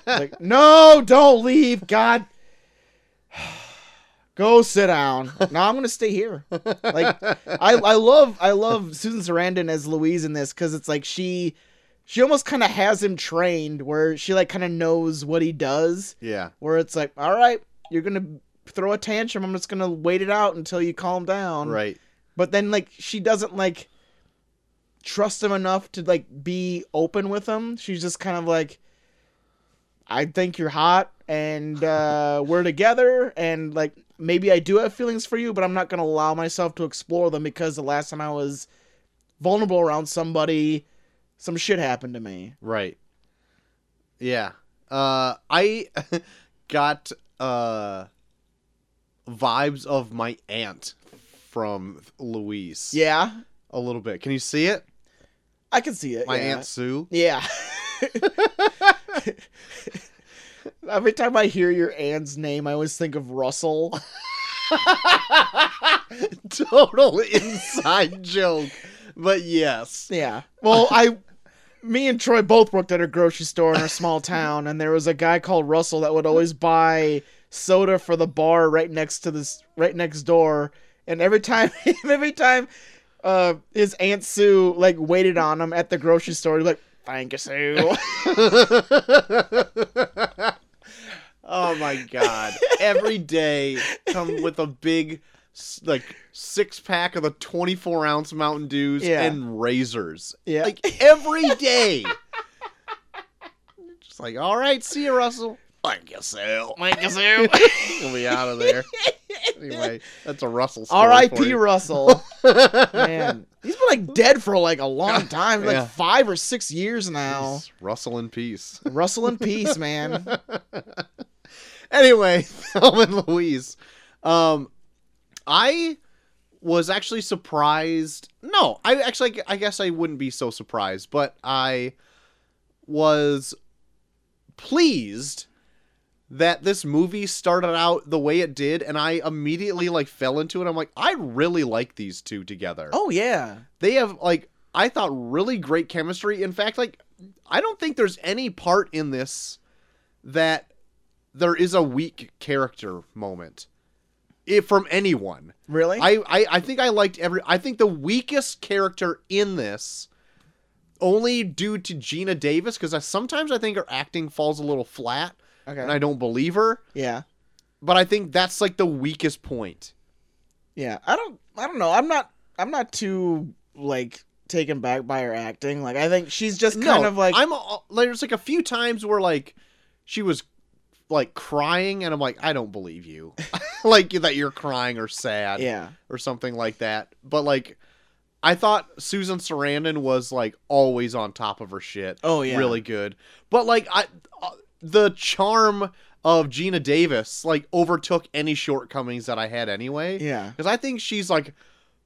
[SPEAKER 1] like no don't leave god go sit down no i'm gonna stay here like I, I love I love Susan Sarandon as Louise in this because it's like she she almost kind of has him trained where she like kind of knows what he does
[SPEAKER 2] yeah.
[SPEAKER 1] where it's like all right you're gonna throw a tantrum I'm just gonna wait it out until you calm down
[SPEAKER 2] Right.
[SPEAKER 1] but then like she doesn't like trust him enough to like be open with him she's just kind of like I think you're hot and uh, we're together and like maybe I do have feelings for you, but I'm not gonna allow myself to explore them because the last time I was vulnerable around somebody, some shit happened to me.
[SPEAKER 2] Right. Yeah. Uh I got uh vibes of my aunt from Louise.
[SPEAKER 1] Yeah,
[SPEAKER 2] A little bit. Can you see it?
[SPEAKER 1] I can see it.
[SPEAKER 2] My
[SPEAKER 1] yeah.
[SPEAKER 2] aunt Sue.
[SPEAKER 1] Yeah. Every time I hear your aunt's name, I always think of Russell.
[SPEAKER 2] Total inside joke. But yes.
[SPEAKER 1] Yeah. Well, I, me and Troy both worked at a grocery store in our small town, and there was a guy called Russell that would always buy soda for the bar right next to this, right next door. And every time, every time uh, his aunt Sue like waited on him at the grocery store. Like, thank you, Sue.
[SPEAKER 2] Oh my god! Every day, come with a big, s- like six pack of the twenty-four ounce Mountain Dews
[SPEAKER 1] Yeah.
[SPEAKER 2] and razors.
[SPEAKER 1] Yeah.
[SPEAKER 2] like every day. Just like, all right, see you, Russell. Thank you, Sal.
[SPEAKER 1] thank you, Sue.
[SPEAKER 2] We'll be out of there. Anyway, that's a Russell. Story for
[SPEAKER 1] R.I.P.
[SPEAKER 2] you.
[SPEAKER 1] Russell. Man, he's been like dead for like a long time, like
[SPEAKER 2] Yeah.
[SPEAKER 1] five or six years now.
[SPEAKER 2] Yes, Russell in peace.
[SPEAKER 1] Russell in peace, man.
[SPEAKER 2] anyway, Thelma and Louise. Um, I was actually surprised. No, I actually, I guess I wouldn't be so surprised, but I was pleased that this movie started out the way it did, and I immediately like fell into it. I'm like, I really like these two together
[SPEAKER 1] Oh yeah,
[SPEAKER 2] they have like I thought really great chemistry. In fact, like I don't think there's any part in this that there is a weak character moment if from anyone.
[SPEAKER 1] really?
[SPEAKER 2] I, I I think I liked every I think the weakest character in this only due to Gina Davis because I sometimes I think her acting falls a little flat
[SPEAKER 1] okay.
[SPEAKER 2] and I don't believe her,
[SPEAKER 1] yeah,
[SPEAKER 2] but I think that's like the weakest point.
[SPEAKER 1] yeah. I don't. I don't know. I'm not. I'm not too like taken back by her acting. Like I think she's just kind
[SPEAKER 2] no,
[SPEAKER 1] of like.
[SPEAKER 2] I'm all- like, there's like a few times where like she was like crying and I'm like I don't believe you like that you're crying or sad
[SPEAKER 1] yeah.
[SPEAKER 2] or something like that but like I thought Susan Sarandon was like always on top of her shit
[SPEAKER 1] Oh, yeah.
[SPEAKER 2] really good but like I uh, the charm of Gina Davis like overtook any shortcomings that I had anyway
[SPEAKER 1] Yeah.
[SPEAKER 2] cuz I think she's like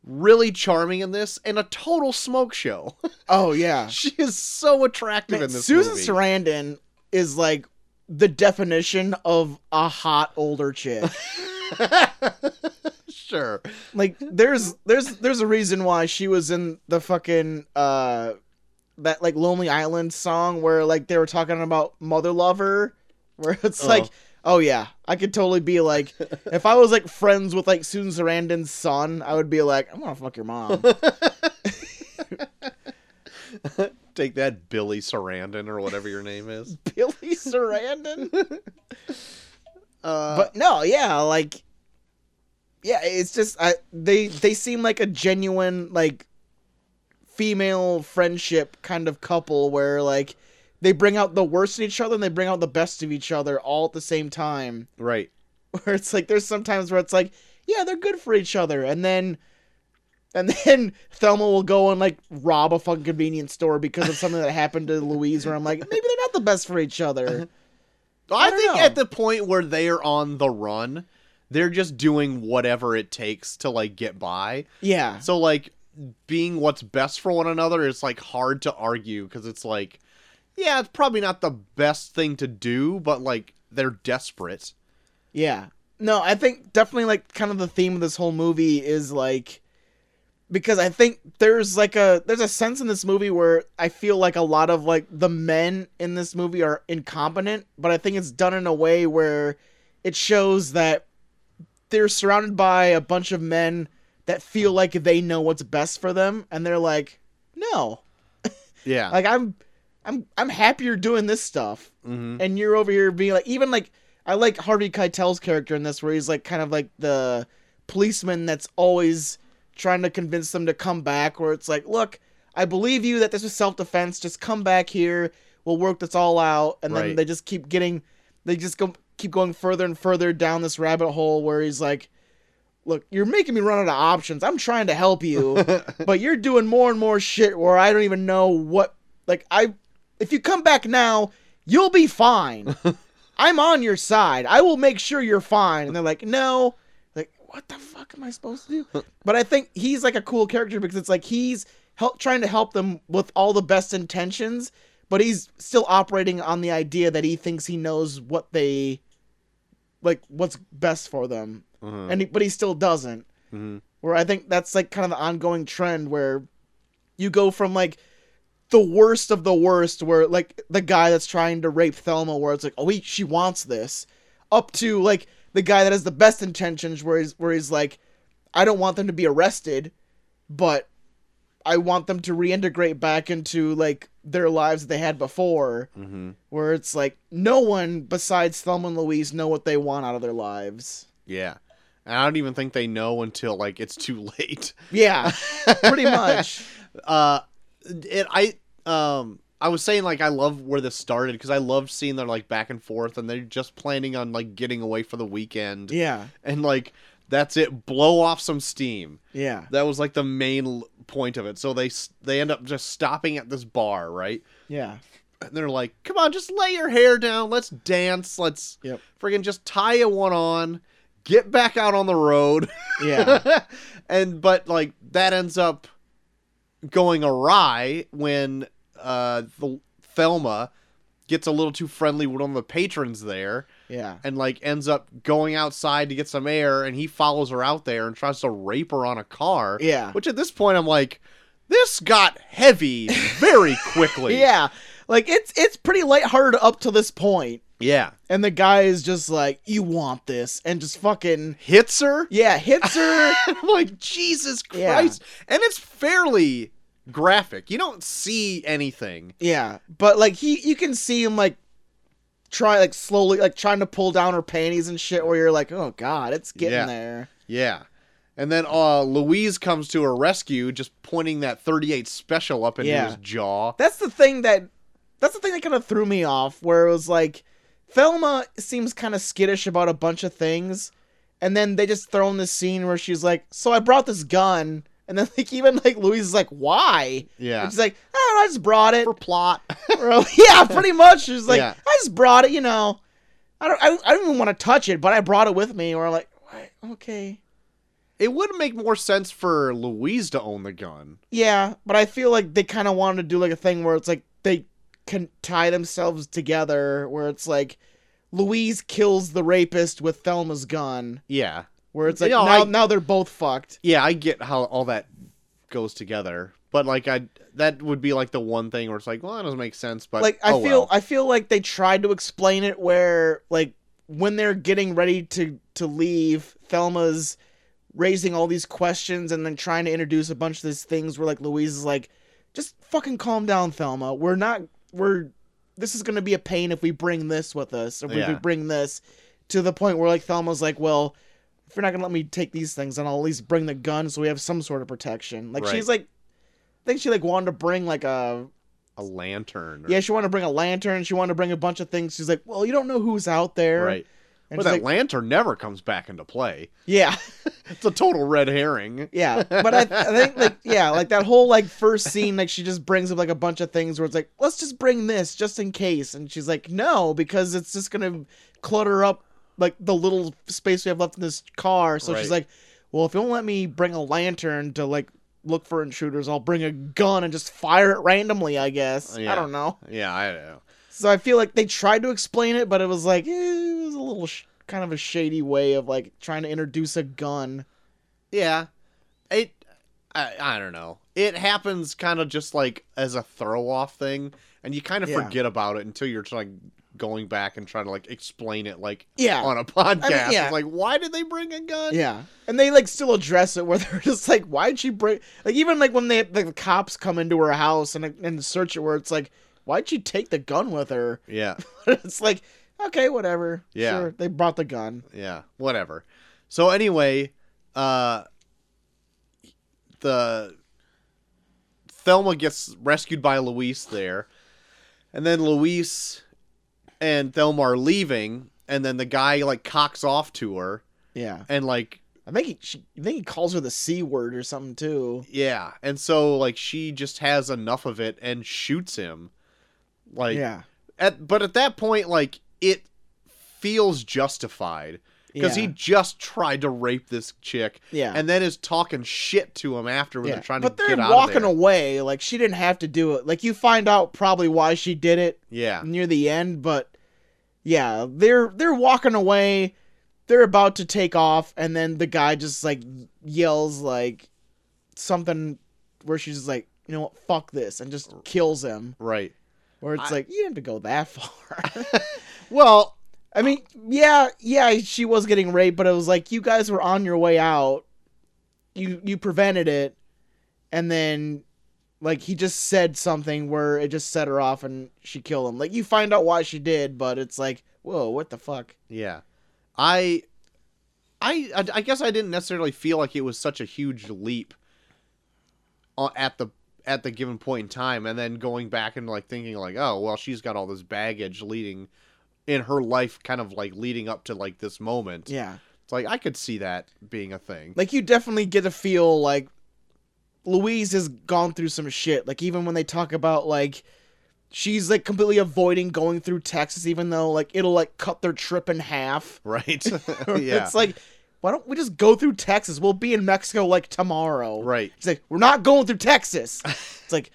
[SPEAKER 2] really charming in this and a total smoke show
[SPEAKER 1] Oh yeah.
[SPEAKER 2] she is so attractive
[SPEAKER 1] Man,
[SPEAKER 2] in this
[SPEAKER 1] Susan
[SPEAKER 2] movie.
[SPEAKER 1] Sarandon is like the definition of a hot older chick.
[SPEAKER 2] sure.
[SPEAKER 1] like there's there's there's a reason why she was in the fucking uh that like Lonely Island song where like they were talking about mother lover where it's
[SPEAKER 2] Oh.
[SPEAKER 1] like oh yeah, I could totally be like if I was like friends with like Susan Sarandon's son, I would be like I'm going to fuck your mom.
[SPEAKER 2] Take that, Billy Sarandon or whatever your name is.
[SPEAKER 1] Billy Sarandon.
[SPEAKER 2] Uh,
[SPEAKER 1] but no, yeah, like yeah, it's just I they they seem like a genuine like female friendship kind of couple where like they bring out the worst in each other and they bring out the best of each other all at the same time.
[SPEAKER 2] right,
[SPEAKER 1] Where it's like there's sometimes where it's like, yeah, they're good for each other and then and then Thelma will go and like rob a fucking convenience store because of something that happened to Louise where I'm like, maybe they're not the best for each other.
[SPEAKER 2] I,
[SPEAKER 1] I don't
[SPEAKER 2] think
[SPEAKER 1] know.
[SPEAKER 2] at the point where they are on the run, they're just doing whatever it takes to like get by.
[SPEAKER 1] Yeah.
[SPEAKER 2] So like being what's best for one another is like hard to argue because it's like, yeah, it's probably not the best thing to do, but like they're desperate.
[SPEAKER 1] Yeah. No, I think definitely like kind of the theme of this whole movie is like because I think there's like a there's a sense in this movie where I feel like a lot of like the men in this movie are incompetent, but I think it's done in a way where it shows that they're surrounded by a bunch of men that feel like they know what's best for them and they're like, "No.
[SPEAKER 2] Yeah.
[SPEAKER 1] Like I'm I'm I'm happier doing this stuff."
[SPEAKER 2] mm-hmm.
[SPEAKER 1] and you're over here being like even like I like Harvey Keitel's character in this where he's like kind of like the policeman that's always trying to convince them to come back where it's like look I believe you that this was self defense just come back here we'll work this all out and then
[SPEAKER 2] Right.
[SPEAKER 1] they just keep getting they just go keep going further and further down this rabbit hole where he's like look you're making me run out of options I'm trying to help you
[SPEAKER 2] Mm-hmm.
[SPEAKER 1] but you're doing more and more shit where I don't even know what like I if you come back now, you'll be fine. I'm on your side. I will make sure you're fine. And they're like, "No." Like, what the fuck am I supposed to do? But I think he's like a cool character because it's like he's help trying to help them with all the best intentions, but he's still operating on the idea that he thinks he knows what they like what's best for them.
[SPEAKER 2] Mhm.
[SPEAKER 1] And he, but he still doesn't
[SPEAKER 2] Mhm.
[SPEAKER 1] where I think that's like kind of the ongoing trend where you go from like the worst of the worst, where like the guy that's trying to rape Thelma, where it's like, oh, he, she wants this, up to like the guy that has the best intentions, where he's where he's like, I don't want them to be arrested, but I want them to reintegrate back into like their lives that they had before,
[SPEAKER 2] Mm-hmm.
[SPEAKER 1] where it's like no one besides Thelma and Louise know what they want out of their lives.
[SPEAKER 2] Yeah. And I don't even think they know until like it's too late.
[SPEAKER 1] Yeah, pretty much.
[SPEAKER 2] Uh, it I um I was saying like I love where this started because I love seeing their like back and forth and they're just planning on like getting away for the weekend
[SPEAKER 1] Yeah,
[SPEAKER 2] and like that's it blow off some steam.
[SPEAKER 1] yeah,
[SPEAKER 2] That was like the main l- point of it. So they s- they end up just stopping at this bar, right?
[SPEAKER 1] yeah,
[SPEAKER 2] And they're like, "Come on, just lay your hair down. Let's dance. Let's
[SPEAKER 1] Yep.
[SPEAKER 2] friggin' just tie a one on. Get back out on the road."
[SPEAKER 1] yeah,
[SPEAKER 2] and but like that ends up going awry when uh the Thelma gets a little too friendly with one of the patrons there
[SPEAKER 1] yeah,
[SPEAKER 2] and like ends up going outside to get some air and he follows her out there and tries to rape her on a car.
[SPEAKER 1] Yeah.
[SPEAKER 2] Which at this point I'm like this got heavy very quickly.
[SPEAKER 1] yeah. Like it's it's pretty lighthearted up to this point,
[SPEAKER 2] Yeah.
[SPEAKER 1] and the guy is just like, "You want this?" and just fucking
[SPEAKER 2] Hits her.
[SPEAKER 1] yeah, hits her.
[SPEAKER 2] I'm like Jesus
[SPEAKER 1] Yeah.
[SPEAKER 2] Christ. And it's fairly graphic. You don't see anything.
[SPEAKER 1] Yeah, but like he, you can see him like try like slowly like trying to pull down her panties and shit. Where you're like, oh god, it's getting
[SPEAKER 2] Yeah.
[SPEAKER 1] there.
[SPEAKER 2] Yeah. And then uh, Louise comes to her rescue, just pointing that 38 special up into
[SPEAKER 1] Yeah.
[SPEAKER 2] his jaw.
[SPEAKER 1] That's the thing that that's the thing that kind of threw me off. Where it was like, Thelma seems kind of skittish about a bunch of things, and then they just throw in this scene where she's like, so I brought this gun, and then like even like Louise is like, why?
[SPEAKER 2] Yeah.
[SPEAKER 1] And she's like, I don't know, I just brought it.
[SPEAKER 2] For plot.
[SPEAKER 1] Bro, yeah, pretty much. She's like,
[SPEAKER 2] Yeah.
[SPEAKER 1] I just brought it, you know. I don't, I, don't- I don't even want to touch it, but I brought it with me. Or like, what? okay,
[SPEAKER 2] it would make more sense for Louise to own the gun.
[SPEAKER 1] yeah. But I feel like they kind of wanted to do like a thing where it's like they can tie themselves together, where it's like Louise kills the rapist with Thelma's gun,
[SPEAKER 2] Yeah.
[SPEAKER 1] where it's like
[SPEAKER 2] You know,
[SPEAKER 1] now
[SPEAKER 2] I-
[SPEAKER 1] now they're both fucked.
[SPEAKER 2] Yeah, I get how all that goes together. But, like, I that would be, like, the one thing where it's like, well, that doesn't make sense, but.
[SPEAKER 1] like I
[SPEAKER 2] oh
[SPEAKER 1] feel
[SPEAKER 2] well.
[SPEAKER 1] I feel like they tried to explain it where like when they're getting ready to to leave, Thelma's raising all these questions and then trying to introduce a bunch of these things where like Louise is like, just fucking calm down, Thelma. We're not we're this is gonna be a pain if we bring this with us or if
[SPEAKER 2] Yeah.
[SPEAKER 1] we bring this to the point where like Thelma's like, well, if you're not gonna let me take these things, then I'll at least bring the gun so we have some sort of protection. Like
[SPEAKER 2] Right.
[SPEAKER 1] she's like, I think she like wanted to bring like a
[SPEAKER 2] A lantern. or-
[SPEAKER 1] yeah, she wanted to bring a lantern. She wanted to bring a bunch of things. She's like, "Well, you don't know who's out there,
[SPEAKER 2] Right.
[SPEAKER 1] And
[SPEAKER 2] but
[SPEAKER 1] she's
[SPEAKER 2] that
[SPEAKER 1] like,
[SPEAKER 2] lantern never comes back into play.
[SPEAKER 1] yeah,
[SPEAKER 2] It's a total red herring.
[SPEAKER 1] yeah. But I, I think like yeah, like that whole like first scene, like she just brings up like a bunch of things where it's like, let's just bring this just in case. And she's like, no, because it's just gonna clutter up like the little space we have left in this car. So she's
[SPEAKER 2] Right.
[SPEAKER 1] like, well, if you won't let me bring a lantern to like look for intruders, I'll bring a gun and just fire it randomly. I guess I
[SPEAKER 2] Yeah.
[SPEAKER 1] don't know.
[SPEAKER 2] Yeah, I don't know.
[SPEAKER 1] So I feel like they tried to explain it, but it was like eh, it was a little sh- kind of a shady way of like trying to introduce a gun.
[SPEAKER 2] Yeah. It I, I don't know. It happens kind of just like as a throw off thing and you kind of
[SPEAKER 1] Yeah.
[SPEAKER 2] forget about it until you're trying going back and trying to like explain it like
[SPEAKER 1] Yeah.
[SPEAKER 2] on a podcast.
[SPEAKER 1] yeah.
[SPEAKER 2] It's like why did they bring a gun?
[SPEAKER 1] Yeah, and they like still address it where they're just like, "Why'd she break?" Like even like when they like, the cops come into her house and and search it, where it's like, "Why'd she take the gun with her?"
[SPEAKER 2] Yeah.
[SPEAKER 1] it's like, okay, whatever.
[SPEAKER 2] Yeah.
[SPEAKER 1] sure, they brought the gun.
[SPEAKER 2] Yeah. Whatever. So anyway, uh the Thelma gets rescued by Luis there. And then Luis and Thelma are leaving and then the guy like cocks off to her
[SPEAKER 1] Yeah,
[SPEAKER 2] and like
[SPEAKER 1] I think he she, I think he calls her the c word or something too.
[SPEAKER 2] yeah and so like she just has enough of it and shoots him like
[SPEAKER 1] yeah,
[SPEAKER 2] at but at that point like it feels justified because
[SPEAKER 1] yeah.
[SPEAKER 2] he just tried to rape this chick
[SPEAKER 1] yeah.
[SPEAKER 2] and then is talking shit to him after when
[SPEAKER 1] Yeah,
[SPEAKER 2] they're trying
[SPEAKER 1] but
[SPEAKER 2] to
[SPEAKER 1] they're
[SPEAKER 2] get out
[SPEAKER 1] walking
[SPEAKER 2] of there.
[SPEAKER 1] away like she didn't have to do it like you find out probably why she did it
[SPEAKER 2] yeah
[SPEAKER 1] near the end but yeah they're they're walking away they're about to take off and then the guy just like yells like something where she's just like you know what fuck this and just kills him
[SPEAKER 2] right
[SPEAKER 1] where it's
[SPEAKER 2] I-
[SPEAKER 1] like you didn't have to go that far
[SPEAKER 2] well
[SPEAKER 1] i mean yeah yeah she was getting raped but it was like you guys were on your way out you you prevented it and then Like he just said something where it just set her off and she killed him. Like you find out why she did, but it's like, whoa, what the fuck?
[SPEAKER 2] Yeah, I, I, I- I guess I didn't necessarily feel like it was such a huge leap o- at the at the given point in time, and then going back and like thinking like, oh well, she's got all this baggage leading in her life, kind of like leading up to like this moment.
[SPEAKER 1] Yeah.
[SPEAKER 2] It's like I could see that being a thing.
[SPEAKER 1] Like you definitely get to feel like Louise has gone through some shit. Like even when they talk about like she's like completely avoiding going through Texas even though like it'll like cut their trip in half.
[SPEAKER 2] Right. yeah.
[SPEAKER 1] It's like why don't we just go through Texas? We'll be in Mexico like tomorrow.
[SPEAKER 2] Right.
[SPEAKER 1] It's like we're not going through Texas. It's like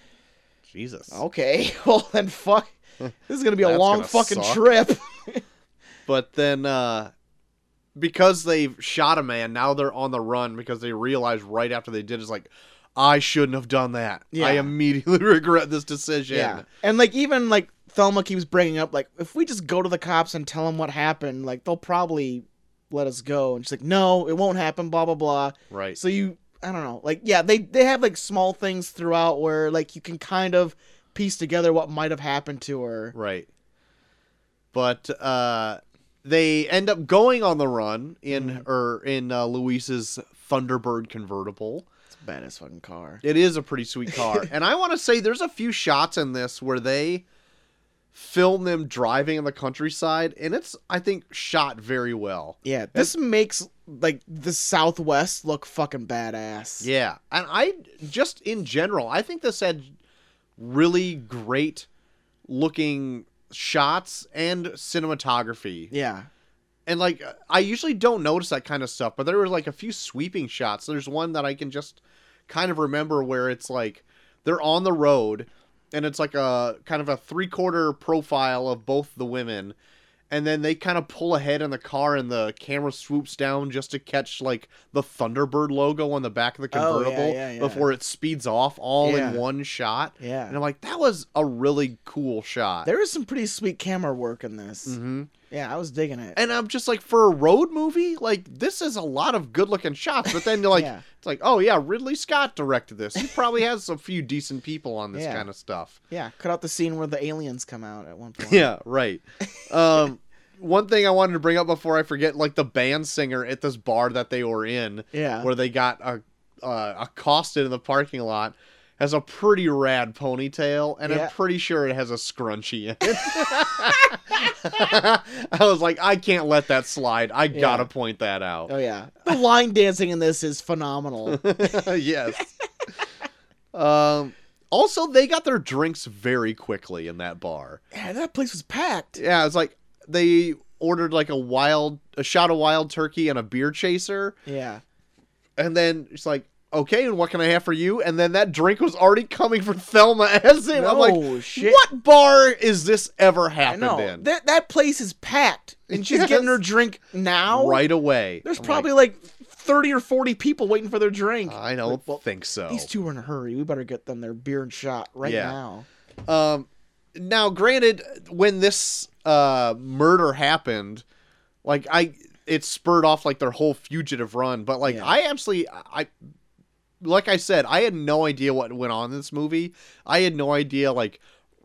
[SPEAKER 2] Jesus.
[SPEAKER 1] okay, well then fuck. This is gonna be a
[SPEAKER 2] That's
[SPEAKER 1] long
[SPEAKER 2] gonna
[SPEAKER 1] fucking
[SPEAKER 2] suck.
[SPEAKER 1] trip.
[SPEAKER 2] But then uh because they've shot a man, now they're on the run because they realize right after they did is like I shouldn't have done that.
[SPEAKER 1] Yeah.
[SPEAKER 2] I immediately regret this decision.
[SPEAKER 1] Yeah. And like even like Thelma keeps bringing up like if we just go to the cops and tell them what happened, like they'll probably let us go. And she's like, "No, it won't happen." Blah blah blah.
[SPEAKER 2] Right.
[SPEAKER 1] So you, I don't know. Like yeah, they they have like small things throughout where like you can kind of piece together what might have happened to her.
[SPEAKER 2] Right. But uh they end up going on the run in
[SPEAKER 1] Mm-hmm.
[SPEAKER 2] or in uh, Luis's Thunderbird convertible.
[SPEAKER 1] It's a badass fucking car.
[SPEAKER 2] It is a pretty sweet car. and I want to say there's a few shots in this where they film them driving in the countryside and it's I think shot very well.
[SPEAKER 1] Yeah, this makes like the Southwest look fucking badass.
[SPEAKER 2] Yeah. And I just in general, I think this had really great looking shots and cinematography.
[SPEAKER 1] Yeah.
[SPEAKER 2] And like I usually don't notice that kind of stuff, but there were like a few sweeping shots. There's one that I can just kind of remember where it's like they're on the road and it's like a kind of a three quarter profile of both the women and then they kind of pull ahead in the car and the camera swoops down just to catch like the thunderbird logo on the back of the
[SPEAKER 1] Oh, yeah,
[SPEAKER 2] convertible
[SPEAKER 1] yeah, yeah.
[SPEAKER 2] before it speeds off all
[SPEAKER 1] Yeah.
[SPEAKER 2] in one shot
[SPEAKER 1] Yeah.
[SPEAKER 2] and i'm like that was a really cool shot
[SPEAKER 1] There is some pretty sweet camera work in this.
[SPEAKER 2] mm-hmm.
[SPEAKER 1] Yeah, I was digging it.
[SPEAKER 2] and i'm just like for a road movie like this is a lot of good looking shots but then you're like
[SPEAKER 1] Yeah.
[SPEAKER 2] it's like oh yeah ridley scott directed this he probably has a few decent people on this
[SPEAKER 1] Yeah.
[SPEAKER 2] kind of stuff
[SPEAKER 1] Yeah, cut out the scene where the aliens come out at one point.
[SPEAKER 2] Yeah, right. Um, one thing I wanted to bring up before I forget, like the band singer at this bar that they were in,
[SPEAKER 1] Yeah.
[SPEAKER 2] where they got uh, uh, accosted in the parking lot, has a pretty rad ponytail, and
[SPEAKER 1] Yeah.
[SPEAKER 2] I'm pretty sure it has a scrunchie in it. I was like, I can't let that slide. I gotta point that out.
[SPEAKER 1] Oh yeah. The line dancing in this is phenomenal.
[SPEAKER 2] yes. um. Also, they got their drinks very quickly in that bar.
[SPEAKER 1] yeah, that place was packed.
[SPEAKER 2] yeah, it's like they ordered like a wild a shot of wild turkey and a beer chaser,
[SPEAKER 1] Yeah.
[SPEAKER 2] and then it's like, okay, and what can I have for you? And then that drink was already coming from Thelma as it. I'm like,
[SPEAKER 1] No Oh, shit.
[SPEAKER 2] what bar is this ever
[SPEAKER 1] I
[SPEAKER 2] happened
[SPEAKER 1] know.
[SPEAKER 2] in?
[SPEAKER 1] That that place is packed. And she's
[SPEAKER 2] Yes.
[SPEAKER 1] getting her drink now.
[SPEAKER 2] right away.
[SPEAKER 1] There's
[SPEAKER 2] I'm
[SPEAKER 1] probably
[SPEAKER 2] like,
[SPEAKER 1] like, 30 or 40 people waiting for their drink.
[SPEAKER 2] I don't
[SPEAKER 1] Like, well,
[SPEAKER 2] think so.
[SPEAKER 1] These two are in a hurry. We better get them their beer and shot right
[SPEAKER 2] Yeah.
[SPEAKER 1] now.
[SPEAKER 2] Um, now, granted, when this uh, murder happened, like I, it spurred off like their whole fugitive run. But like
[SPEAKER 1] Yeah.
[SPEAKER 2] I actually, I, like I said, I had no idea what went on in this movie. I had no idea like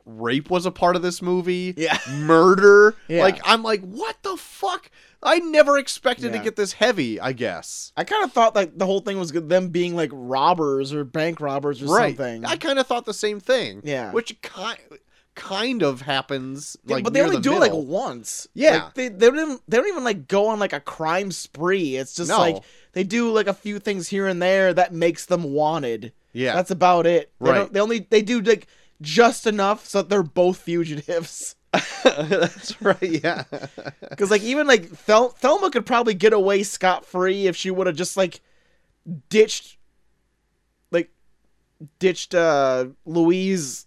[SPEAKER 2] rape was a part of this movie.
[SPEAKER 1] Yeah.
[SPEAKER 2] murder.
[SPEAKER 1] Yeah.
[SPEAKER 2] Like I'm like, what the fuck? I never expected
[SPEAKER 1] Yeah.
[SPEAKER 2] to get this heavy. I guess.
[SPEAKER 1] I kind of thought like the whole thing was good- them being like robbers or bank robbers or
[SPEAKER 2] Right.
[SPEAKER 1] something.
[SPEAKER 2] I kind of thought the same thing.
[SPEAKER 1] Yeah.
[SPEAKER 2] Which kind kind of happens.
[SPEAKER 1] Yeah,
[SPEAKER 2] like,
[SPEAKER 1] but they
[SPEAKER 2] near
[SPEAKER 1] only
[SPEAKER 2] the
[SPEAKER 1] do it
[SPEAKER 2] middle.
[SPEAKER 1] like once.
[SPEAKER 2] Yeah.
[SPEAKER 1] Like, they they don't even, they don't even like go on like a crime spree. It's just
[SPEAKER 2] No.
[SPEAKER 1] like they do like a few things here and there that makes them wanted.
[SPEAKER 2] Yeah.
[SPEAKER 1] That's about it. They
[SPEAKER 2] Right.
[SPEAKER 1] don't- They only they do like just enough so that they're both fugitives.
[SPEAKER 2] That's right. Yeah.
[SPEAKER 1] Because like even like Thel- Thelma could probably get away scot free if she would have just like ditched, like ditched uh Louise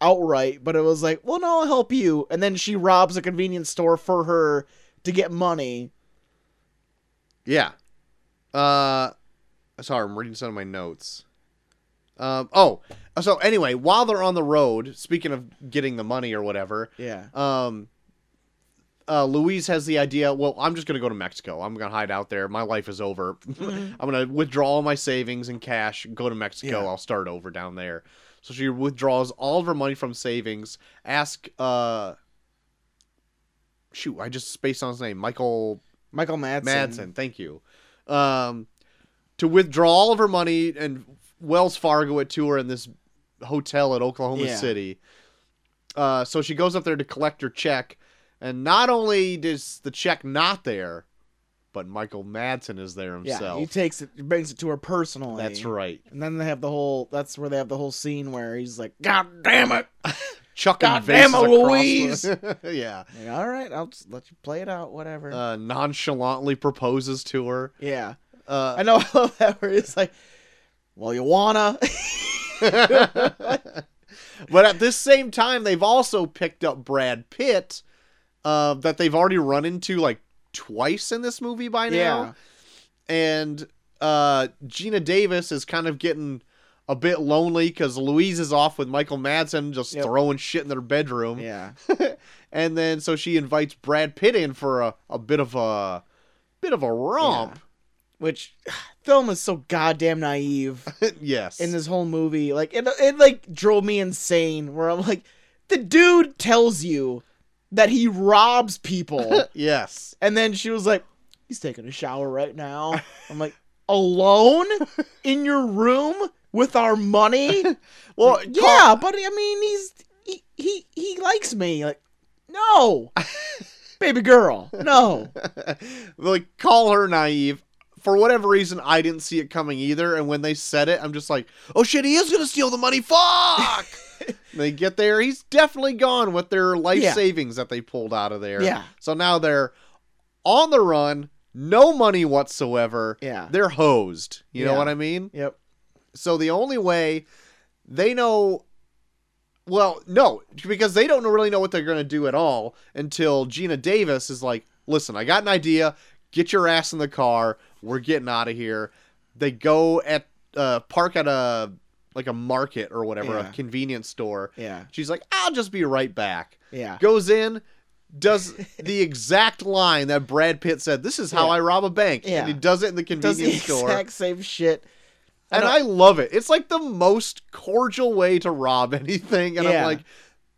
[SPEAKER 1] outright. But it was like, well, no, I'll help you. And then she robs a convenience store for her to get money.
[SPEAKER 2] yeah. Uh, sorry, I'm reading some of my notes. Um. Oh. So anyway, while they're on the road, speaking of getting the money or whatever,
[SPEAKER 1] Yeah.
[SPEAKER 2] um, uh, Louise has the idea. Well, I'm just gonna go to Mexico. I'm gonna hide out there. My life is over. I'm gonna withdraw all my savings and cash. Go to Mexico.
[SPEAKER 1] Mm-hmm. Yeah.
[SPEAKER 2] I'll start over down there. So she withdraws all of her money from savings. Ask uh shoot, I just spaced on his name, Michael
[SPEAKER 1] Michael Madsen.
[SPEAKER 2] Madsen, thank you. Um, to withdraw all of her money and Wells Fargo it to her in this hotel at Oklahoma
[SPEAKER 1] Yeah.
[SPEAKER 2] City. Uh, so she goes up there to collect her check, and not only is the check not there, but Michael Madsen is there
[SPEAKER 1] Yeah,
[SPEAKER 2] himself.
[SPEAKER 1] he takes it, brings it to her personally.
[SPEAKER 2] That's right.
[SPEAKER 1] And then they have the whole. That's where they have the whole scene where he's like, "God damn it!"
[SPEAKER 2] Chucking
[SPEAKER 1] God
[SPEAKER 2] vases
[SPEAKER 1] damn it,
[SPEAKER 2] across
[SPEAKER 1] Louise!
[SPEAKER 2] the- yeah.
[SPEAKER 1] Like, All right, I'll just let you play it out. Whatever.
[SPEAKER 2] Uh, nonchalantly proposes to her.
[SPEAKER 1] yeah,
[SPEAKER 2] Uh,
[SPEAKER 1] I know. I love that where it's like, "Well, you wanna?"
[SPEAKER 2] But at this same time, they've also picked up Brad Pitt, uh, that they've already run into like twice in this movie by now. And uh, Gina Davis is kind of getting a bit lonely because Louise is off with Michael Madsen just
[SPEAKER 1] Yep.
[SPEAKER 2] throwing shit in their bedroom.
[SPEAKER 1] yeah,
[SPEAKER 2] and then so she invites Brad Pitt in for a, a bit of a bit of a romp.
[SPEAKER 1] which film is so goddamn naive
[SPEAKER 2] yes.
[SPEAKER 1] in this whole movie. Like it, it like drove me insane. Where I'm like, the dude tells you that he robs people,
[SPEAKER 2] yes.
[SPEAKER 1] and then she was like, "He's taking a shower right now." I'm like, alone in your room with our money?
[SPEAKER 2] Well, Carl-
[SPEAKER 1] Yeah, but I mean, he's he he, he likes me. Like, no, baby girl, no.
[SPEAKER 2] like call her naive. For whatever reason, I didn't see it coming either. And when they said it, I'm just like, oh shit, he is gonna steal the money. Fuck. they get there, he's definitely gone with their life
[SPEAKER 1] Yeah.
[SPEAKER 2] savings that they pulled out of there.
[SPEAKER 1] Yeah.
[SPEAKER 2] So now they're on the run, no money whatsoever.
[SPEAKER 1] Yeah.
[SPEAKER 2] They're hosed. You know
[SPEAKER 1] Yeah.
[SPEAKER 2] what I mean?
[SPEAKER 1] Yep.
[SPEAKER 2] So the only way they know well, no, because they don't really know what they're going to do at all until Gina Davis is like, "Listen, I got an idea. Get your ass in the car. We're getting out of here." They go at uh park at a like a market or whatever,
[SPEAKER 1] Yeah.
[SPEAKER 2] a convenience store.
[SPEAKER 1] Yeah.
[SPEAKER 2] She's like, "I'll just be right back."
[SPEAKER 1] Yeah.
[SPEAKER 2] Goes in does the exact line that Brad Pitt said, "This is how
[SPEAKER 1] Yeah.
[SPEAKER 2] I rob a bank."
[SPEAKER 1] Yeah.
[SPEAKER 2] And he does it in the
[SPEAKER 1] Does
[SPEAKER 2] convenience
[SPEAKER 1] the
[SPEAKER 2] store.
[SPEAKER 1] exact same shit.
[SPEAKER 2] And I love it. It's like the most cordial way to rob anything. And
[SPEAKER 1] Yeah.
[SPEAKER 2] I'm like,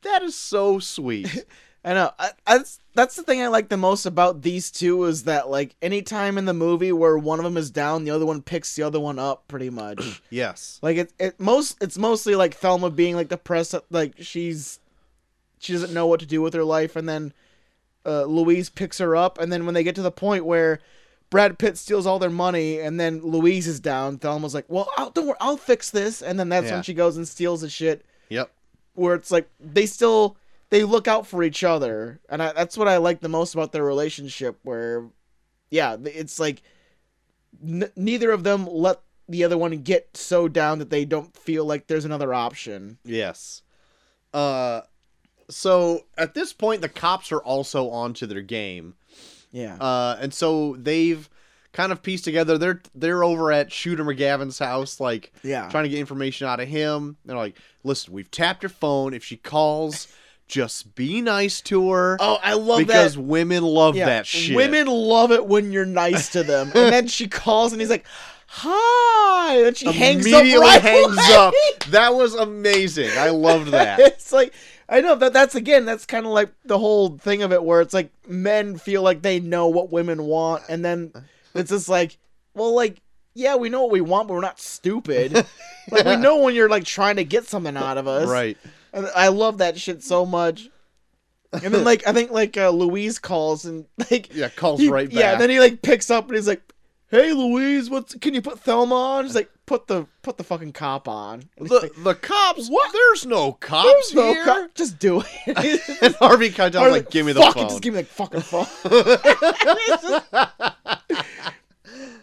[SPEAKER 2] that is so sweet.
[SPEAKER 1] I know. I, I, that's- that's the thing I like the most about these two is that like any time in the movie where one of them is down, the other one picks the other one up, pretty much.
[SPEAKER 2] yes.
[SPEAKER 1] like it, it most it's mostly like Thelma being like depressed, that, like she's she doesn't know what to do with her life, and then uh, Louise picks her up, and then when they get to the point where Brad Pitt steals all their money, and then Louise is down, Thelma's like, "Well, I'll, don't worry, I'll fix this," and then that's
[SPEAKER 2] Yeah.
[SPEAKER 1] when she goes and steals the shit
[SPEAKER 2] Yep.
[SPEAKER 1] where it's like they still they look out for each other and I, that's what i like the most about their relationship where yeah th- it's like n- neither of them let the other one get so down that they don't feel like there's another option
[SPEAKER 2] Yes. Uh, so at this point, the cops are also onto their game.
[SPEAKER 1] yeah
[SPEAKER 2] Uh, and so they've kind of pieced together. They're they're over at Shooter McGavin's house, like
[SPEAKER 1] yeah
[SPEAKER 2] trying to get information out of him. They're like, listen, we've tapped her phone. If she calls, just be nice to her.
[SPEAKER 1] oh i love
[SPEAKER 2] because
[SPEAKER 1] that
[SPEAKER 2] women love
[SPEAKER 1] yeah,
[SPEAKER 2] that shit.
[SPEAKER 1] women love it when you're nice to them and then she calls and he's like hi and she hangs up
[SPEAKER 2] immediately
[SPEAKER 1] right
[SPEAKER 2] hangs
[SPEAKER 1] away.
[SPEAKER 2] up. That was amazing. I loved that.
[SPEAKER 1] it's like I know that that's again that's kind of like the whole thing of it where it's like men feel like they know what women want and then it's just like well like yeah we know what we want but we're not stupid like we know when you're like trying to get something out of us
[SPEAKER 2] right.
[SPEAKER 1] and I love that shit so much and then like I think like uh, Louise calls and like
[SPEAKER 2] Yeah, calls
[SPEAKER 1] he-
[SPEAKER 2] right back.
[SPEAKER 1] yeah then he like picks up and he's like hey Louise what's can you put Thelma on she's like put the put the fucking cop on And he's
[SPEAKER 2] the
[SPEAKER 1] like,
[SPEAKER 2] the cops. What? There's no cops
[SPEAKER 1] "There's no
[SPEAKER 2] here.
[SPEAKER 1] cop- just do it
[SPEAKER 2] and Harvey Keitel's
[SPEAKER 1] Harvey,
[SPEAKER 2] like, "Give me the
[SPEAKER 1] fuck it,
[SPEAKER 2] phone."
[SPEAKER 1] just give me the fucking phone.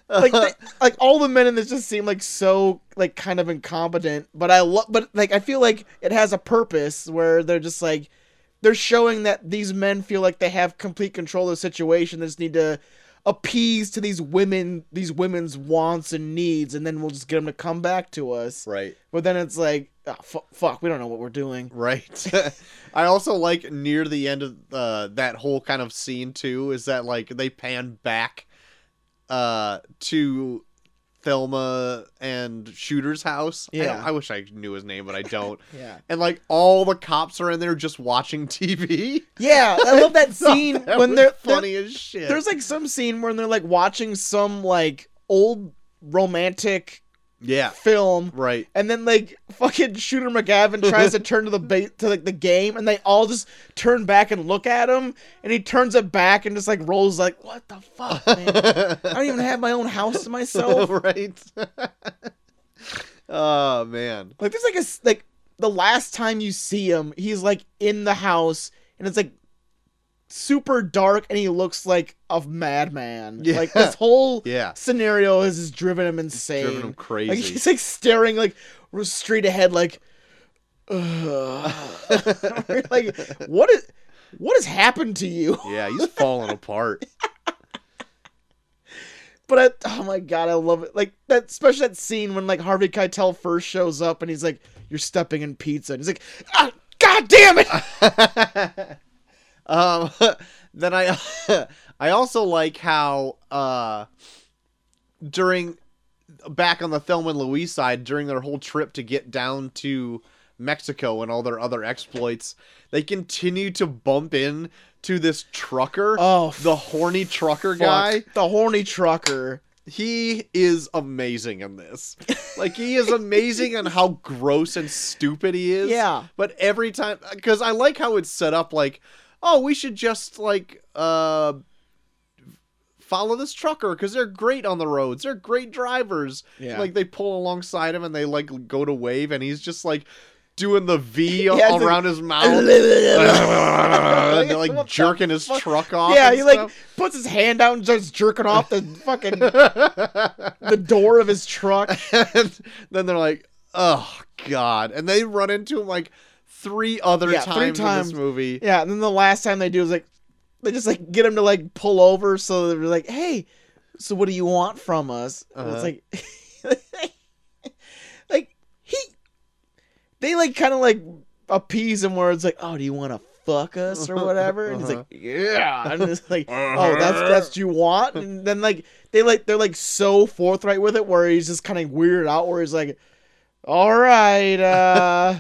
[SPEAKER 1] It's just- like, they- like all the men in this just seem like so like kind of incompetent. But I love, but like I feel like it has a purpose where they're just like they're showing that these men feel like they have complete control of the situation. They just need to appease to these women, these women's wants and needs, and then we'll just get them to come back to us.
[SPEAKER 2] right.
[SPEAKER 1] But then it's like, oh, fu- fuck, we don't know what we're doing.
[SPEAKER 2] Right. I also like near the end of uh, that whole kind of scene too is that like they pan back uh, to Thelma and Shooter's house. I,
[SPEAKER 1] Yeah.
[SPEAKER 2] don't- I wish I knew his name, but I don't.
[SPEAKER 1] Yeah.
[SPEAKER 2] And like all the cops are in there just watching TV.
[SPEAKER 1] Yeah, I love that scene
[SPEAKER 2] That
[SPEAKER 1] when
[SPEAKER 2] was
[SPEAKER 1] they're, they're-
[SPEAKER 2] funny as shit.
[SPEAKER 1] there's like some scene where they're like watching some like old romantic
[SPEAKER 2] yeah,
[SPEAKER 1] film
[SPEAKER 2] right.
[SPEAKER 1] and then like fucking Shooter McGavin tries to turn to the ba- to like the game, and they all just turn back and look at him, and he turns it back and just like rolls like, "What the fuck, man? I don't even have my own house to myself."
[SPEAKER 2] right. oh man.
[SPEAKER 1] Like there's like a s- like the last time you see him, he's like in the house, and it's like super dark, and he looks like a madman.
[SPEAKER 2] Yeah.
[SPEAKER 1] Like this whole
[SPEAKER 2] Yeah.
[SPEAKER 1] scenario has just driven him insane.
[SPEAKER 2] Driven him crazy.
[SPEAKER 1] Like he's like staring like r- straight ahead, like, "Ugh." like what is what has happened to you?
[SPEAKER 2] yeah, he's falling apart.
[SPEAKER 1] But I, oh my god, I love it. Like that, especially that scene when like Harvey Keitel first shows up and he's like, "You're stepping in pizza," and he's like, ah, "God damn it!"
[SPEAKER 2] um, then I I also like how uh, during back on the Thelma and Louise side during their whole trip to get down to Mexico and all their other exploits, they continue to bump in to this trucker,
[SPEAKER 1] Oh,
[SPEAKER 2] the horny trucker
[SPEAKER 1] fuck.
[SPEAKER 2] guy.
[SPEAKER 1] the horny trucker.
[SPEAKER 2] He is amazing in this. Like he is amazing on how gross and stupid he is.
[SPEAKER 1] Yeah.
[SPEAKER 2] But every time cuz I like how it's set up like, "Oh, we should just like uh follow this trucker cuz they're great on the roads. They're great drivers."
[SPEAKER 1] Yeah.
[SPEAKER 2] Like they pull alongside him and they like go to wave and he's just like doing the V
[SPEAKER 1] Yeah, it's
[SPEAKER 2] around his mouth. and they're
[SPEAKER 1] What the
[SPEAKER 2] like jerking his
[SPEAKER 1] fuck?
[SPEAKER 2] truck off.
[SPEAKER 1] yeah,
[SPEAKER 2] and
[SPEAKER 1] he like
[SPEAKER 2] stuff.
[SPEAKER 1] puts his hand out and starts jerking off the fucking the door of his truck.
[SPEAKER 2] and then they're like, "Oh God!" And they run into him like three other
[SPEAKER 1] Yeah, three
[SPEAKER 2] times,
[SPEAKER 1] times.
[SPEAKER 2] in this movie.
[SPEAKER 1] Yeah, and then the last time they do is like they just like get him to like pull over so they're like, "Hey, so what do you want from us?" And
[SPEAKER 2] Uh-huh.
[SPEAKER 1] It's like like he they like kind of like appease him where it's like, "Oh, do you want to fuck us or whatever?" And he's like, "Yeah." And it's like, "Oh, that's
[SPEAKER 2] Uh-huh.
[SPEAKER 1] that's what you want?" And then like they like they're like so forthright with it where he's just kind of weirded out where he's like, "All right, uh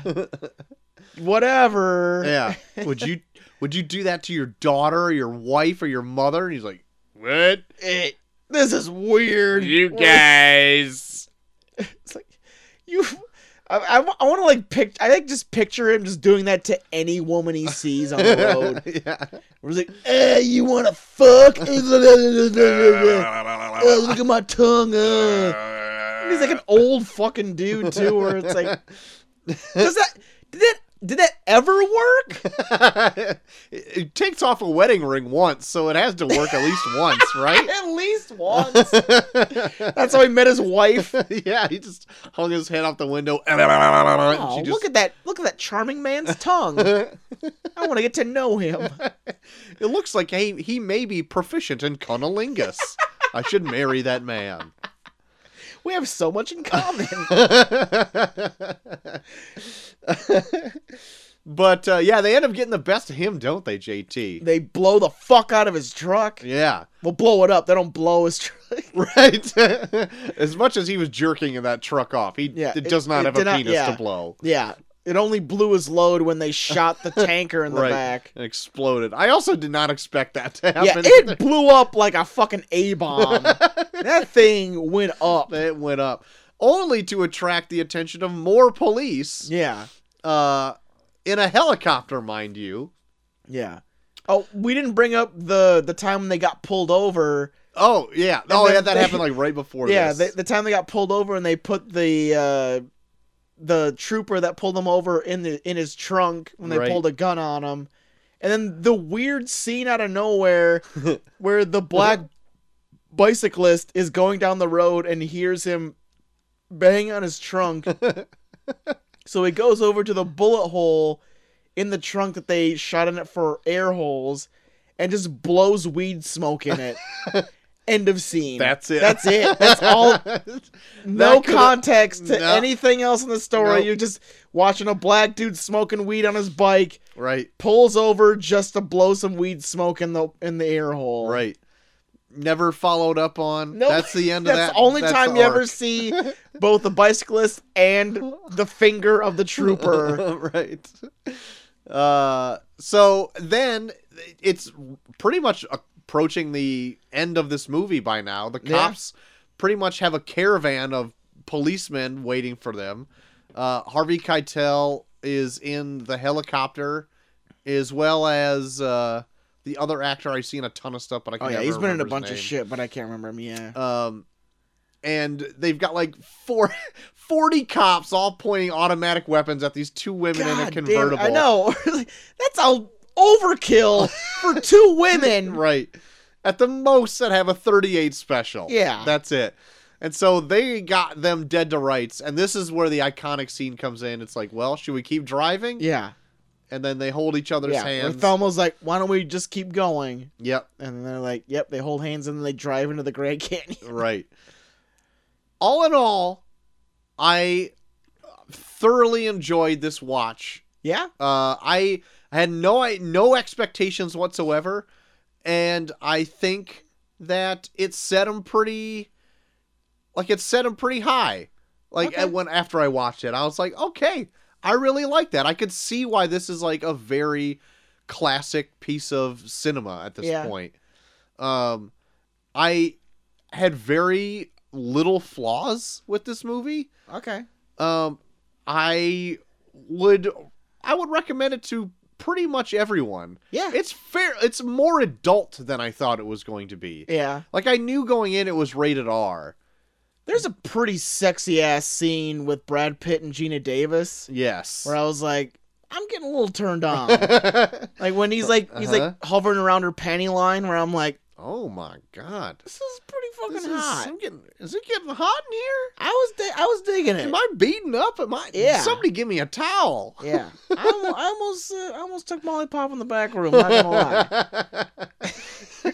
[SPEAKER 1] whatever."
[SPEAKER 2] Uh-huh. Yeah. would you Would you do that to your daughter, or your wife, or your mother? And he's like, "What?
[SPEAKER 1] it, this is weird.
[SPEAKER 2] You guys?"
[SPEAKER 1] It's like you. I, I, want to like pic. I like just picture him just doing that to any woman he sees on the road.
[SPEAKER 2] yeah.
[SPEAKER 1] Where he's like, "Eh, you want to fuck? Eh, blah, blah, blah, blah, blah, blah. Eh, look at my tongue." Uh. And he's like an old fucking dude too. Where it's like, does that did that did that ever work?
[SPEAKER 2] it, it takes off a wedding ring once, so it has to work at least once, right?
[SPEAKER 1] At least once. That's how he met his wife.
[SPEAKER 2] yeah, he just hung his head off the window.
[SPEAKER 1] Oh,
[SPEAKER 2] Oh,
[SPEAKER 1] look at that! Look at that charming man's tongue. I want to get to know him.
[SPEAKER 2] It looks like he, he may be proficient in cunnilingus. I should marry that man.
[SPEAKER 1] We have so much in common.
[SPEAKER 2] but uh, yeah, they end up getting the best of him, don't they, JT?
[SPEAKER 1] they blow the fuck out of his truck.
[SPEAKER 2] Yeah,
[SPEAKER 1] Well, blow it up. They don't blow his truck.
[SPEAKER 2] right. as much as he was jerking in that truck off, he
[SPEAKER 1] Yeah,
[SPEAKER 2] it,
[SPEAKER 1] it-
[SPEAKER 2] does not
[SPEAKER 1] it
[SPEAKER 2] have a
[SPEAKER 1] did not-
[SPEAKER 2] penis
[SPEAKER 1] yeah.
[SPEAKER 2] to blow.
[SPEAKER 1] yeah. It only blew his load when they shot the tanker in the
[SPEAKER 2] right,
[SPEAKER 1] back.
[SPEAKER 2] and exploded. I also did not expect that to
[SPEAKER 1] Yeah,
[SPEAKER 2] happen.
[SPEAKER 1] it blew up like a fucking A bomb. that thing went up.
[SPEAKER 2] it went up only to attract the attention of more police.
[SPEAKER 1] Yeah.
[SPEAKER 2] uh, in a helicopter, mind you.
[SPEAKER 1] Yeah. Oh, we didn't bring up the the time when they got pulled over.
[SPEAKER 2] Oh yeah, oh
[SPEAKER 1] then
[SPEAKER 2] yeah, that
[SPEAKER 1] they-
[SPEAKER 2] happened like right before.
[SPEAKER 1] yeah,
[SPEAKER 2] this.
[SPEAKER 1] the, the time they got pulled over and they put the uh the trooper that pulled them over in the in his trunk when they
[SPEAKER 2] Right.
[SPEAKER 1] pulled a gun on him. And then the weird scene out of nowhere where the black bicyclist is going down the road and hears him bang on his trunk. so he goes over to the bullet hole in the trunk that they shot in it for air holes and just blows weed smoke in it. End of scene.
[SPEAKER 2] That's it.
[SPEAKER 1] That's it. That's all. No
[SPEAKER 2] That could've-
[SPEAKER 1] context to
[SPEAKER 2] No.
[SPEAKER 1] anything else in the story.
[SPEAKER 2] Nope.
[SPEAKER 1] You're just watching a black dude smoking weed on his bike,
[SPEAKER 2] right,
[SPEAKER 1] pulls over just to blow some weed smoke in the in the air hole.
[SPEAKER 2] right. never followed up on.
[SPEAKER 1] Nope.
[SPEAKER 2] That's the end of
[SPEAKER 1] That's
[SPEAKER 2] that.
[SPEAKER 1] the only
[SPEAKER 2] that's
[SPEAKER 1] time
[SPEAKER 2] the
[SPEAKER 1] you ever
[SPEAKER 2] arc.
[SPEAKER 1] see both the bicyclist and the finger of the trooper.
[SPEAKER 2] right. Uh, so then it's pretty much approaching the end of this movie by now. The
[SPEAKER 1] Yeah.
[SPEAKER 2] cops pretty much have a caravan of policemen waiting for them. Uh, Harvey Keitel is in the helicopter, as well as uh, the other actor. I've seen a ton of stuff, but I
[SPEAKER 1] Oh
[SPEAKER 2] can
[SPEAKER 1] yeah,
[SPEAKER 2] never
[SPEAKER 1] he's been in
[SPEAKER 2] remember
[SPEAKER 1] a
[SPEAKER 2] his
[SPEAKER 1] bunch of
[SPEAKER 2] name.
[SPEAKER 1] shit, but I can't remember him. Yeah.
[SPEAKER 2] Um, and they've got like four, 40 cops all pointing automatic weapons at these two women in a
[SPEAKER 1] God damn it,
[SPEAKER 2] convertible.
[SPEAKER 1] I know. That's a overkill for two women.
[SPEAKER 2] Right. At the most that have a 38 special.
[SPEAKER 1] Yeah.
[SPEAKER 2] That's it. And so they got them dead to rights. And this is where the iconic scene comes in. It's like, well, should we keep driving?
[SPEAKER 1] Yeah.
[SPEAKER 2] And then they hold each other's
[SPEAKER 1] yeah. Where
[SPEAKER 2] hands.
[SPEAKER 1] Thelma's like, why don't we just keep going?
[SPEAKER 2] yep.
[SPEAKER 1] And they're like, yep, they hold hands and then they drive into the Grand Canyon.
[SPEAKER 2] Right. All in all, I thoroughly enjoyed this watch.
[SPEAKER 1] Yeah.
[SPEAKER 2] Uh, I I had no I, no expectations whatsoever, and I think that it set them pretty, like it set them pretty high. Like
[SPEAKER 1] Okay.
[SPEAKER 2] and when after I watched it, I was like, okay, I really like that. I could see why this is like a very classic piece of cinema at this
[SPEAKER 1] Yeah.
[SPEAKER 2] point. Um, I had very little flaws with this movie.
[SPEAKER 1] Okay.
[SPEAKER 2] Um, I would I would recommend it to pretty much everyone.
[SPEAKER 1] Yeah.
[SPEAKER 2] It's fair. It's more adult than I thought it was going to be.
[SPEAKER 1] yeah.
[SPEAKER 2] Like I knew going in, it was rated R.
[SPEAKER 1] There's a pretty sexy ass scene with Brad Pitt and Gina Davis
[SPEAKER 2] Yes.
[SPEAKER 1] where I was like, I'm getting a little turned on. like when he's like he's like
[SPEAKER 2] Uh-huh.
[SPEAKER 1] hovering around her panty line where I'm like,
[SPEAKER 2] oh my god.
[SPEAKER 1] this is pretty
[SPEAKER 2] This
[SPEAKER 1] fucking
[SPEAKER 2] is,
[SPEAKER 1] hot.
[SPEAKER 2] I'm getting, is it getting hot in here?
[SPEAKER 1] I was di- I was digging it.
[SPEAKER 2] Am I beating up? Am I?
[SPEAKER 1] Yeah.
[SPEAKER 2] Somebody give me a towel.
[SPEAKER 1] Yeah, I, almo- I almost uh, I almost took Molly Pop in the back room. Not gonna lie.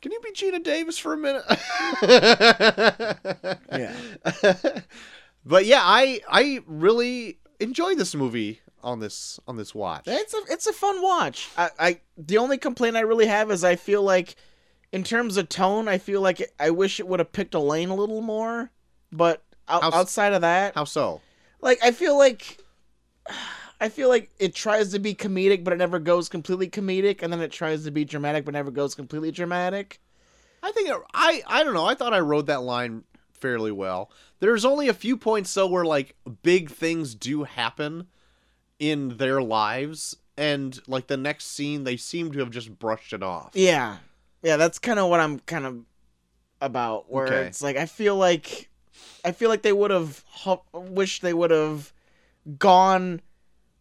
[SPEAKER 2] Can you be Gina Davis for a minute? but yeah, I I really enjoy this movie on this on this watch.
[SPEAKER 1] It's a it's a fun watch. I, I the only complaint I really have is I feel like, in terms of tone, I feel like I wish it would have picked a lane a little more. But out,
[SPEAKER 2] How's-
[SPEAKER 1] outside of that,
[SPEAKER 2] How so?
[SPEAKER 1] like I feel like. I feel like it tries to be comedic, but it never goes completely comedic, and then it tries to be dramatic, but never goes completely dramatic.
[SPEAKER 2] I think it- I I don't know. I thought I rode that line fairly well. There's only a few points though where like big things do happen in their lives, and like the next scene they seem to have just brushed it off.
[SPEAKER 1] Yeah. Yeah, that's kind of what I'm kind of about where
[SPEAKER 2] Okay.
[SPEAKER 1] it's like I feel like I feel like they would have hu- wished they would have gone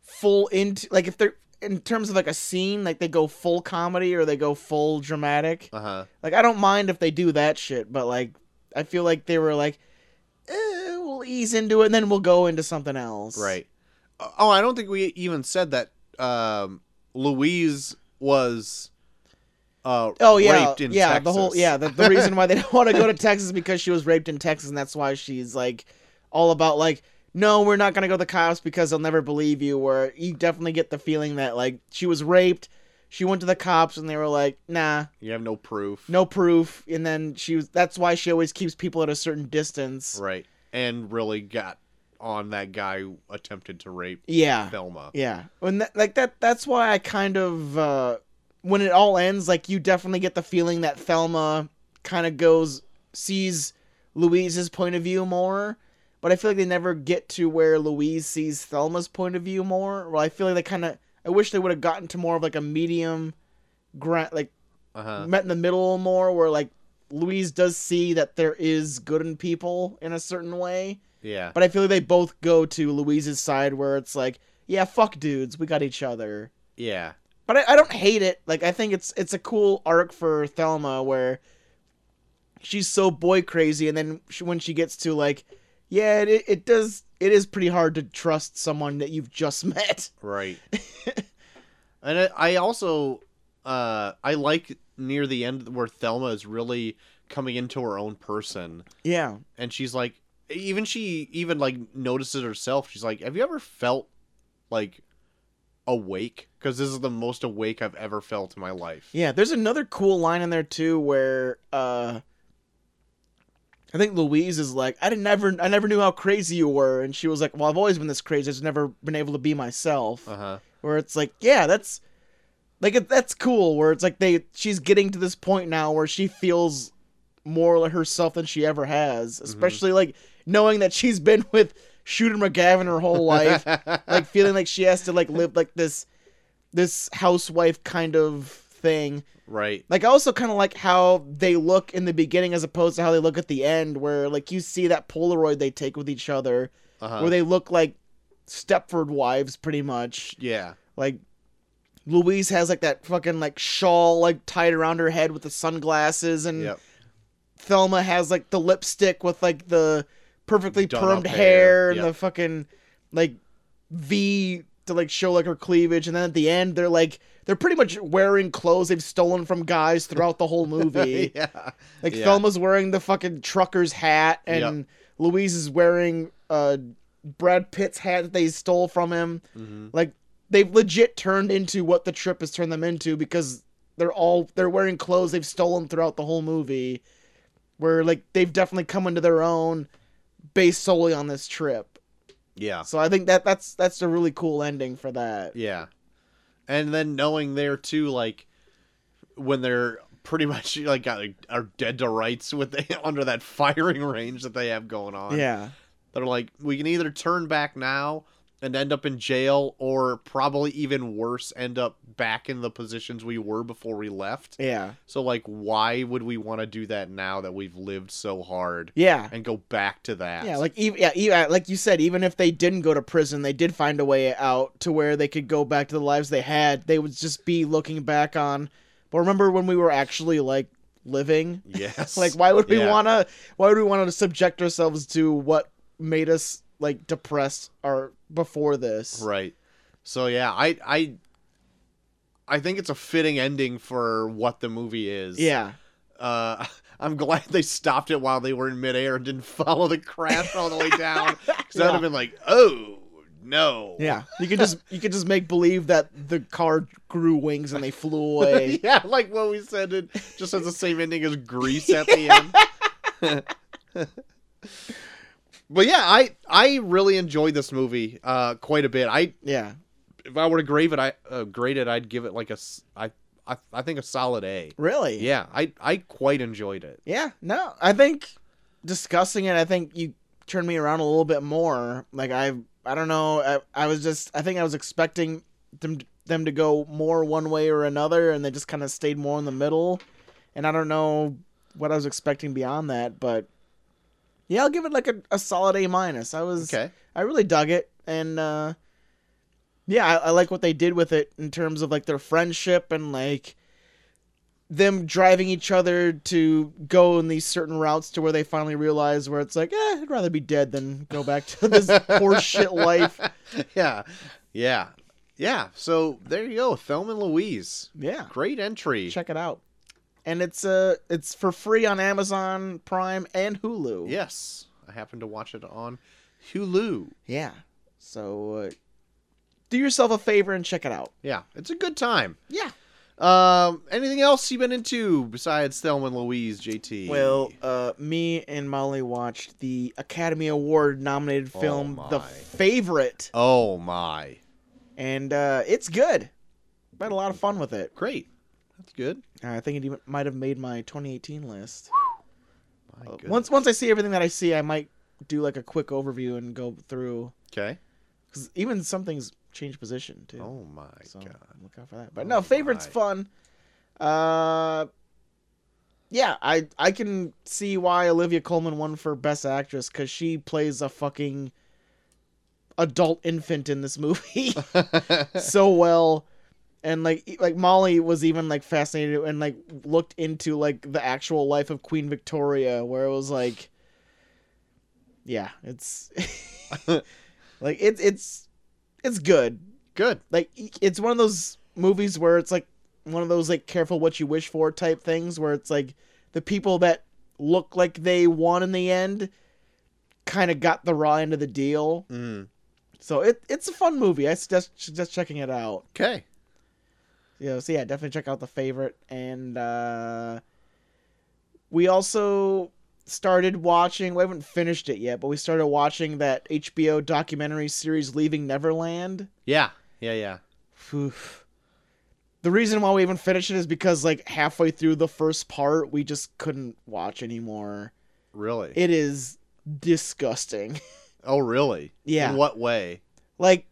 [SPEAKER 1] full into like if they're in terms of like a scene like they go full comedy or they go full dramatic.
[SPEAKER 2] Uh huh.
[SPEAKER 1] Like I don't mind if they do that shit, but like I feel like they were like eh, we'll ease into it and then we'll go into something else.
[SPEAKER 2] Right. Oh, I don't think we even said that um, Louise was uh,
[SPEAKER 1] Oh yeah,
[SPEAKER 2] raped in
[SPEAKER 1] yeah. The
[SPEAKER 2] Texas.
[SPEAKER 1] whole yeah. The, the reason why they don't want to go to Texas is because she was raped in Texas, and that's why she's like all about like, no, we're not gonna go to the cops because they'll never believe you. Or you definitely get the feeling that like she was raped. She went to the cops, and they were like, nah,
[SPEAKER 2] You have no proof.
[SPEAKER 1] no proof. And then she was. That's why she always keeps people at a certain distance.
[SPEAKER 2] Right. And really got on that guy who attempted to rape
[SPEAKER 1] Yeah.
[SPEAKER 2] Velma.
[SPEAKER 1] Yeah, when that, like that. That's why I kind of uh, when it all ends, like you definitely get the feeling that Thelma kind of goes sees Louise's point of view more, but I feel like they never get to where Louise sees Thelma's point of view more. Well, I feel like they kind of. I wish they would have gotten to more of like a medium, grant like
[SPEAKER 2] Uh-huh.
[SPEAKER 1] met in the middle more, where like Louise does see that there is good in people in a certain way.
[SPEAKER 2] Yeah.
[SPEAKER 1] But I feel like they both go to Louise's side where it's like, yeah, fuck dudes, we got each other.
[SPEAKER 2] Yeah.
[SPEAKER 1] But I, I don't hate it. Like I think it's it's a cool arc for Thelma where she's so boy crazy, and then she, when she gets to like, yeah, it it does it is pretty hard to trust someone that you've just met.
[SPEAKER 2] Right. and I, I also uh, I like near the end where Thelma is really coming into her own person.
[SPEAKER 1] Yeah,
[SPEAKER 2] and she's like even she even like notices herself she's like have you ever felt like awake because this is the most awake I've ever felt in my life.
[SPEAKER 1] Yeah, there's another cool line in there too where uh I think Louise is like, I didn't never I never knew how crazy you were and she was like, Well, I've always been this crazy, I've just never been able to be myself.
[SPEAKER 2] Uh huh.
[SPEAKER 1] Where it's like, yeah, that's like it, that's cool where it's like they she's getting to this point now where she feels more like herself than she ever has, especially like knowing that she's been with Shooter McGavin her whole life like feeling like she has to like live like this this housewife kind of thing.
[SPEAKER 2] right.
[SPEAKER 1] Like I also kind of like how they look in the beginning as opposed to how they look at the end where like you see that Polaroid they take with each other
[SPEAKER 2] Uh-huh.
[SPEAKER 1] where they look like Stepford wives pretty much.
[SPEAKER 2] yeah.
[SPEAKER 1] Like Louise has like that fucking like shawl like tied around her head with the sunglasses and
[SPEAKER 2] Yep.
[SPEAKER 1] Thelma has like the lipstick with like the perfectly
[SPEAKER 2] Done
[SPEAKER 1] permed
[SPEAKER 2] up
[SPEAKER 1] hair,
[SPEAKER 2] hair,
[SPEAKER 1] and
[SPEAKER 2] yeah.
[SPEAKER 1] the fucking like V to like show like her cleavage, and then at the end they're like they're pretty much wearing clothes they've stolen from guys throughout the whole movie.
[SPEAKER 2] yeah.
[SPEAKER 1] Like
[SPEAKER 2] Yeah.
[SPEAKER 1] Thelma's wearing the fucking trucker's hat, and Louise is wearing uh Brad Pitt's hat that they stole from him.
[SPEAKER 2] Mhm.
[SPEAKER 1] Like they've legit turned into what the trip has turned them into because they're all they're wearing clothes they've stolen throughout the whole movie. Where like they've definitely come into their own based solely on this trip.
[SPEAKER 2] Yeah.
[SPEAKER 1] So I think that that's that's a really cool ending for that.
[SPEAKER 2] Yeah. And then knowing there too, like when they're pretty much like got, are dead to rights with the, under that firing range that they have going on.
[SPEAKER 1] Yeah.
[SPEAKER 2] They're like, we can either turn back now and end up in jail, or probably even worse, end up back in the positions we were before we left.
[SPEAKER 1] Yeah.
[SPEAKER 2] So like, why would we want to do that now that we've lived so hard
[SPEAKER 1] Yeah.
[SPEAKER 2] and go back to that?
[SPEAKER 1] Yeah, like even yeah, yeah, like you said, even if they didn't go to prison, they did find a way out to where they could go back to the lives they had. They would just be looking back on. But remember when we were actually like living?
[SPEAKER 2] yes.
[SPEAKER 1] Like, why would we
[SPEAKER 2] Yeah.
[SPEAKER 1] wanna? Why would we wanna subject ourselves to what made us like depressed or before this?
[SPEAKER 2] Right. So yeah, I I I think it's a fitting ending for what the movie is.
[SPEAKER 1] Yeah,
[SPEAKER 2] Uh I'm glad they stopped it while they were in midair and didn't follow the crash all the way down. Because
[SPEAKER 1] Yeah.
[SPEAKER 2] I'd have been like, oh no.
[SPEAKER 1] yeah. You could just you could just make believe that the car grew wings and they flew away.
[SPEAKER 2] yeah, like what we said it just has the same ending as Grease at the end. but yeah, I I really enjoyed this movie uh quite a bit. I
[SPEAKER 1] yeah,
[SPEAKER 2] if I were to grade it, I uh, grade it, I'd give it like a s- I I I think a solid A.
[SPEAKER 1] really.
[SPEAKER 2] Yeah, I I quite enjoyed it.
[SPEAKER 1] Yeah, no, I think discussing it, I think you turned me around a little bit more. Like I, I don't know, I, I was just, I think I was expecting them them to go more one way or another, and they just kind of stayed more in the middle. And I don't know what I was expecting beyond that, but yeah, I'll give it like a, a solid A minus. I was,
[SPEAKER 2] Okay.
[SPEAKER 1] I really dug it, and uh, yeah, I, I like what they did with it in terms of like their friendship and like them driving each other to go in these certain routes to where they finally realize where it's like, eh, I'd rather be dead than go back to this horseshit life.
[SPEAKER 2] yeah. Yeah. Yeah. So there you go, Thelma and Louise.
[SPEAKER 1] Yeah,
[SPEAKER 2] Great entry.
[SPEAKER 1] check it out, and it's uh, it's for free on Amazon Prime and Hulu.
[SPEAKER 2] Yes, I happened to watch it on Hulu.
[SPEAKER 1] yeah. So uh, do yourself a favor and check it out.
[SPEAKER 2] Yeah, it's a good time.
[SPEAKER 1] Yeah.
[SPEAKER 2] Um, anything else you've been into besides Thelma and Louise, JT?
[SPEAKER 1] Well, uh, me and Molly watched the Academy Award nominated
[SPEAKER 2] Oh
[SPEAKER 1] film The
[SPEAKER 2] my.
[SPEAKER 1] Favorite,
[SPEAKER 2] oh my,
[SPEAKER 1] and uh, it's good. I had a lot of fun with it.
[SPEAKER 2] great. That's good.
[SPEAKER 1] Uh, I think it even might have made my 2018 list.
[SPEAKER 2] My
[SPEAKER 1] Uh,
[SPEAKER 2] goodness.
[SPEAKER 1] once once I see everything that I see, I might do like a quick overview and go through
[SPEAKER 2] okay.
[SPEAKER 1] because even something's changed position too.
[SPEAKER 2] Oh my
[SPEAKER 1] so
[SPEAKER 2] god.
[SPEAKER 1] look out for that. But
[SPEAKER 2] Oh
[SPEAKER 1] no, favorite's
[SPEAKER 2] my.
[SPEAKER 1] fun. Uh, yeah, I I can see why Olivia Colman won for best actress because she plays a fucking adult infant in this movie so well, and like e- like Molly was even like fascinated and like looked into like the actual life of Queen Victoria, where it was like, yeah, it's like it's it's it's good
[SPEAKER 2] good.
[SPEAKER 1] like e- it's one of those movies where it's like one of those like careful what you wish for type things where it's like the people that look like they won in the end kind of got the raw end of the deal
[SPEAKER 2] Mm.
[SPEAKER 1] So it it's a fun movie. I suggest suggest checking it out.
[SPEAKER 2] Okay.
[SPEAKER 1] you know, so yeah, definitely check out the favorite. And uh, we also started watching. We haven't finished it yet, but we started watching that HBO documentary series, Leaving Neverland.
[SPEAKER 2] Yeah. Yeah. Yeah.
[SPEAKER 1] Phew. The reason why we haven't finished it is because like halfway through the first part, we just couldn't watch anymore.
[SPEAKER 2] Really.
[SPEAKER 1] It is disgusting.
[SPEAKER 2] oh, really?
[SPEAKER 1] Yeah.
[SPEAKER 2] In what way?
[SPEAKER 1] like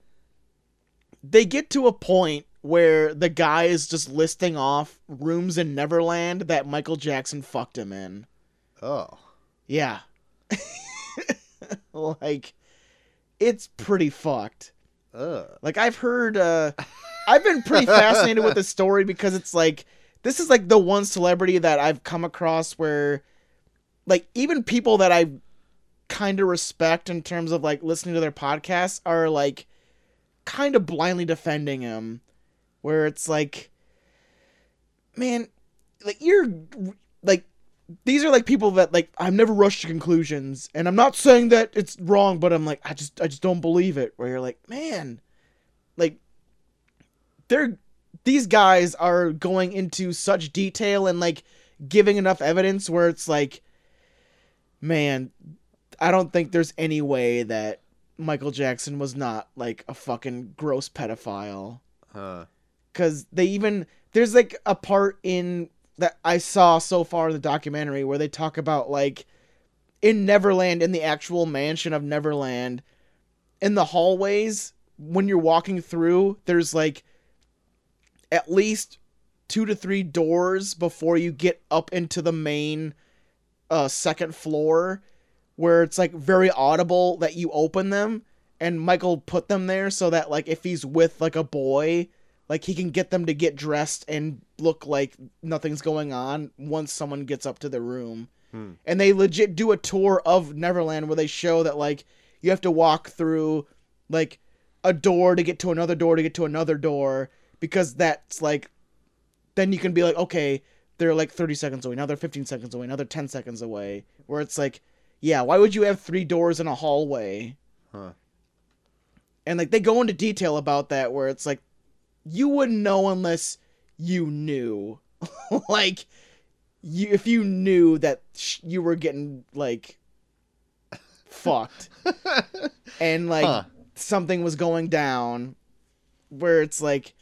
[SPEAKER 1] they get to a point where the guy is just listing off rooms in Neverland that Michael Jackson fucked him in.
[SPEAKER 2] Oh.
[SPEAKER 1] Yeah. like it's pretty fucked.
[SPEAKER 2] Ugh.
[SPEAKER 1] Like I've heard uh I've been pretty fascinated with this story because it's like this is like the one celebrity that I've come across where like even people that I kind of respect in terms of like listening to their podcasts are like kind of blindly defending him where it's like man like you're like these are like people that like I've never rushed to conclusions and I'm not saying that it's wrong but I'm like I just I just don't believe it where you're like man like they're these guys are going into such detail and like giving enough evidence where it's like man I don't think there's any way that Michael Jackson was not like a fucking gross pedophile
[SPEAKER 2] Huh.
[SPEAKER 1] because they even there's like a part in that I saw so far in the documentary where they talk about like in Neverland in the actual mansion of Neverland in the hallways when you're walking through there's like at least two to three doors before you get up into the main uh second floor where it's like very audible that you open them and Michael put them there so that like if he's with like a boy like he can get them to get dressed and look like nothing's going on once someone gets up to the room
[SPEAKER 2] Hmm.
[SPEAKER 1] and they legit do a tour of neverland where they show that like you have to walk through like a door to get to another door to get to another door because that's like then you can be like okay they're like 30 seconds away now they're 15 seconds away now they're 10 seconds away where it's like yeah why would you have three doors in a hallway
[SPEAKER 2] Huh.
[SPEAKER 1] and like they go into detail about that where it's like you wouldn't know unless you knew like you if you knew that sh- you were getting like fucked and like
[SPEAKER 2] Huh.
[SPEAKER 1] something was going down where it's like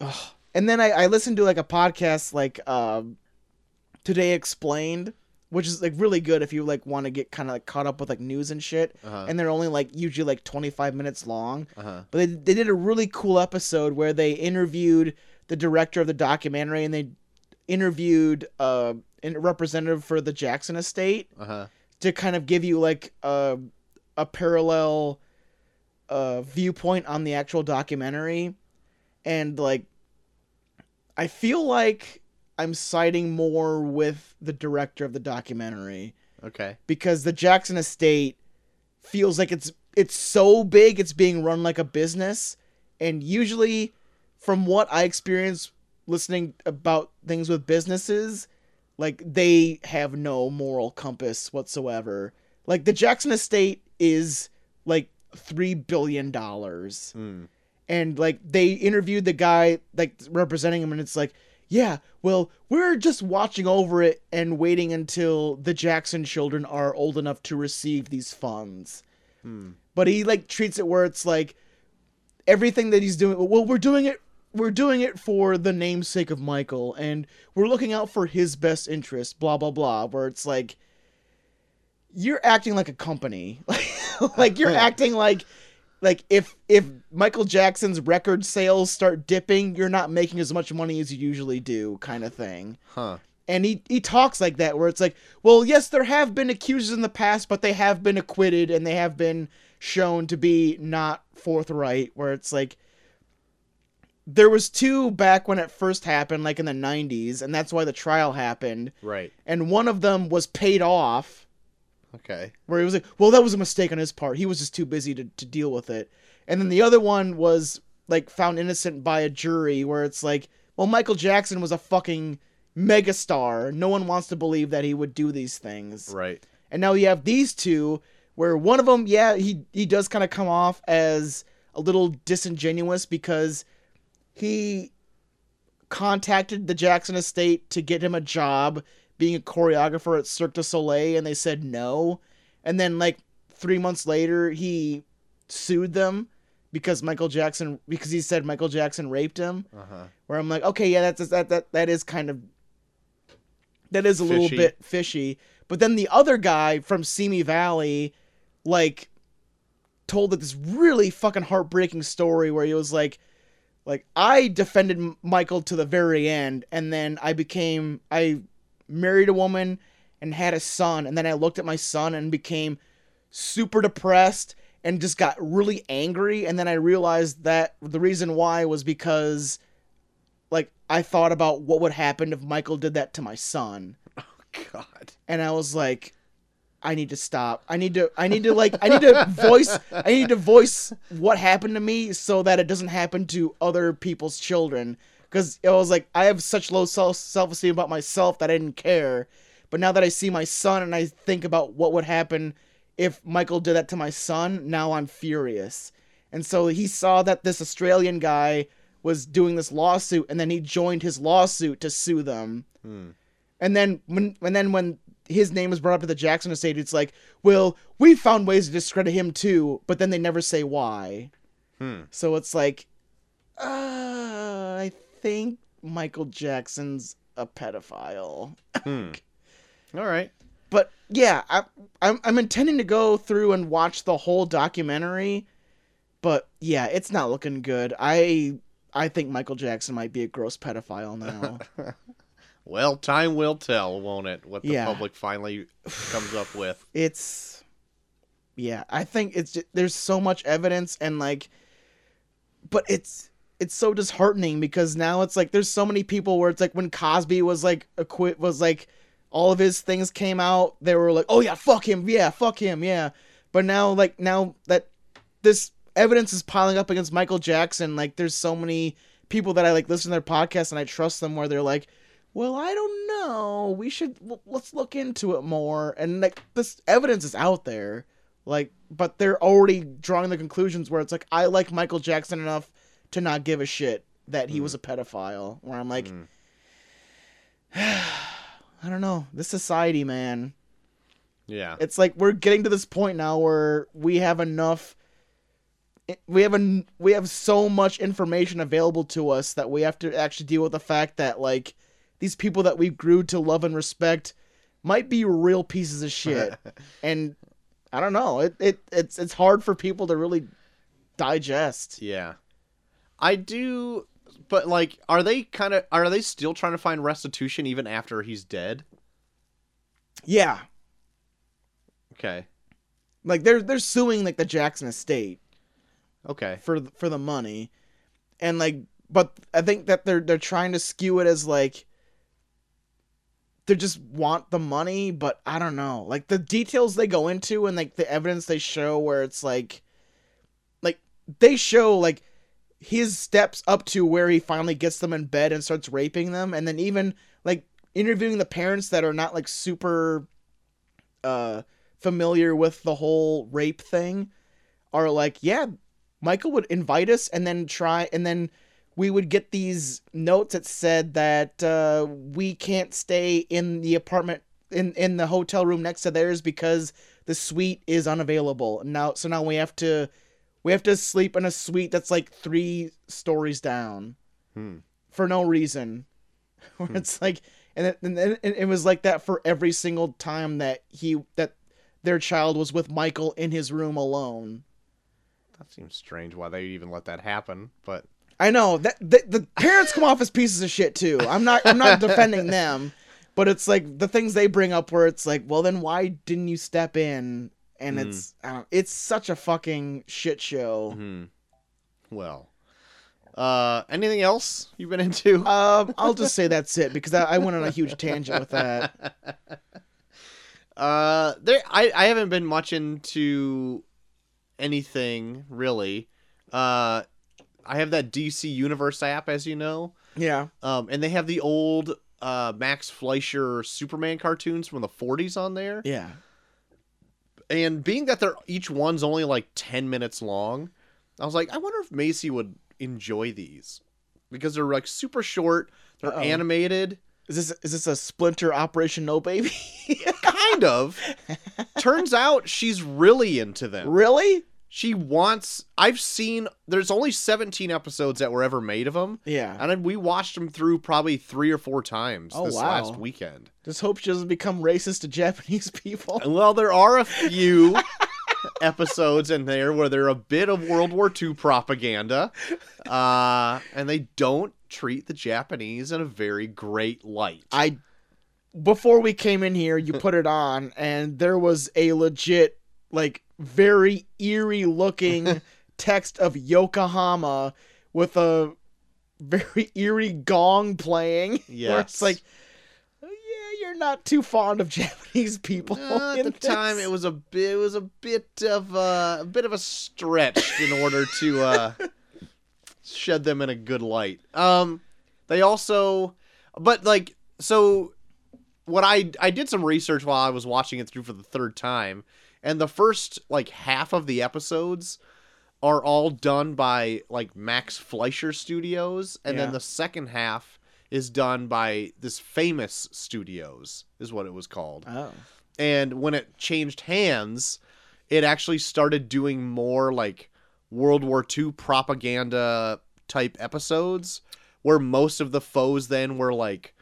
[SPEAKER 1] ugh. and then I, I listened to like a podcast like um today explained which is like really good if you like want to get kind of like caught up with like news and shit
[SPEAKER 2] Uh-huh.
[SPEAKER 1] and they're only like usually like 25 minutes long
[SPEAKER 2] Uh-huh.
[SPEAKER 1] but they, they did a really cool episode where they interviewed the director of the documentary and they interviewed uh, a representative for the Jackson estate
[SPEAKER 2] Uh-huh.
[SPEAKER 1] to kind of give you like a, a parallel uh, viewpoint on the actual documentary. And like, I feel like I'm siding more with the director of the documentary
[SPEAKER 2] Okay.
[SPEAKER 1] because the Jackson estate feels like it's it's so big it's being run like a business and usually from what I experience listening about things with businesses like they have no moral compass whatsoever like the Jackson estate is like 3 billion dollars
[SPEAKER 2] Hmm.
[SPEAKER 1] and like they interviewed the guy like representing him and it's like yeah well we're just watching over it and waiting until the jackson children are old enough to receive these funds
[SPEAKER 2] Hmm.
[SPEAKER 1] but he like treats it where it's like everything that he's doing well we're doing it we're doing it for the namesake of michael and we're looking out for his best interest blah blah blah where it's like you're acting like a company like you're acting like like if if michael jackson's record sales start dipping you're not making as much money as you usually do kind of thing
[SPEAKER 2] Huh.
[SPEAKER 1] and he, he talks like that where it's like well yes there have been accusers in the past but they have been acquitted and they have been shown to be not forthright where it's like there was two back when it first happened like in the 90s and that's why the trial happened
[SPEAKER 2] Right.
[SPEAKER 1] and one of them was paid off
[SPEAKER 2] Okay.
[SPEAKER 1] where he was like, "Well, that was a mistake on his part. He was just too busy to, to deal with it." And then the other one was like found innocent by a jury, where it's like, "Well, Michael Jackson was a fucking megastar. No one wants to believe that he would do these things."
[SPEAKER 2] Right.
[SPEAKER 1] And now you have these two where one of them, yeah, he he does kind of come off as a little disingenuous because he contacted the Jackson estate to get him a job being a choreographer at Cirque du Soleil and they said no. And then like 3 months later he sued them because Michael Jackson because he said Michael Jackson raped him
[SPEAKER 2] Uh huh.
[SPEAKER 1] where I'm like, okay, yeah, that's that that that is kind of that is a little
[SPEAKER 2] Fishy.
[SPEAKER 1] bit fishy. But then the other guy from Simi Valley, like, told that this really fucking heartbreaking story where he was like, like I defended M- Michael to the very end, and then I became I married a woman and had a son, and then I looked at my son and became super depressed and just got really angry, and then I realized that the reason why was because like I thought about what would happen if Michael did that to my son,
[SPEAKER 2] Oh, God.
[SPEAKER 1] and I was like, I need to stop. I need to. I need to like. I need to voice. I need to voice what happened to me so that it doesn't happen to other people's children. Because I was like, I have such low self self esteem about myself that I didn't care, but now that I see my son and I think about what would happen if Michael did that to my son, now I'm furious. And so he saw that this Australian guy was doing this lawsuit, and then he joined his lawsuit to sue them.
[SPEAKER 2] Hmm.
[SPEAKER 1] And then when and then when his name was brought up to the Jackson estate, it's like, well, we found ways to discredit him too, but then they never say why.
[SPEAKER 2] Hmm.
[SPEAKER 1] So it's like, uh, I think Michael Jackson's a pedophile.
[SPEAKER 2] Hmm. All right.
[SPEAKER 1] But yeah, I, I'm I'm intending to go through and watch the whole documentary, but yeah, it's not looking good. I I think Michael Jackson might be a gross pedophile now.
[SPEAKER 2] Well, time will tell, won't it? What the
[SPEAKER 1] Yeah.
[SPEAKER 2] public finally comes up with.
[SPEAKER 1] it's yeah i think it's just, there's so much evidence and like but it's it's so disheartening because now it's like there's so many people where it's like when cosby was like acquit was like all of his things came out they were like oh yeah fuck him yeah fuck him yeah but now like now that this evidence is piling up against michael jackson like there's so many people that i like listen to their podcast and i trust them where they're like well i don't know we should l- let's look into it more and like this evidence is out there like but they're already drawing the conclusions where it's like i like michael jackson enough to not give a shit that he was a pedophile where i'm like
[SPEAKER 2] Mm.
[SPEAKER 1] i don't know this society man
[SPEAKER 2] Yeah.
[SPEAKER 1] it's like we're getting to this point now where we have enough we have an we have so much information available to us that we have to actually deal with the fact that like these people that we grew to love and respect might be real pieces of shit and i don't know it, it it's it's hard for people to really digest
[SPEAKER 2] Yeah. I do but like are they kind of are they still trying to find restitution even after he's dead?
[SPEAKER 1] yeah
[SPEAKER 2] Okay.
[SPEAKER 1] like they're they're suing like the jackson estate
[SPEAKER 2] Okay.
[SPEAKER 1] for th- for the money, and like, but I think that they're they're trying to skew it as like they just want the money, but I don't know, like the details they go into and like the evidence they show where it's like, like they show like his steps up to where he finally gets them in bed and starts raping them, and then even like interviewing the parents that are not like super uh familiar with the whole rape thing are like yeah Michael would invite us and then try and then we would get these notes that said that uh, we can't stay in the apartment in in the hotel room next to theirs because the suite is unavailable. Now so now we have to we have to sleep in a suite that's like 3 stories down
[SPEAKER 2] Hmm.
[SPEAKER 1] for no reason. Where it's like and it, and then it it was like that for every single time that he that their child was with Michael in his room alone.
[SPEAKER 2] That seems strange why they even let that happen, but
[SPEAKER 1] I know that the, the parents come off as pieces of shit too. I'm not I'm not defending them, but it's like the things they bring up where it's like, well, then why didn't you step in? And it's I don't, it's such a fucking shit show.
[SPEAKER 2] hmm. Well. Uh anything else you've been into?
[SPEAKER 1] Um, I'll just say that's it because I, I went on a huge tangent with that.
[SPEAKER 2] Uh, there. I I haven't been much into anything really. Uh, I have that DC Universe app, as you know.
[SPEAKER 1] Yeah,
[SPEAKER 2] Um, and they have the old uh Max Fleischer Superman cartoons from the 40s on there.
[SPEAKER 1] yeah.
[SPEAKER 2] and being that they're each one's only like 10 minutes long i was like i wonder if macy would enjoy these because they're like super short they're
[SPEAKER 1] Uh-oh.
[SPEAKER 2] animated
[SPEAKER 1] Is this is this a Splinter Operation No Baby?
[SPEAKER 2] kind of turns out she's really into them
[SPEAKER 1] really?
[SPEAKER 2] she wants i've seen there's only 17 episodes that were ever made of them
[SPEAKER 1] Yeah.
[SPEAKER 2] and then we watched them through probably three or four times
[SPEAKER 1] Oh,
[SPEAKER 2] this
[SPEAKER 1] wow.
[SPEAKER 2] last weekend
[SPEAKER 1] Just hope she doesn't become racist to Japanese people.
[SPEAKER 2] And well, there are a few episodes in there where they're a bit of World War II propaganda, uh, and they don't treat the Japanese in a very great light.
[SPEAKER 1] I before we came in here,
[SPEAKER 2] Uh,
[SPEAKER 1] you put it on, and there was a legit, like, very eerie looking text of Yokohama with a very eerie gong playing. Where
[SPEAKER 2] Yes.
[SPEAKER 1] it's like, yeah, you're not too fond of Japanese people.
[SPEAKER 2] Uh, at
[SPEAKER 1] in
[SPEAKER 2] the time,
[SPEAKER 1] this.
[SPEAKER 2] it was a bit, it was a bit of uh, a bit of a stretch in order to uh, shed them in a good light. Um, they also, but like, so what I I did some research while I was watching it through for the third time, and the first like half of the episodes are all done by like Max Fleischer Studios, and
[SPEAKER 1] Yeah.
[SPEAKER 2] then the second half is done by this famous studios is what it was called
[SPEAKER 1] Oh.
[SPEAKER 2] and when it changed hands, it actually started doing more like World War II propaganda type episodes where most of the foes then were like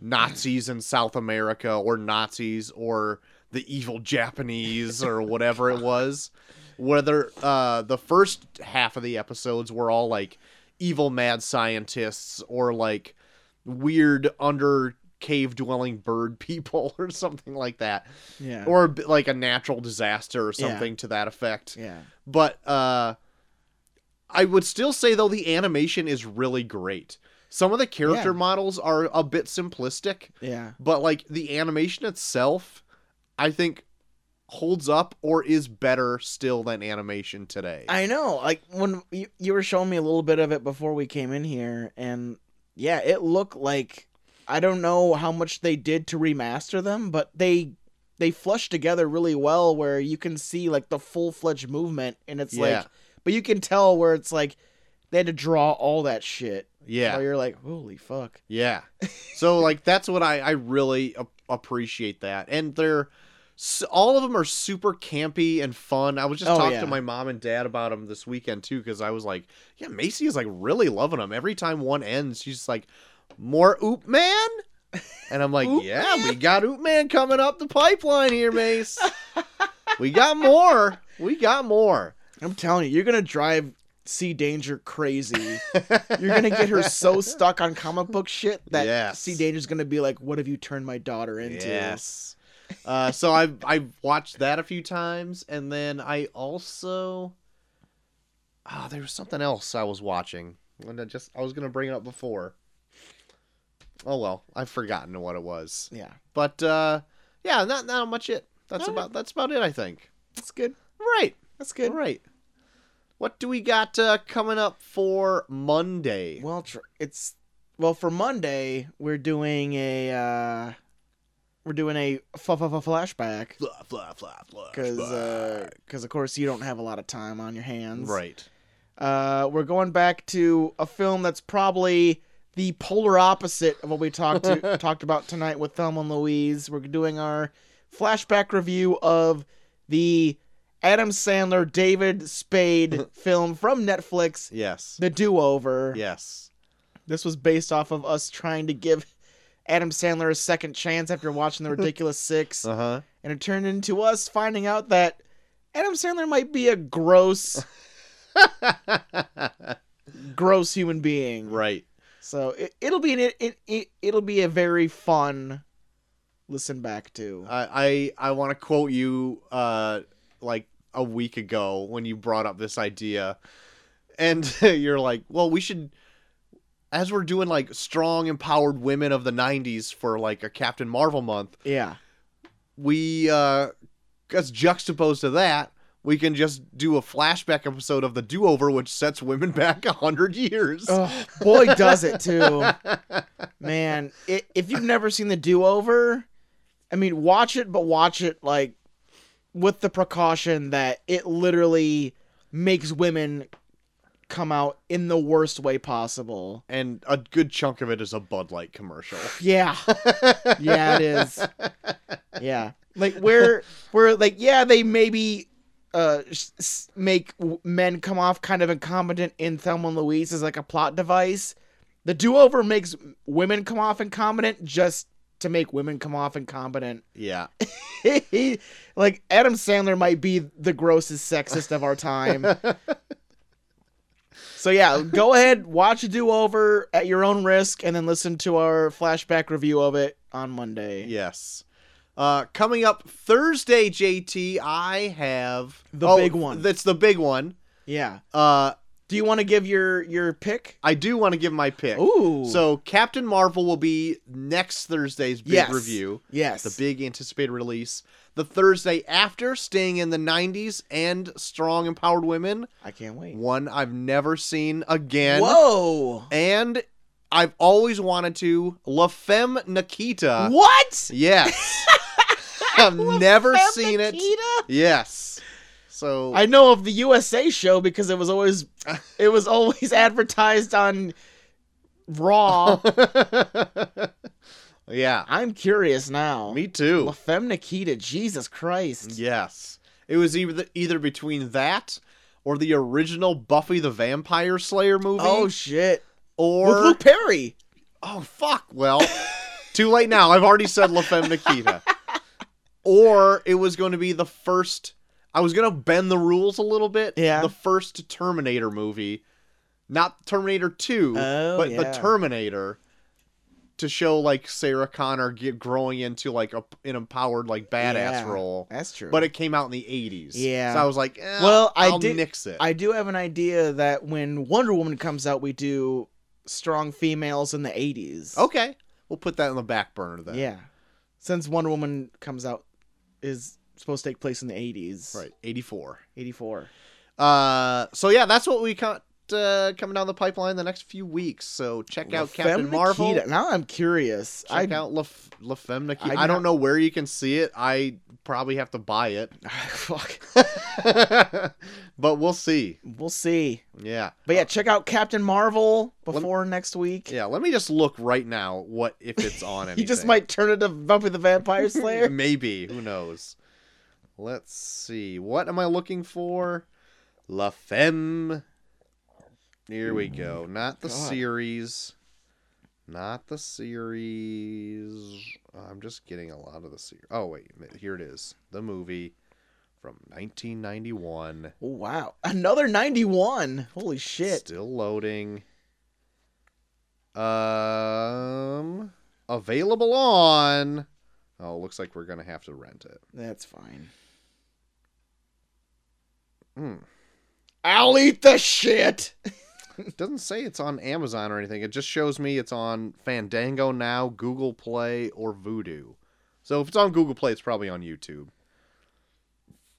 [SPEAKER 2] Nazis in South America or Nazis or the evil Japanese or whatever it was. Whether uh, the first half of the episodes were all like evil mad scientists or like weird under cave dwelling bird people or something like that
[SPEAKER 1] Yeah.
[SPEAKER 2] or a bit like a natural disaster or
[SPEAKER 1] Yeah.
[SPEAKER 2] something to that effect
[SPEAKER 1] yeah.
[SPEAKER 2] but uh i would still say though the animation is really great some of the character
[SPEAKER 1] Yeah.
[SPEAKER 2] models are a bit simplistic
[SPEAKER 1] Yeah.
[SPEAKER 2] but like the animation itself i think holds up or is better still than animation today
[SPEAKER 1] I know. Like when you, you were showing me a little bit of it before we came in here, and yeah, it looked like I don't know how much they did to remaster them, but they they flushed together really well, where you can see like the full fledged movement, and it's
[SPEAKER 2] Yeah.
[SPEAKER 1] like, but you can tell where it's like they had to draw all that shit.
[SPEAKER 2] yeah
[SPEAKER 1] Where you're like, holy fuck.
[SPEAKER 2] Yeah. So like that's what I I really a- appreciate that. And they're s- all of them are super campy and fun. I was just
[SPEAKER 1] Oh,
[SPEAKER 2] talking
[SPEAKER 1] yeah.
[SPEAKER 2] to my mom and dad about them this weekend too cuz I was like, yeah, Macy is like really loving them. Every time one ends, she's like, "More Oop Man?" And I'm like,
[SPEAKER 1] Oop
[SPEAKER 2] "Yeah, we got Oop Man coming up the pipeline here, Mace. we got more. We got more."
[SPEAKER 1] I'm telling you, you're gonna drive Sea Danger crazy. You're gonna get her so stuck on comic book shit that
[SPEAKER 2] Yes.
[SPEAKER 1] Sea Danger's gonna be like, "What have you turned my daughter into?"
[SPEAKER 2] Yes. Uh, so I've I've watched that a few times, and then I also ah there was something else I was watching, and I just I was gonna bring it up before. Oh well, I've forgotten what it was,
[SPEAKER 1] Yeah,
[SPEAKER 2] but uh, yeah, not not much it. That's
[SPEAKER 1] All right.
[SPEAKER 2] about that's about it, I think.
[SPEAKER 1] that's good.
[SPEAKER 2] Right,
[SPEAKER 1] That's good.
[SPEAKER 2] right. What do we got uh, coming up for Monday?
[SPEAKER 1] Well, tr- it's well for Monday we're doing a uh, we're doing a fa fa fa flashback
[SPEAKER 2] Fla- fla- fla- fla-
[SPEAKER 1] because
[SPEAKER 2] fla-
[SPEAKER 1] because of course you don't have a lot of time on your hands.
[SPEAKER 2] right.
[SPEAKER 1] Uh, we're going back to a film that's probably the polar opposite of what we talked to, talked about tonight with Thelma and Louise. We're doing our flashback review of the Adam Sandler David Spade film from Netflix,
[SPEAKER 2] Yes.
[SPEAKER 1] The Do Over.
[SPEAKER 2] Yes.
[SPEAKER 1] This was based off of us trying to give Adam Sandler a second chance after watching The Ridiculous Six,
[SPEAKER 2] Uh huh.
[SPEAKER 1] and it turned into us finding out that Adam Sandler might be a gross, gross human being.
[SPEAKER 2] right.
[SPEAKER 1] So it, it'll be an, it, it it'll be a very fun listen back to.
[SPEAKER 2] Uh, I I, I want to quote you uh like a week ago when you brought up this idea, and you're like, well, we should. As we're doing like strong, empowered women of the '90s for like a Captain Marvel month,
[SPEAKER 1] yeah,
[SPEAKER 2] we uh, as juxtaposed to that, we can just do a flashback episode of the Do-Over, which sets women back a hundred years.
[SPEAKER 1] oh, boy does it too, man. i if you've never seen the Do Over, I mean, watch it, but watch it like with the precaution that it literally makes women come out in the worst way possible.
[SPEAKER 2] and a good chunk of it is a Bud Light commercial.
[SPEAKER 1] Yeah. yeah, it is. Yeah. Like where where like yeah, they maybe uh s- s- make w- men come off kind of incompetent in Thelma and Louise as like a plot device. The do-over makes women come off incompetent just to make women come off incompetent.
[SPEAKER 2] Yeah,
[SPEAKER 1] like Adam Sandler might be the grossest sexist of our time. so yeah, go ahead, watch a do-over at your own risk, and then listen to our flashback review of it on Monday.
[SPEAKER 2] yes. Uh, coming up Thursday, JT, I have
[SPEAKER 1] The
[SPEAKER 2] Oh,
[SPEAKER 1] big one.
[SPEAKER 2] That's the big one.
[SPEAKER 1] Yeah.
[SPEAKER 2] Uh,
[SPEAKER 1] Do you want to give your your pick?
[SPEAKER 2] I do want to give my pick.
[SPEAKER 1] Ooh.
[SPEAKER 2] So Captain Marvel will be next Thursday's big
[SPEAKER 1] Yes.
[SPEAKER 2] review.
[SPEAKER 1] yes,
[SPEAKER 2] the big anticipated release the Thursday after staying in the 90s and strong empowered women
[SPEAKER 1] I can't wait.
[SPEAKER 2] one I've never seen again
[SPEAKER 1] Whoa!
[SPEAKER 2] and I've always wanted to La Femme Nikita
[SPEAKER 1] what?
[SPEAKER 2] yes Uh, I've never
[SPEAKER 1] Femme
[SPEAKER 2] seen it Oh.
[SPEAKER 1] Nikita?
[SPEAKER 2] yes so
[SPEAKER 1] I know of the USA show because it was always it was always advertised on Raw.
[SPEAKER 2] yeah
[SPEAKER 1] I'm curious now.
[SPEAKER 2] me too
[SPEAKER 1] La Femme Nikita, Jesus Christ.
[SPEAKER 2] Yes. It was either either between that or the original Buffy the Vampire Slayer movie.
[SPEAKER 1] Oh shit.
[SPEAKER 2] or
[SPEAKER 1] With Luke Perry.
[SPEAKER 2] oh fuck. Well, too late now. I've already said La Femme Nikita. or it was going to be the first. I was going to bend the rules a little bit.
[SPEAKER 1] Yeah.
[SPEAKER 2] The first Terminator movie, not Terminator Two,
[SPEAKER 1] Oh,
[SPEAKER 2] but the
[SPEAKER 1] yeah.
[SPEAKER 2] Terminator. To show like Sarah Connor get growing into like a, an empowered like badass
[SPEAKER 1] Yeah.
[SPEAKER 2] role,
[SPEAKER 1] That's true.
[SPEAKER 2] but it came out in the 80s.
[SPEAKER 1] Yeah.
[SPEAKER 2] So I was like, eh,
[SPEAKER 1] Well, I
[SPEAKER 2] I'll
[SPEAKER 1] did-
[SPEAKER 2] nix it.
[SPEAKER 1] I do have an idea that when Wonder Woman comes out, we do strong females in the 80s.
[SPEAKER 2] okay. We'll put that on the back burner then.
[SPEAKER 1] Yeah. Since Wonder Woman comes out is supposed to take place in the 80s.
[SPEAKER 2] Right. 84.
[SPEAKER 1] 84.
[SPEAKER 2] Uh, so yeah, that's what we got uh, coming down the pipeline the next few weeks. So check
[SPEAKER 1] La
[SPEAKER 2] out Captain
[SPEAKER 1] Femme
[SPEAKER 2] Marvel.
[SPEAKER 1] Nikita. Now I'm curious.
[SPEAKER 2] Check
[SPEAKER 1] I
[SPEAKER 2] out La, F- La Femme Nikita.
[SPEAKER 1] I
[SPEAKER 2] I,
[SPEAKER 1] do
[SPEAKER 2] don't know where you can see it. I probably have to buy it,
[SPEAKER 1] fuck.
[SPEAKER 2] but we'll see.
[SPEAKER 1] We'll see.
[SPEAKER 2] Yeah.
[SPEAKER 1] But yeah, check out Captain Marvel before next week.
[SPEAKER 2] Uh, Yeah. Let me just look right now. What if it's on anything?
[SPEAKER 1] He just might turn into Bumpy the Vampire Slayer.
[SPEAKER 2] Maybe. Who knows? Let's see. What am I looking for? La Femme. Here we go. Not the
[SPEAKER 1] Mm, God.
[SPEAKER 2] series. Not the series. I'm just getting a lot of the series. Oh, wait. Here it is. The movie from 1991.
[SPEAKER 1] Oh, wow. Another 91. Holy shit.
[SPEAKER 2] Still loading. Um. Available on. Oh, looks like we're going to have to rent it.
[SPEAKER 1] That's fine.
[SPEAKER 2] Hmm.
[SPEAKER 1] I'll eat the shit.
[SPEAKER 2] It doesn't say it's on Amazon or anything. It just shows me it's on Fandango now, Google Play, or Vudu. So if it's on Google Play, it's probably on YouTube.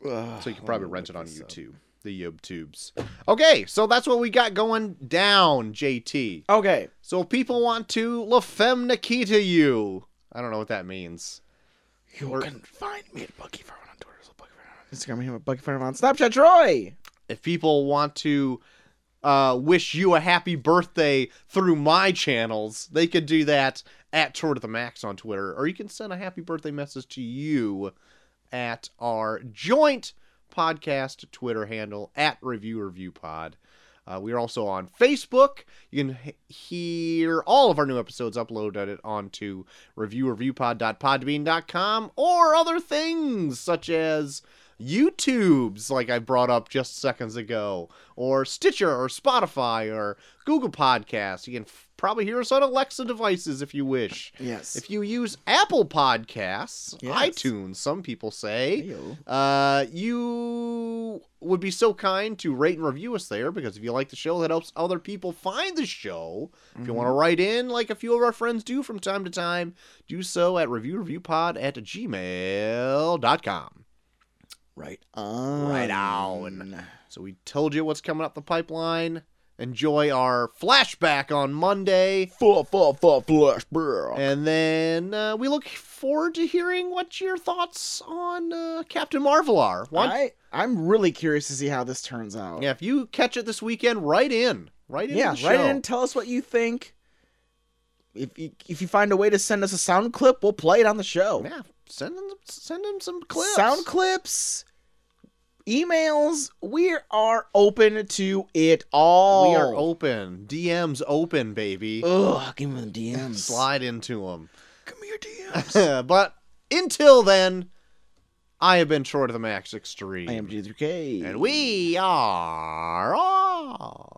[SPEAKER 2] So you can
[SPEAKER 1] Oh,
[SPEAKER 2] probably rent it on YouTube, the YouTube tubes. Okay, so that's what we got going down, JT.
[SPEAKER 1] Okay.
[SPEAKER 2] So if people want to La Femme Nikita you. I don't know what that means.
[SPEAKER 1] You
[SPEAKER 2] Or-
[SPEAKER 1] can find me at Bucky Farm on Twitter. So Bucky Farm on Instagram. I'm at Bucky Farm on Snapchat. Troy.
[SPEAKER 2] If people want to uh, wish you a happy birthday through my channels, they could do that at Tour to the Max on Twitter, or you can send a happy birthday message to you at our joint podcast Twitter handle at Review Review Pod. Uh, we are also on Facebook. You can h- hear all of our new episodes uploaded onto reviewreviewpod.podbean.com or other things such as YouTube's, like I brought up just seconds ago, or Stitcher or Spotify or Google Podcasts. You can f- probably hear us on Alexa devices if you wish.
[SPEAKER 1] Yes.
[SPEAKER 2] If you use Apple Podcasts,
[SPEAKER 1] Yes.
[SPEAKER 2] iTunes, some people say,
[SPEAKER 1] Heyo.
[SPEAKER 2] uh, you would be so kind to rate and review us there because if you like the show, that helps other people find the show. If you want to write in, like a few of our friends do from time to time, do so at reviewreviewpod at gmail.com.
[SPEAKER 1] Mm-hmm. Right on.
[SPEAKER 2] Right on. So we told you what's coming up the pipeline. enjoy our flashback on Monday.
[SPEAKER 1] Full, full, full flesh, bro.
[SPEAKER 2] And then uh, we look forward to hearing what your thoughts on uh, Captain Marvel are. Want-
[SPEAKER 1] I, I'm really curious to see how this turns out.
[SPEAKER 2] yeah, if you catch it this weekend, write in. Write in.
[SPEAKER 1] yeah
[SPEAKER 2] the
[SPEAKER 1] write
[SPEAKER 2] show.
[SPEAKER 1] in. Tell us what you think. If you, if you find a way to send us a sound clip, we'll play it on the show.
[SPEAKER 2] Yeah, send him, send him some clips.
[SPEAKER 1] Sound clips, emails. We are open to it all.
[SPEAKER 2] We are open. DMs open, baby.
[SPEAKER 1] Ugh, give me the DMs.
[SPEAKER 2] Slide into them.
[SPEAKER 1] Give me your DMs.
[SPEAKER 2] but until then, I have been Troy to the Max Extreme.
[SPEAKER 1] I am G3K.
[SPEAKER 2] And we are all.